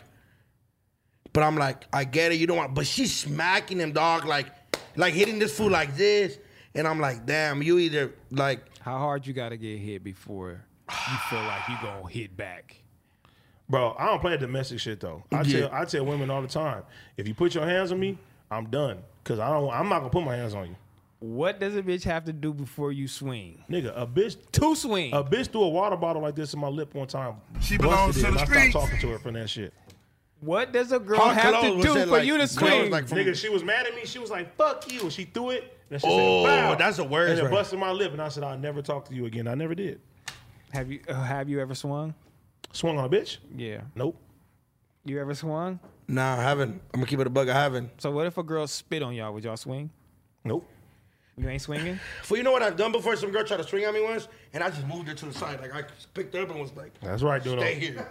S3: but I'm like, I get it, you don't want, but she's smacking him, dog, like, like hitting this fool like this, and I'm like, damn, you either like,
S2: How hard you gotta get hit before you feel like you gonna hit back?
S1: Bro, I don't play domestic shit though. I
S3: Yeah.
S1: tell I tell women all the time, if you put your hands on me, I'm done. Cause I don't I'm not gonna put my hands on you.
S2: What does a bitch have to do before you swing?
S1: Nigga, a bitch
S2: Two swing.
S1: a bitch threw a water bottle like this in my lip one time.
S4: She
S1: Busted
S4: belongs
S1: it,
S4: to
S1: and
S4: the
S1: I
S4: streets.
S1: stopped talking to her from that shit.
S2: what does a girl
S3: Hard
S2: have
S3: cologne
S2: to
S3: was
S2: do
S3: it,
S2: for
S3: like-
S2: you to
S3: that was
S2: swing?
S3: like- from-
S1: Nigga, she was mad at me. She was like, "Fuck you," and she threw it. And she
S3: Oh,
S1: said, "Wow."
S3: that's the worst
S1: And it
S3: right
S1: busted my lip, and I said, "I'll never talk to you again." I never did.
S2: have you uh, have you ever swung?
S1: Swung on a bitch?
S2: Yeah.
S1: Nope.
S2: You ever swung?
S3: nah, I haven't. I'm gonna keep it a bug, I haven't.
S2: So what if a girl spit on y'all? Would y'all swing?
S1: Nope.
S2: You ain't swinging.
S3: For you know what I've done before? Some girl tried to swing at me once, and I just moved her to the side, like I just picked her up and was like,
S1: That's right, dude.
S3: stay here.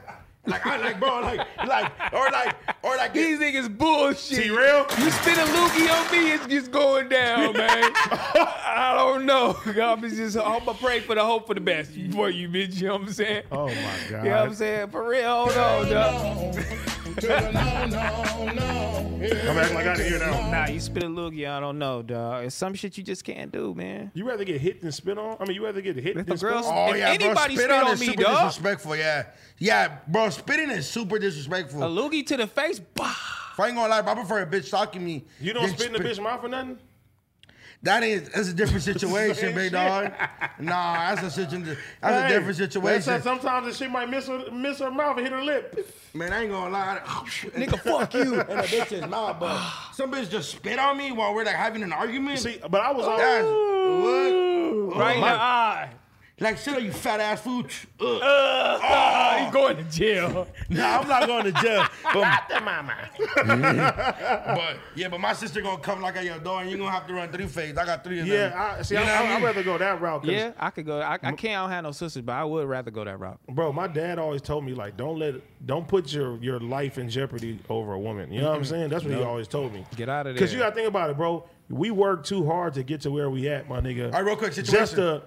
S3: Like I like bro, like like or like or like
S2: (laughs) These niggas bullshit.
S1: T-Rail?
S2: You spit a loogie on me, it's just going (laughs) down, man. I don't know. I'm just I'm gonna pray for the hope for the best for you, bitch. You know what I'm saying?
S1: Oh my god.
S2: (laughs) You know what I'm saying? For real, hold on, dog.
S4: To the no, no, no. Here
S1: I'm acting like I didn't hear that. one.
S2: Nah, you spit a loogie, I don't know, dog. It's some shit you just can't do, man.
S1: You rather get hit than spit on? I mean, you rather get hit
S2: If
S1: than
S2: a
S1: spit
S2: girl-
S1: on?
S3: Oh
S2: If
S3: yeah,
S2: anybody
S3: bro, spit
S2: spit
S3: on
S2: on
S3: is
S2: me,
S3: super
S2: dog.
S3: disrespectful. Yeah, yeah, bro, spitting is super disrespectful.
S2: A loogie to the face, bah.
S3: if I ain't gonna lie, bro, I prefer a bitch stalking me.
S1: You don't
S3: than
S1: spit in the bitch mouth for nothing?
S3: That is that's
S1: (laughs)
S3: a different situation,
S1: Same
S3: big
S1: shit.
S3: dog. Nah, that's a situation. That's
S1: Hey,
S3: a different situation.
S1: that's- Sometimes the shit might miss her, miss her mouth and hit her lip.
S3: Man, I ain't gonna lie.
S2: Nigga, fuck you.
S3: And a bitch is nah, but some bitch just spit on me while we're like having an
S1: (laughs)
S3: argument.
S1: See, but I was
S3: That's-
S1: always.
S3: what?
S2: (laughs) Right in
S1: my-
S2: the eye.
S3: Like, shut up, you fat ass food. Ugh. (laughs) Oh.
S5: you going to jail.
S1: Nah, I'm not going to jail. But
S3: But yeah, but my sister gonna come like at your door, and you gonna have to run three phase. I got three of them.
S1: yeah, I, see, I,
S3: You know what I
S1: I, would
S3: mean?
S1: rather go that route. 'cause,
S2: Yeah, I could go. I, I can't. I don't have no sisters, but I would rather go that route.
S1: bro, my dad always told me like, don't let, don't put your your life in jeopardy over a woman. You know what I'm saying? That's what he always told me.
S2: Get out of
S1: Because
S2: there.
S1: you got to think about it, bro. We work too hard to get to where we at, my nigga.
S3: All right, real quick,
S1: Just
S3: situation.
S1: to,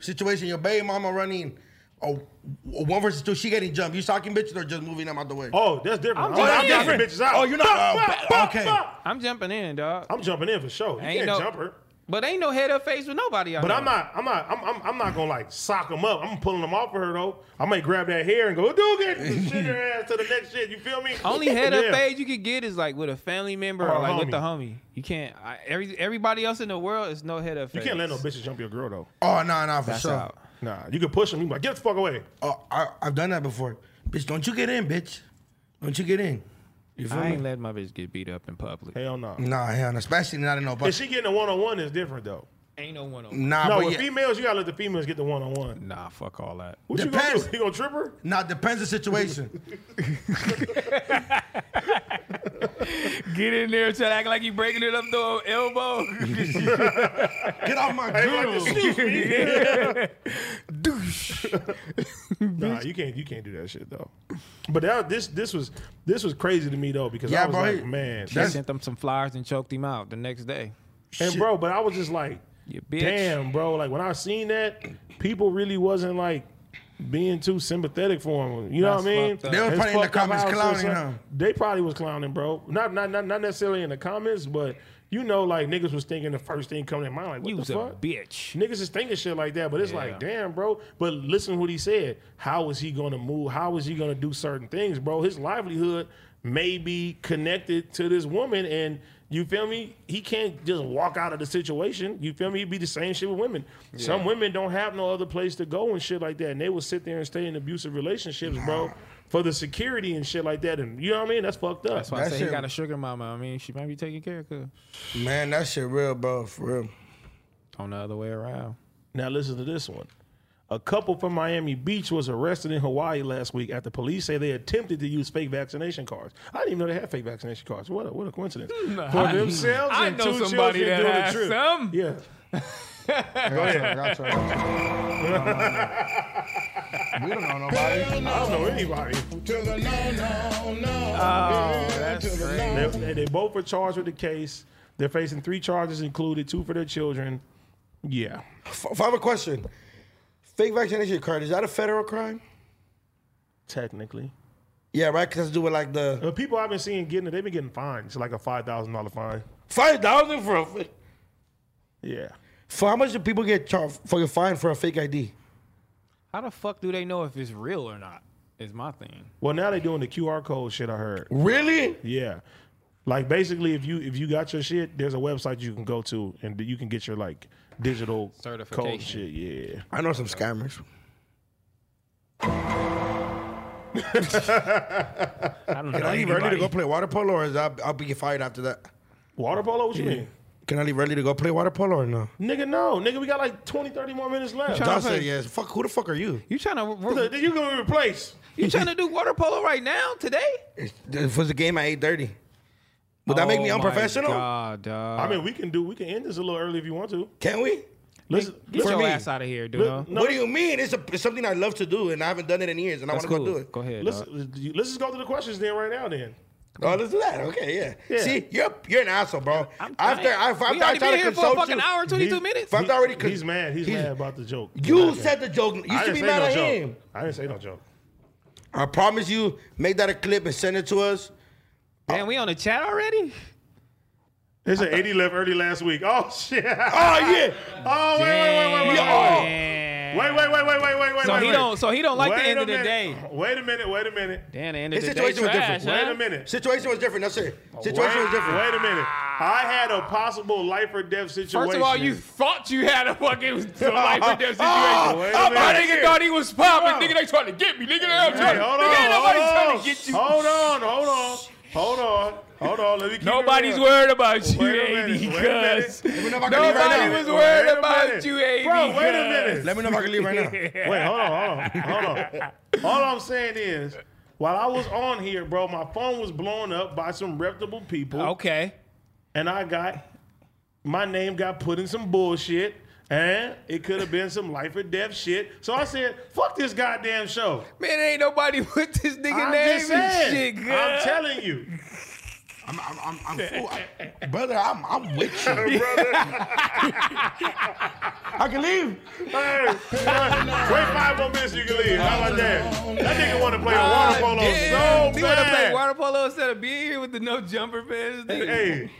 S3: Situation: Your baby mama running. Oh, one versus two. She getting jumped. You stalking bitches or just moving them out the way?
S1: oh, that's different. I'm, not
S2: jumping
S1: knocking
S3: in.
S1: bitches out.
S3: Oh, you're not-
S1: Fuck,
S3: oh,
S1: fuck,
S3: ba-
S1: fuck,
S3: okay.
S1: fuck.
S2: I'm jumping in, dog.
S1: I'm jumping in for sure. You
S2: Ain't
S1: can't
S2: no-
S1: jump her.
S2: But ain't no head up face with nobody. I
S1: But
S2: know.
S1: I'm not, I'm not, I'm, I'm, I'm not gonna like sock them up. I'm pulling them off of her though. I might grab that hair and go, dude, get shit her ass to the next shit. You feel me?
S2: Only head
S1: Yeah.
S2: up phase you could get is like with a family member or,
S1: Or a
S2: like with
S1: homie.
S2: the homie. You can't. I, every everybody else in the world is no head up.
S1: You
S2: phase.
S1: can't let no bitches jump your girl though.
S3: Oh no, no, for
S2: That's
S3: sure.
S2: out.
S1: Nah, you can push them. You be like, get the fuck away.
S3: Oh, I, I've done that before. Bitch, don't you get in, bitch. Don't you get in. You feel
S2: I
S3: me?
S2: ain't letting my bitch get beat up in public.
S1: Hell no.
S3: Nah, hell, no, especially not in no
S1: If
S3: bus.
S1: she getting a one on one is different though.
S2: Ain't no one on.
S3: Nah,
S1: No,
S3: but
S1: with
S3: yeah,
S1: females, you gotta let the females get the one on one.
S2: Nah, fuck all that.
S1: What you gonna
S3: Depends.
S1: do? You gonna trip her?
S3: nah, depends
S1: (laughs)
S3: the situation.
S2: Get in there, try to act like you breaking it up though. (laughs) Elbow.
S3: get off my
S1: Like,
S3: grill.
S1: excuse me. nah, you can't. You can't do that shit though. But that, this this was this was crazy to me though because
S3: Yeah,
S1: I was
S3: bro,
S1: like,
S3: he-
S1: man,
S2: She
S1: that's
S2: sent them some flyers and choked him out the next day.
S1: And bro, but I was just like,
S2: You bitch.
S1: damn, bro. Like when I seen that, people really wasn't like being too sympathetic for him. You know
S2: That's
S1: what I mean?
S2: fucked up. They were
S1: It's
S3: probably in the
S1: fucked up
S3: comments
S1: how it's
S3: clowning
S1: so-
S3: him.
S1: They probably was clowning, bro. Not not not not necessarily in the comments, but you know, like niggas was thinking the first thing coming to mind, like what
S2: You was
S1: the
S2: a
S1: fuck?
S2: bitch.
S1: Niggas is thinking shit like that, but it's like, damn, bro. But listen to what he said. How is he gonna move? How is he gonna do certain things, bro? His livelihood may be connected to this woman, and you feel me? He can't just walk out of the situation. You feel me? It'd be the same shit with women. Some women don't have no other place to go and shit like that, and they will sit there and stay in abusive relationships, bro, for the security and shit like that. And you know what I mean? That's fucked up.
S2: That's why I
S3: That
S2: say he
S3: shit-
S2: got a sugar mama. I mean, she might be taking care of her.
S3: Man, that shit real, bro, for real.
S2: On the other way around.
S1: Now listen to this one. A couple from Miami Beach was arrested in Hawaii last week after police say they attempted to use fake vaccination cards. I didn't even know they had fake vaccination cards. What a, what a coincidence. For
S2: Hmm. I-
S1: themselves
S2: I
S1: and
S2: know
S1: two
S2: somebody
S1: children
S2: that
S1: during
S2: has
S1: the trip.
S2: some.
S1: Yeah.
S6: I got you, I got you, I got you. we don't know nobody.
S1: I don't know anybody.
S4: To the no, no, no.
S2: Oh, that's
S4: to the
S2: great.
S4: no.
S1: They, they- they both were charged with the case. They're facing three charges included, two for their children. Yeah.
S3: F- if I have a question, fake vaccination card is that a federal crime?
S1: Technically.
S3: Yeah, right. Cause that's to do with like the
S1: The people I've been seeing getting it, they've been getting fines, like a five thousand dollar fine.
S3: five thousand for a. fa-
S1: Yeah.
S3: For how much do people get charged for a fine for a fake ID?
S2: How the fuck do they know if it's real or not? Is my thing.
S1: Well now they're doing the QR code shit I heard.
S3: Really?
S1: Yeah. Like basically if you if you got your shit, there's a website you can go to and you can get your like digital
S2: Certification.
S1: code shit. Yeah.
S3: I know some scammers.
S2: I don't know.
S3: Can I leave early to go play water polo, or is I, I'll be fired after that?
S1: Water polo, what you
S3: Can I leave early to go play water polo or no?
S1: mean? Nigga, no. Nigga, we got like 20, 30 more minutes left.
S2: Tryna
S3: Don said
S2: play-
S3: yes. Fuck, who the fuck are you?
S2: You trying to
S1: (laughs) Look, You gonna be replaced.
S2: you trying to do water polo right now today?
S3: It was a game at eight thirty. Would that make me
S2: Oh my
S3: unprofessional?
S2: God, dog.
S1: I mean, we can do we can end this a little early if you want to.
S3: Can we?
S1: Listen,
S2: get
S1: listen
S2: your
S3: me.
S2: ass out of here, dude.
S1: li- no,
S3: What do you mean? It's, a, it's something I love to do, and I haven't done it in years, and
S2: That's
S3: I want
S2: cool.
S3: to go do it.
S2: Go ahead. dog.
S1: listen, you- let's just go to the questions then right now then.
S3: Oh, listen to that. Okay, yeah.
S1: Yeah.
S3: See, you're you're an asshole, bro.
S2: I'm
S3: after
S2: trying-
S3: I, after
S2: we
S3: I
S2: already
S3: try
S2: been
S3: to
S2: here for a
S3: consult
S2: fucking
S3: you,
S2: hour and twenty two minutes.
S3: if I've already con-
S1: He's mad. He's,
S3: he's-
S1: mad about the joke.
S3: you
S1: I
S3: said the joke. You should
S1: didn't
S3: be
S1: say
S3: mad
S1: no
S3: at
S1: joke.
S3: him.
S1: I didn't say no joke.
S3: I promise you, make that a clip and send it to us.
S2: Damn, we on the chat already?
S1: It's an 80 left early last week. Oh shit.
S3: Oh yeah.
S1: (laughs) Oh wait, wait, wait, wait, wait, wait. Wait, wait,
S2: Damn.
S1: wait, wait, wait, wait, wait.
S2: So
S1: wait,
S2: he
S1: wait.
S2: don't. So he don't like
S1: Wait
S2: the end
S1: a
S2: of the
S1: minute.
S2: day.
S1: Wait a minute. Wait a minute.
S2: Damn, the end
S3: His
S2: of the day.
S3: situation was
S2: Trash,
S3: different.
S2: huh?
S1: Wait a minute.
S3: Situation was different. That's it.
S1: Wait,
S3: Situation was different.
S1: wait a minute. I had a possible life or death situation. Ah,
S5: First of all, you thought you had a fucking (laughs) life and death situation.
S1: wait a
S5: my
S1: minute.
S5: nigga thought he was popping.
S1: Hold
S5: Nigga, they trying to get me. Nigga, they
S1: Hey,
S5: trying to.
S1: hold on.
S5: Nigga, ain't nobody
S1: hold
S5: trying
S1: on.
S5: to get you.
S1: Hold on. Hold on. Hold on, hold on. Let me keep
S5: Nobody's
S1: it real.
S5: worried about you,
S1: Wait a minute,
S5: AD,
S1: wait a minute.
S5: cuz.
S3: Let me know if I can leave right
S5: Nobody
S3: now.
S5: was
S1: Wait
S5: worried
S1: a
S5: about
S1: minute.
S5: you, AD.
S1: Bro, wait a
S5: cuz.
S1: minute.
S3: Let me know if I can leave
S1: (laughs)
S3: right now.
S1: Wait, hold on, hold on, hold on. All I'm saying is, while I was on here, bro, my phone was blown up by some reputable people,
S5: Okay.
S1: and I got my name got put in some bullshit, and it could have been some life or death shit. So I said, "Fuck this goddamn show."
S5: Man, ain't nobody (laughs) with this nigga
S1: I'm
S5: name
S1: just
S5: and
S1: saying.
S5: shit, cuz.
S1: I'm telling you,
S3: I'm, I'm, I'm, I'm full. I- brother, I'm, I'm with you. I can leave.
S1: hey, wait five more minutes, you can leave. How about that? That nigga want to play a water polo
S5: Damn,
S1: so
S5: he wanna play
S1: bad.
S5: water polo instead of being here with the no jumper, man. This nigga-
S1: hey.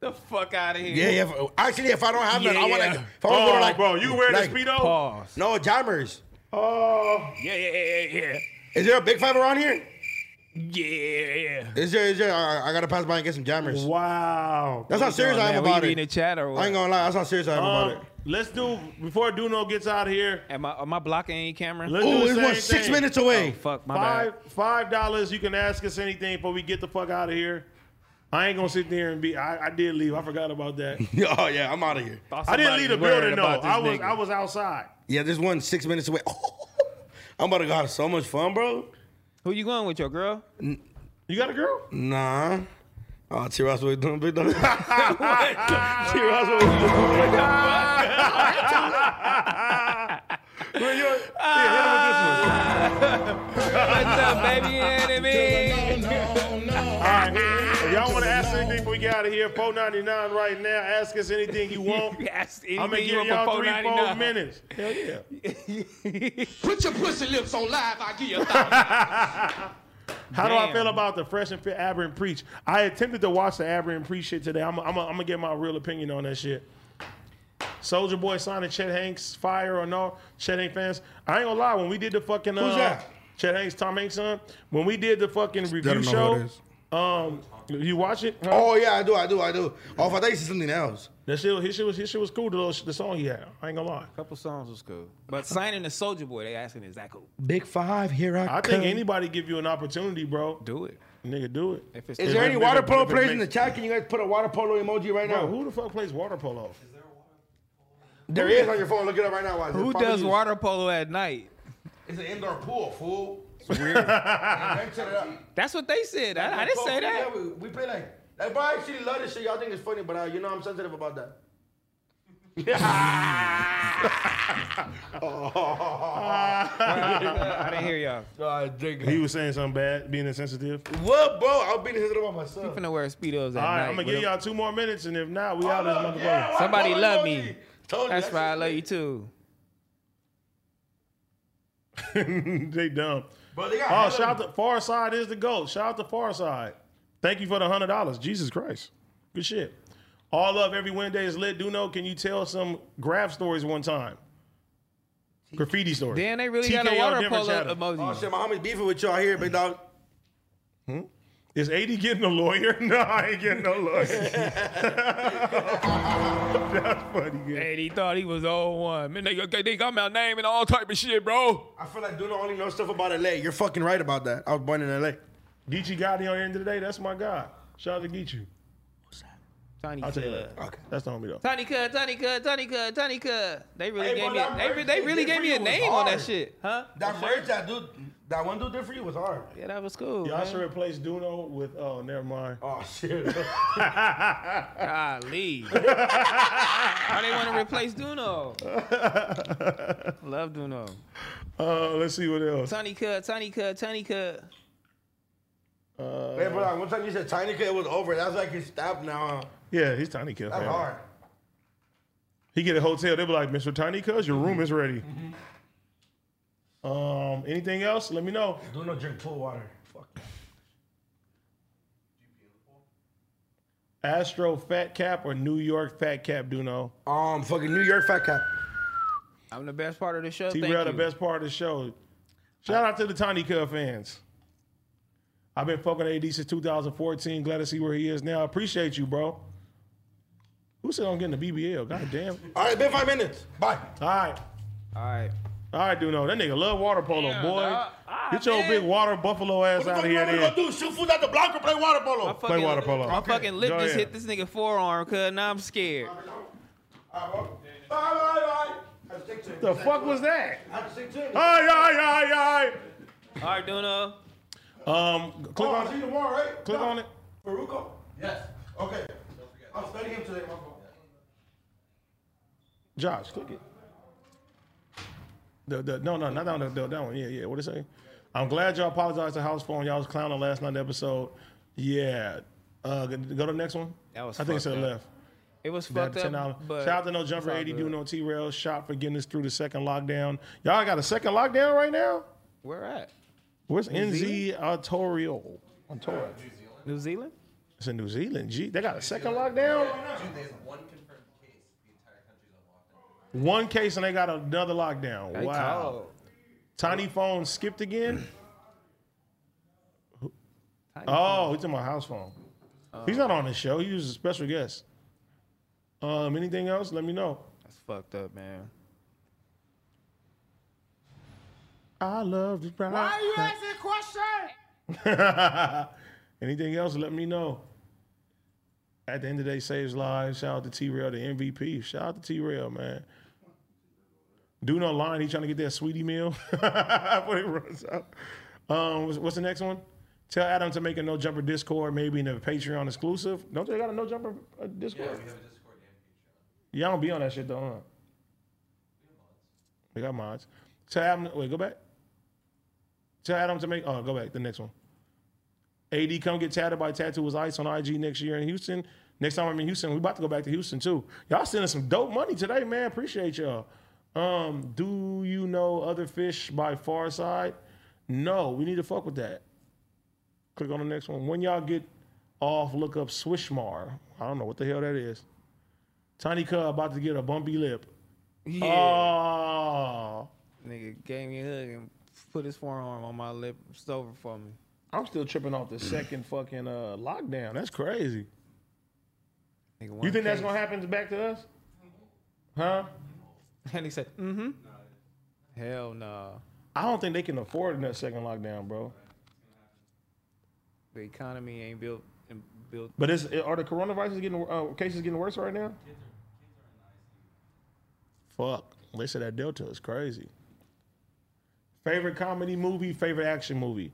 S5: the fuck out of here.
S3: Yeah, yeah. if- Actually, if I don't have that,
S5: Yeah,
S3: I want to.
S5: yeah.
S3: If I want to
S1: Oh,
S3: go to like,
S1: bro, you can wear
S3: like,
S1: the speedo.
S5: Pause.
S3: No jammers.
S1: Oh,
S5: Yeah, yeah, yeah,
S3: Is there a big five around here?
S5: yeah, yeah, yeah.
S3: Is there? Is there? I, I gotta pass by and get some jammers.
S1: wow.
S3: That's how serious I am
S5: Will you
S3: about
S5: be
S3: it.
S5: in the chat or what?
S3: I ain't gonna lie. That's how serious I am
S1: Um,
S3: about it.
S1: let's do before Duno gets out of here.
S2: Am I, am I blocking any camera?
S1: Let's
S3: Oh,
S1: do
S3: it's
S1: the
S3: one
S1: same
S3: six
S1: thing. Oh,
S3: minutes
S5: Oh,
S3: away.
S2: Fuck my bad.
S1: Five five dollars. You can ask us anything before we get the fuck out of here. I ain't gonna sit there and be. I, I did leave. I forgot
S5: (laughs)
S1: about that.
S3: (laughs) oh yeah, I'm out of here.
S1: I didn't leave the
S5: Somebody's
S1: building
S5: worried
S1: though.
S5: about this
S1: I was
S5: nigga.
S1: I was outside.
S3: Yeah, this one six minutes away. (laughs) I'm about to go have so much fun, bro.
S2: Who you going with, your girl?
S1: You got a girl?
S3: Nah. Oh, T Ross, what you doing, big dog? T Ross, what you doing, big dog?
S1: Where you at? Yeah,
S5: (laughs) What's up, baby enemy? (laughs)
S1: hit him with this one. All right. If y'all want to ask anything before we get out of here, four ninety nine right now. Ask us
S5: (laughs)
S1: anything you want.
S5: Ask
S1: I'm gonna
S5: anything you
S1: give
S5: want for
S1: y'all three, four
S5: $4.99.
S1: minutes. Hell yeah.
S4: Put your pussy lips on live. I give you a
S1: How do I
S2: Damn.
S1: feel about the Fresh and Fit Aberrant Preach? I attempted to watch the Aberrant Preach shit today. I'm, I'm, I'm gonna get my real opinion on that shit. Soldier Boy signing Chet Hanks, fire or no? Chet Hanks fans, I ain't gonna lie. When we did the fucking uh,
S3: that?
S1: Chet Hanks, Tom Hanks son. When we did the fucking
S7: don't
S1: review
S7: know who
S1: show,
S7: that is.
S1: um, you watch it?
S3: (laughs) Oh yeah, I do, I do, I do. Oh, if I thought you said something else.
S1: That shit, his shit was his shit was cool. The, little, sh- the song he had, I ain't gonna lie.
S2: couple songs was cool. But signing the Soldier Boy, they asking, is that cool?
S3: Big five, here
S1: I think anybody give you an opportunity, bro,
S2: Do it.
S1: nigga, do it.
S2: If it's
S3: Is there
S1: If
S3: any
S1: it-
S3: water
S1: if it-
S3: polo
S1: if it
S3: players in the
S1: makes-
S3: chat? Can you guys put a water polo emoji right
S1: Bro,
S3: now?
S1: who the fuck plays water polo?
S3: There is on your phone. Look it up right now.
S2: who does water polo at night?
S3: It's an indoor pool, fool. (laughs)
S2: That's what they said. I, I didn't say that.
S3: we, we play like. Like, bro, I actually love this shit. Y'all think it's funny, but uh, you know I'm sensitive about that.
S2: I didn't hear y'all.
S1: He was saying something bad, being insensitive.
S3: What, bro? I'll be sensitive about myself.
S2: Finna wear speedos at
S1: All right,
S2: night.
S1: I'm gonna
S2: with
S1: give
S2: a-
S1: y'all two more minutes, and if not, we out of this motherfucker.
S3: Oh,
S2: Somebody love me.
S3: Told you,
S2: That's
S3: that
S2: right. I
S3: shit's
S2: love you
S1: (laughs)
S3: lit.
S2: too.
S1: they dumb.
S3: Bro, they got
S1: Oh,
S3: hella-
S1: shout out to Far Side is the GOAT. Shout out to Far Side. Thank you for the hundred dollars. Jesus Christ. Good shit. All love every Wednesday is lit. Do know, can you tell some grab stories one time? Graffiti stories.
S2: Then they really got a
S1: TKO
S2: water
S1: different
S2: polo
S1: channel.
S2: emoji.
S3: Oh shit, my homie's beefing with y'all here, big dog.
S1: Is 80 getting a lawyer? (laughs) No, I ain't getting no lawyer. That's funny, good.
S5: And he thought he was all one. Man, they, they, they got my name and all type of shit, bro.
S3: I feel like Duno only knows stuff about LA. You're fucking right about that. I was born in LA.
S1: Geechee Gotti on the end of the day. That's my guy. Shout out to Geechee.
S2: Tiny
S1: I'll
S2: cut,
S1: tell you that.
S3: Okay.
S1: That's the homie though.
S2: tiny cut, tiny cut, tiny cut, tiny cut. They really
S3: Hey,
S2: gave
S3: boy,
S2: me. A,
S3: that
S2: they, re-
S3: merch
S2: they
S3: they
S2: really
S3: did
S2: gave
S3: for
S2: me a
S3: you was
S2: name on that
S3: hard.
S2: shit, huh?
S3: That merch that dude, that one dude did for you was hard.
S2: Yeah, that was cool.
S1: Y'all
S2: man.
S1: should replace Duno with oh never mind.
S3: Oh (laughs) shit.
S1: (laughs)
S2: Golly. Why they want to replace Duno? Love Duno.
S1: Uh, let's see what else.
S2: Tiny cut, tiny cut, tiny cut.
S3: hey, but one time you said Tinyka, it was over. That's like his stop now. huh?
S1: Yeah, he's Tiny Cuz.
S3: That's
S1: man.
S3: hard.
S1: He get a hotel. They be like, Mr. Tiny Cuz, your
S3: Mm-hmm.
S1: room is ready. Um, anything else? Let me know.
S3: Duno drink pool water. Fuck.
S1: Astro Fat Cap or New York Fat Cap
S2: Oh,
S1: Duno.
S3: Um, fucking New York fat cap.
S2: I'm the best part of the show.
S1: T
S2: Thank
S1: Rail,
S2: you.
S1: the best part of the show. Shout out to the Tiny Cuz fans. I've been fucking AD since 2014. Glad to see where he is now. Appreciate you, bro. Who said I'm getting the BBL? God damn.
S3: All right, been five minutes. Bye.
S1: All right.
S2: All right.
S1: All right, dude. No, that nga love water polo, boy. Get
S2: Ah,
S1: your big water buffalo ass out of here.
S3: you
S1: Then.
S3: gonna do? Shoot food at the block or play water polo?
S2: My
S1: Play water polo.
S2: My fucking lip
S1: Go
S2: just
S1: ahead.
S2: hit this nigga forearm, cuz now I'm scared.
S1: The fuck was that?
S3: Click
S1: Ay ay ay
S2: All right, Duno.
S1: ay. Um, click on it.
S3: tomorrow, right?
S1: Click on it.
S3: Faruko? Yes. Okay. I'm studying him today, my fault.
S1: Josh, click it. The, the, no, no, not that one. The, that one. Yeah, yeah. What it say? I'm glad y'all apologized to House Phone. Y'all was clowning last night's episode. Yeah. Uh, go go to the next one.
S2: That was
S1: I think it's to the
S2: fucked up.
S1: left.
S2: It was
S1: That
S2: fucked
S1: ten
S2: up.
S1: dollars.
S2: But
S1: Shout out to No Jumper eighty doing no T Rail. Shop forgiveness through the second lockdown. Y'all got a second lockdown right now.
S2: Where at?
S1: Where's NZ Ontario? Ontario.
S2: New Zealand?
S1: It's in New Zealand. Gee, they got a second lockdown.
S9: There's one confirmed case. The entire country's on lockdown.
S1: One case and they got another lockdown.
S2: They
S1: wow.
S2: called.
S1: Tiny phone skipped
S2: (clears throat)
S1: again. oh, he's on my house phone.
S2: Oh.
S1: he's not on the show. He was a special guest. Um, anything else? Let me know.
S2: That's fucked up, man.
S1: I love this bride. Why are you asking question? (laughs) anything else? Let me know. At the end of the day, saves lives. Shout out to T Rail, the MVP. Shout out to T Rail, man. Do no line. He trying to get that sweetie meal. (laughs) Before he runs out. Um, what's, what's the next one? Tell Adam to make a no jumper Discord, maybe in a Patreon exclusive. Don't they got a no jumper uh, Discord?
S9: We have a Discord and Patreon.
S1: Y'all don't be on that shit though, huh? They got mods. Tell Adam, wait, go back. Tell Adam to make. Oh, go back. The next one. AD come get tatted by Tattoo was Ice on IG next year in Houston. Next time I'm in Houston, we about to go back to Houston too. Y'all sending some dope money today, man. Appreciate y'all. Um, do you know other fish by Far Side? No, we need to fuck with that. Click on the next one. When y'all get off, look up Swishmar. I don't know what the hell that is. Tiny Cub about to get a bumpy lip.
S2: Yeah.
S1: Oh,
S2: Nigga gave me a hug and put his forearm on my lip. It's over for me.
S1: I'm still tripping
S2: Mm.
S1: off the second fucking uh, lockdown. That's crazy.
S2: Nigga,
S1: You
S2: one
S1: think that's
S2: case.
S1: gonna happen back to us? Huh?
S2: And he said, mm-hmm. Hell no.
S1: I don't think they can afford that second lockdown, bro.
S2: The economy ain't built and built.
S1: But is are the coronavirus getting uh, cases getting worse right now? Fuck, they said that Delta is crazy. Favorite comedy movie, favorite action movie.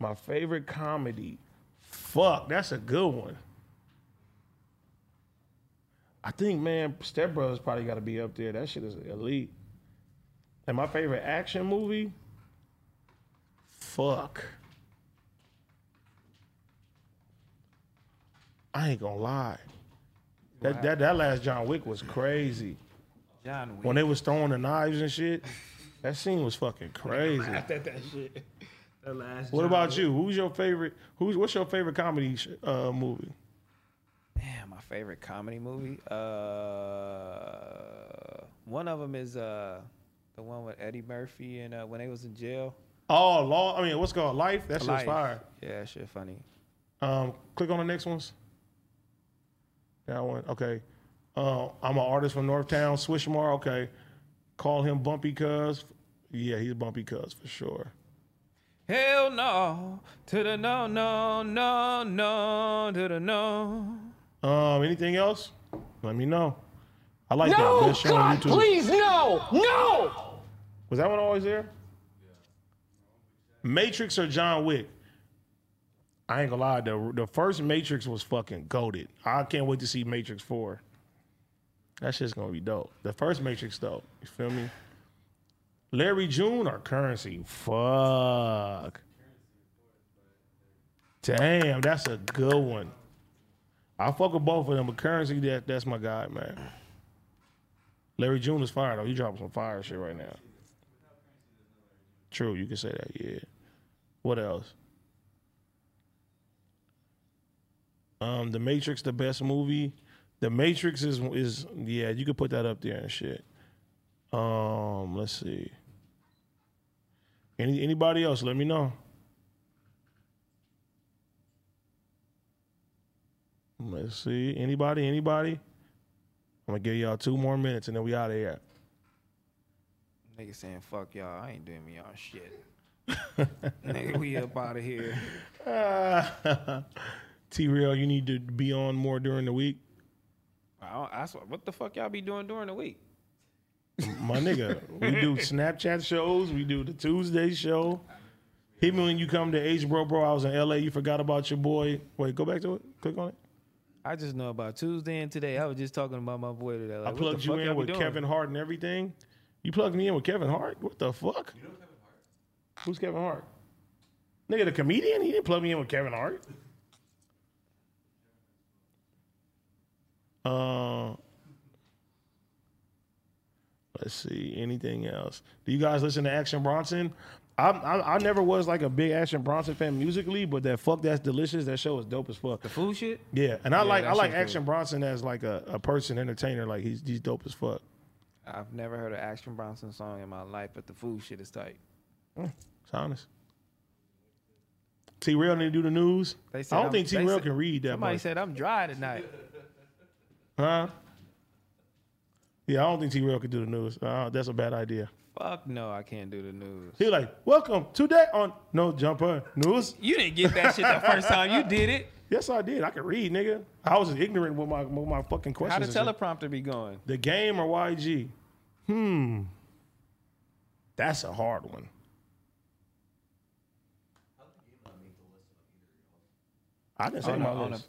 S1: My favorite comedy. Fuck, that's a good one. I think man, Step Brothers probably got to be up there. That shit is elite. And my favorite action movie. Fuck. I ain't gonna lie. That, that that last John Wick was crazy.
S2: John Wick.
S1: When they was throwing the knives and shit, that scene was
S2: (laughs)
S1: fucking crazy.
S2: that, that shit. (laughs) The last
S1: What about you? Who's your favorite? Who's what's your favorite comedy sh- uh, movie?
S2: Damn, my favorite comedy movie. Uh, one of them is uh, the one with Eddie Murphy and uh, when they was in jail.
S1: Oh, Law. I mean, what's it called Life? That shit's
S2: Life.
S1: fire.
S2: Yeah, that shit funny.
S1: Um, click on the next ones. That one. Okay. Uh, I'm an artist from Northtown. Swishmar. Okay. Call him Bumpy Cuz. Yeah, he's Bumpy Cuz for sure.
S2: Hell no to the no no no no to the no.
S1: Um, anything else? Let me know. I like that. Best show on YouTube.
S5: no, no.
S1: Was that one always there? Matrix or John Wick? I ain't gonna lie, the the first Matrix was fucking goaded. I can't wait to see Matrix Four. That shit's gonna be dope. The first Matrix though, you feel me? Larry June or Currency? Fuck. Damn, that's a good one. I fuck with both of them, but Currency that that's my guy, man. Larry June is fire though. You dropping some fire shit right now. True, you can say that. Yeah. What else? Um, The Matrix, the best movie. The Matrix is is yeah. You could put that up there and shit. Um, let's see. Any anybody else? Let me know. Let's see. Anybody? (laughs) Anybody? I'm gonna give y'all two more minutes and then we out of here.
S2: Nigga saying fuck y'all. I ain't doing me y'all shit. (laughs) Nigga, we up out of here.
S1: T Real, you need to be on more during the week.
S2: I don't, I swear, what the fuck y'all be doing during the week?
S1: My nigga, we do Snapchat shows. We do the Tuesday show. Even when you come to H Bro Bro, I was in LA. You forgot about your boy. Wait, go back to it. Click on it.
S2: I just know about Tuesday and today. I was just talking about my boy today. Like,
S1: I
S2: what the
S1: plugged you
S2: fuck y'all
S1: in
S2: be
S1: with
S2: doing?
S1: Kevin Hart and everything. You plugged me in with Kevin Hart? What the fuck? You know Kevin Hart? Who's Kevin Hart? Nigga, the comedian? He didn't plug me in with Kevin Hart. Uh, let's see. Anything else? Do you guys listen to Action Bronson? I, I I never was like a big Action Bronson fan musically, but that fuck that's delicious. That show is dope as fuck.
S2: The food shit?
S1: Yeah, and I like I
S2: that
S1: like
S2: shit's
S1: Action Bronson as like a, a person entertainer. Like he's he's dope as fuck.
S2: I've never heard an Action Bronson song in my life, but the food shit is tight.
S1: It's honest. T Real need to do the news.
S2: They
S1: I don't
S2: I'm-
S1: think T
S2: they
S1: Real
S2: said-
S1: can read that
S2: Somebody
S1: much,
S2: said I'm dry tonight.
S1: huh? Yeah, I don't think T Real can do the news. Uh, that's a bad idea.
S2: Fuck no, I can't do the news.
S1: He like, welcome today on No Jumper News.
S2: You didn't get that shit the first time you did it.
S1: Yes, I did. I can read, nigga. I was just ignorant with my with my fucking
S2: How
S1: questions.
S2: the
S1: and shit.
S2: teleprompter be going?
S1: The game or YG? Hmm. That's a hard one. I didn't say
S2: On
S1: my
S2: a- on
S1: list.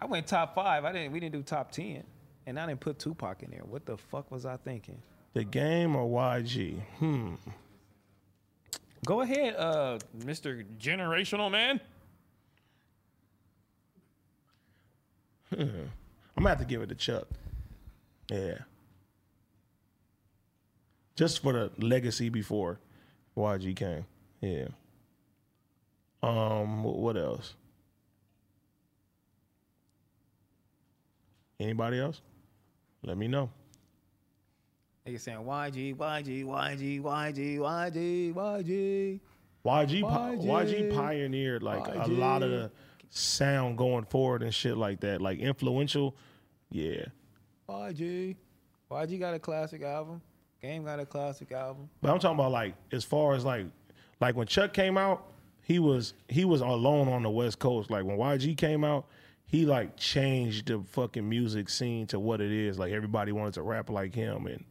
S2: I went top five. I didn't. We didn't do top ten, and I didn't put Tupac in there. What the fuck was I thinking?
S1: The game or YG? Hmm.
S2: Go ahead, uh, Mr. Generational Man.
S1: I'm gonna have to give it to Chuck. Yeah. Just for the legacy before YG came. Yeah. Um. wh- What else? Anybody else? Let me know.
S2: Nigga saying YG, YG, YG, YG, YG, YG.
S1: YG, pi-
S2: YG.
S1: YG pioneered like a
S2: YG.
S1: lot of the sound going forward and shit like that. Like influential. Yeah.
S2: YG. YG got a classic album. Game got a classic album.
S1: But I'm talking about like as far as like like when Chuck came out, he was he was alone on the West Coast. Like when YG came out, he like changed the fucking music scene to what it is. Like everybody wanted to rap like him and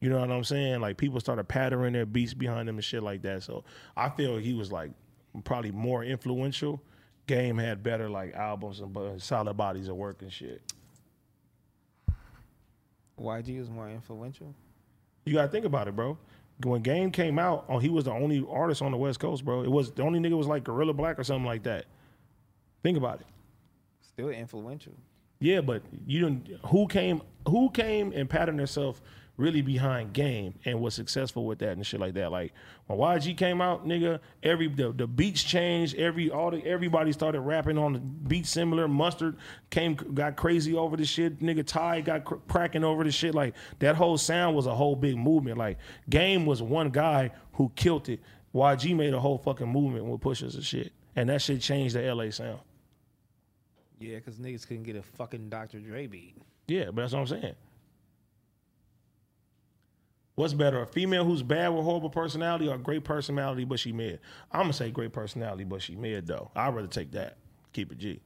S1: you know what I'm saying? Like people started patterning their beats behind him and shit like that. So I feel he was like probably more influential. Game had better like albums and bu- solid bodies of work and shit.
S2: YG was more influential.
S1: You gotta think about it, bro. When Game came out, oh, he was the only artist on the West Coast, bro. It was the only nigga was like Gorilla Black or something like that. Think about it.
S2: Still influential.
S1: Yeah, but you didn't. Who came? Who came and patterned herself really behind Game and was successful with that and shit like that? Like when YG came out, nigga, every the, the beats changed. Every all the everybody started rapping on the beat similar. Mustard came got crazy over the shit. Nigga Ty got cr- cracking over the shit. Like that whole sound was a whole big movement. Like Game was one guy who killed it. YG made a whole fucking movement with pushes and shit, and that shit changed the LA sound.
S2: Yeah, because niggas couldn't get a fucking Dr. Dre beat.
S1: Yeah, but that's what I'm saying. What's better, a female who's bad with horrible personality or a great personality but she mad? I'm gonna say great personality but she mad though. I'd rather take that. Keep it G.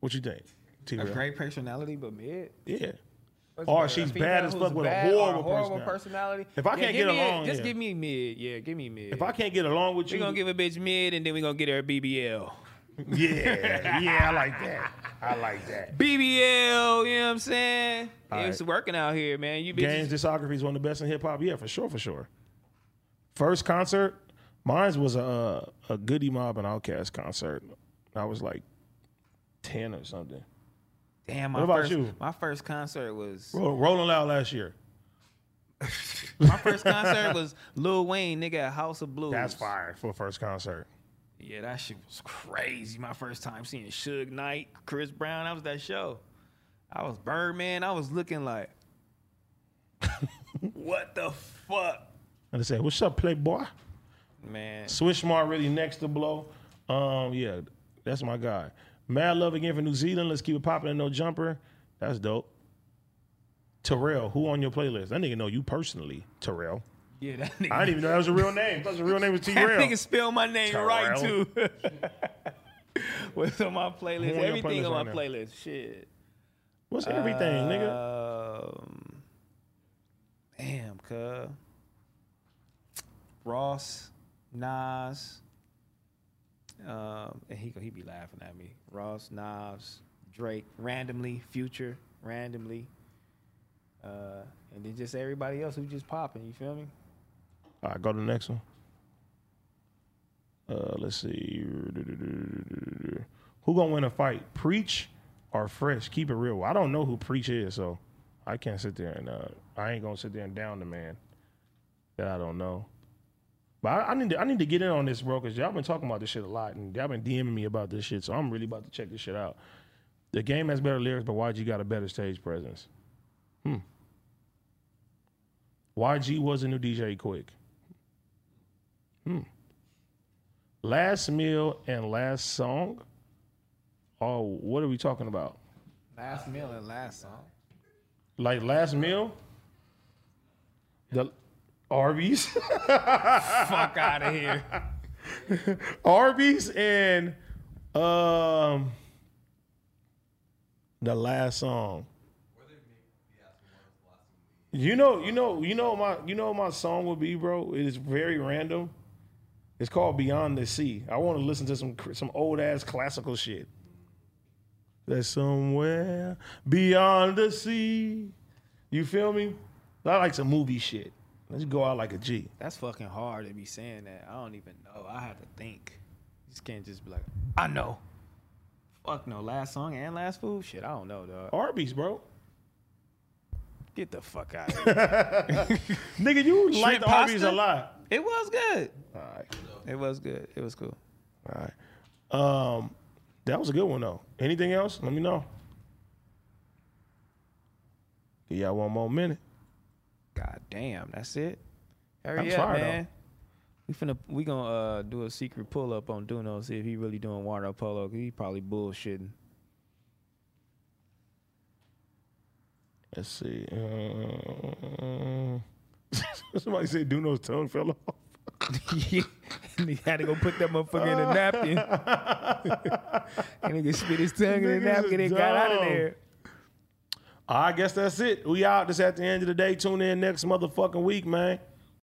S1: What you think? T
S2: A great personality, but mid.
S1: Yeah.
S2: What's
S1: Or
S2: better, a
S1: Oh, she's
S2: female
S1: bad as
S2: who's
S1: fuck with a
S2: bad or
S1: horrible personality. If I
S2: Yeah,
S1: can't
S2: give
S1: get
S2: me a-
S1: along,
S2: just
S1: yeah.
S2: give me mid. Yeah, give me mid.
S1: If I can't get along with
S2: we
S1: you,
S2: gonna give a bitch mid, and then we gonna get her a BBL.
S1: (laughs) yeah, yeah, I like that. I like that.
S2: BBL, you know what I'm saying? it's
S1: right.
S2: working out here, man. You
S1: Games
S2: bitches.
S1: discography is one of the best in hip hop. Yeah, for sure, for sure. First concert, mine was a a Goody Mob and Outkast concert. I was like ten or something.
S2: Damn, my
S1: What about
S2: first,
S1: you?
S2: my first concert was
S1: Ro- Rolling Loud last year.
S2: my first concert was Lil Wayne, nigga, at House of Blues.
S1: That's fire for a first concert.
S2: Yeah, that shit was crazy. My first time seeing Suge Knight, Chris Brown. That was that show. I was Birdman. I was looking like, (laughs) what the fuck,
S1: And I said, "What's up, Playboy?"
S2: man?
S1: Swishmar really next to blow. Um, yeah, that's my guy. Mad love again for New Zealand. Let's keep it popping. and No jumper. That's dope. Terrell, who on your playlist? That nigga know you personally, Terrell.
S2: Yeah, that nigga.
S1: I didn't even know that was a real name. That's a real name was T.
S2: That
S1: Ah, Real.
S2: nigga spelled my name right
S1: Tyrell.
S2: too. (laughs) What's on my playlist?
S1: Who on your
S2: Everything
S1: playlist
S2: on my
S1: right now?
S2: playlist. Shit.
S1: What's everything, nigga?
S2: Um, damn, cuz. Ross, Nas, um, and he he be laughing at me. Ross, Nas, Drake, randomly, Future, randomly, uh, and then just everybody else who just popping. You feel me?
S1: All right, go to the next one. Uh, let's see. Who gonna win a fight, Preach or Fresh? Keep it real. I don't know who Preach is, so I can't sit there and uh, I ain't gonna sit there and down the man that I don't know. But I, I need to, I need to get in on this, bro, because y'all been talking about this shit a lot, and y'all been DMing me about this shit, so I'm really about to check this shit out. The game has better lyrics, but YG got a better stage presence. Hmm. YG was a new DJ quick. last meal and last song. Oh, what are we talking about?
S2: Last meal and last song.
S1: Like last meal? The Arby's, (laughs)
S2: Fuck out of here.
S1: Arby's, and um, the last song. You know, you know, you know what my you know what my song would be, bro. It is very random. It's called Beyond the Sea. I want to listen to some cr- some old ass classical shit. That's somewhere beyond the sea. You feel me? I like some movie shit. Let's go out like a G.
S2: (laughs) That's fucking hard to be saying that. I don't even know. I have to think. You just can't just be like, I know. Fuck no. Last song and last food? Shit, I don't know, dog.
S1: Arby's, bro.
S2: Get the fuck out of here.
S1: Nigga, you like
S2: Shrimp
S1: the Arby's a
S2: pasta?
S1: lot.
S2: (laughs) it was good.
S1: All right.
S2: It was good. It was cool.
S1: All right. Um, that was a good one though. Anything else? Let me know. Give y'all one more minute.
S2: God damn, that's it. Hurry
S1: I'm
S2: up,
S1: sorry, though.
S2: man. We finna we gonna uh, do a secret pull up on Duno, see if he really doing water polo. 'cause He probably bullshitting.
S1: Let's see. Uh, (laughs) somebody said Duno's tongue fell off.
S2: (laughs) he had to go put that motherfucker in a napkin.
S1: (laughs)
S2: (laughs) and nigga spit his tongue in the
S1: Niggas
S2: napkin
S1: is
S2: and got out of
S1: dumb.
S2: there.
S1: I guess that's it. We out. This at the end of the day. Tune in next motherfucking week, man.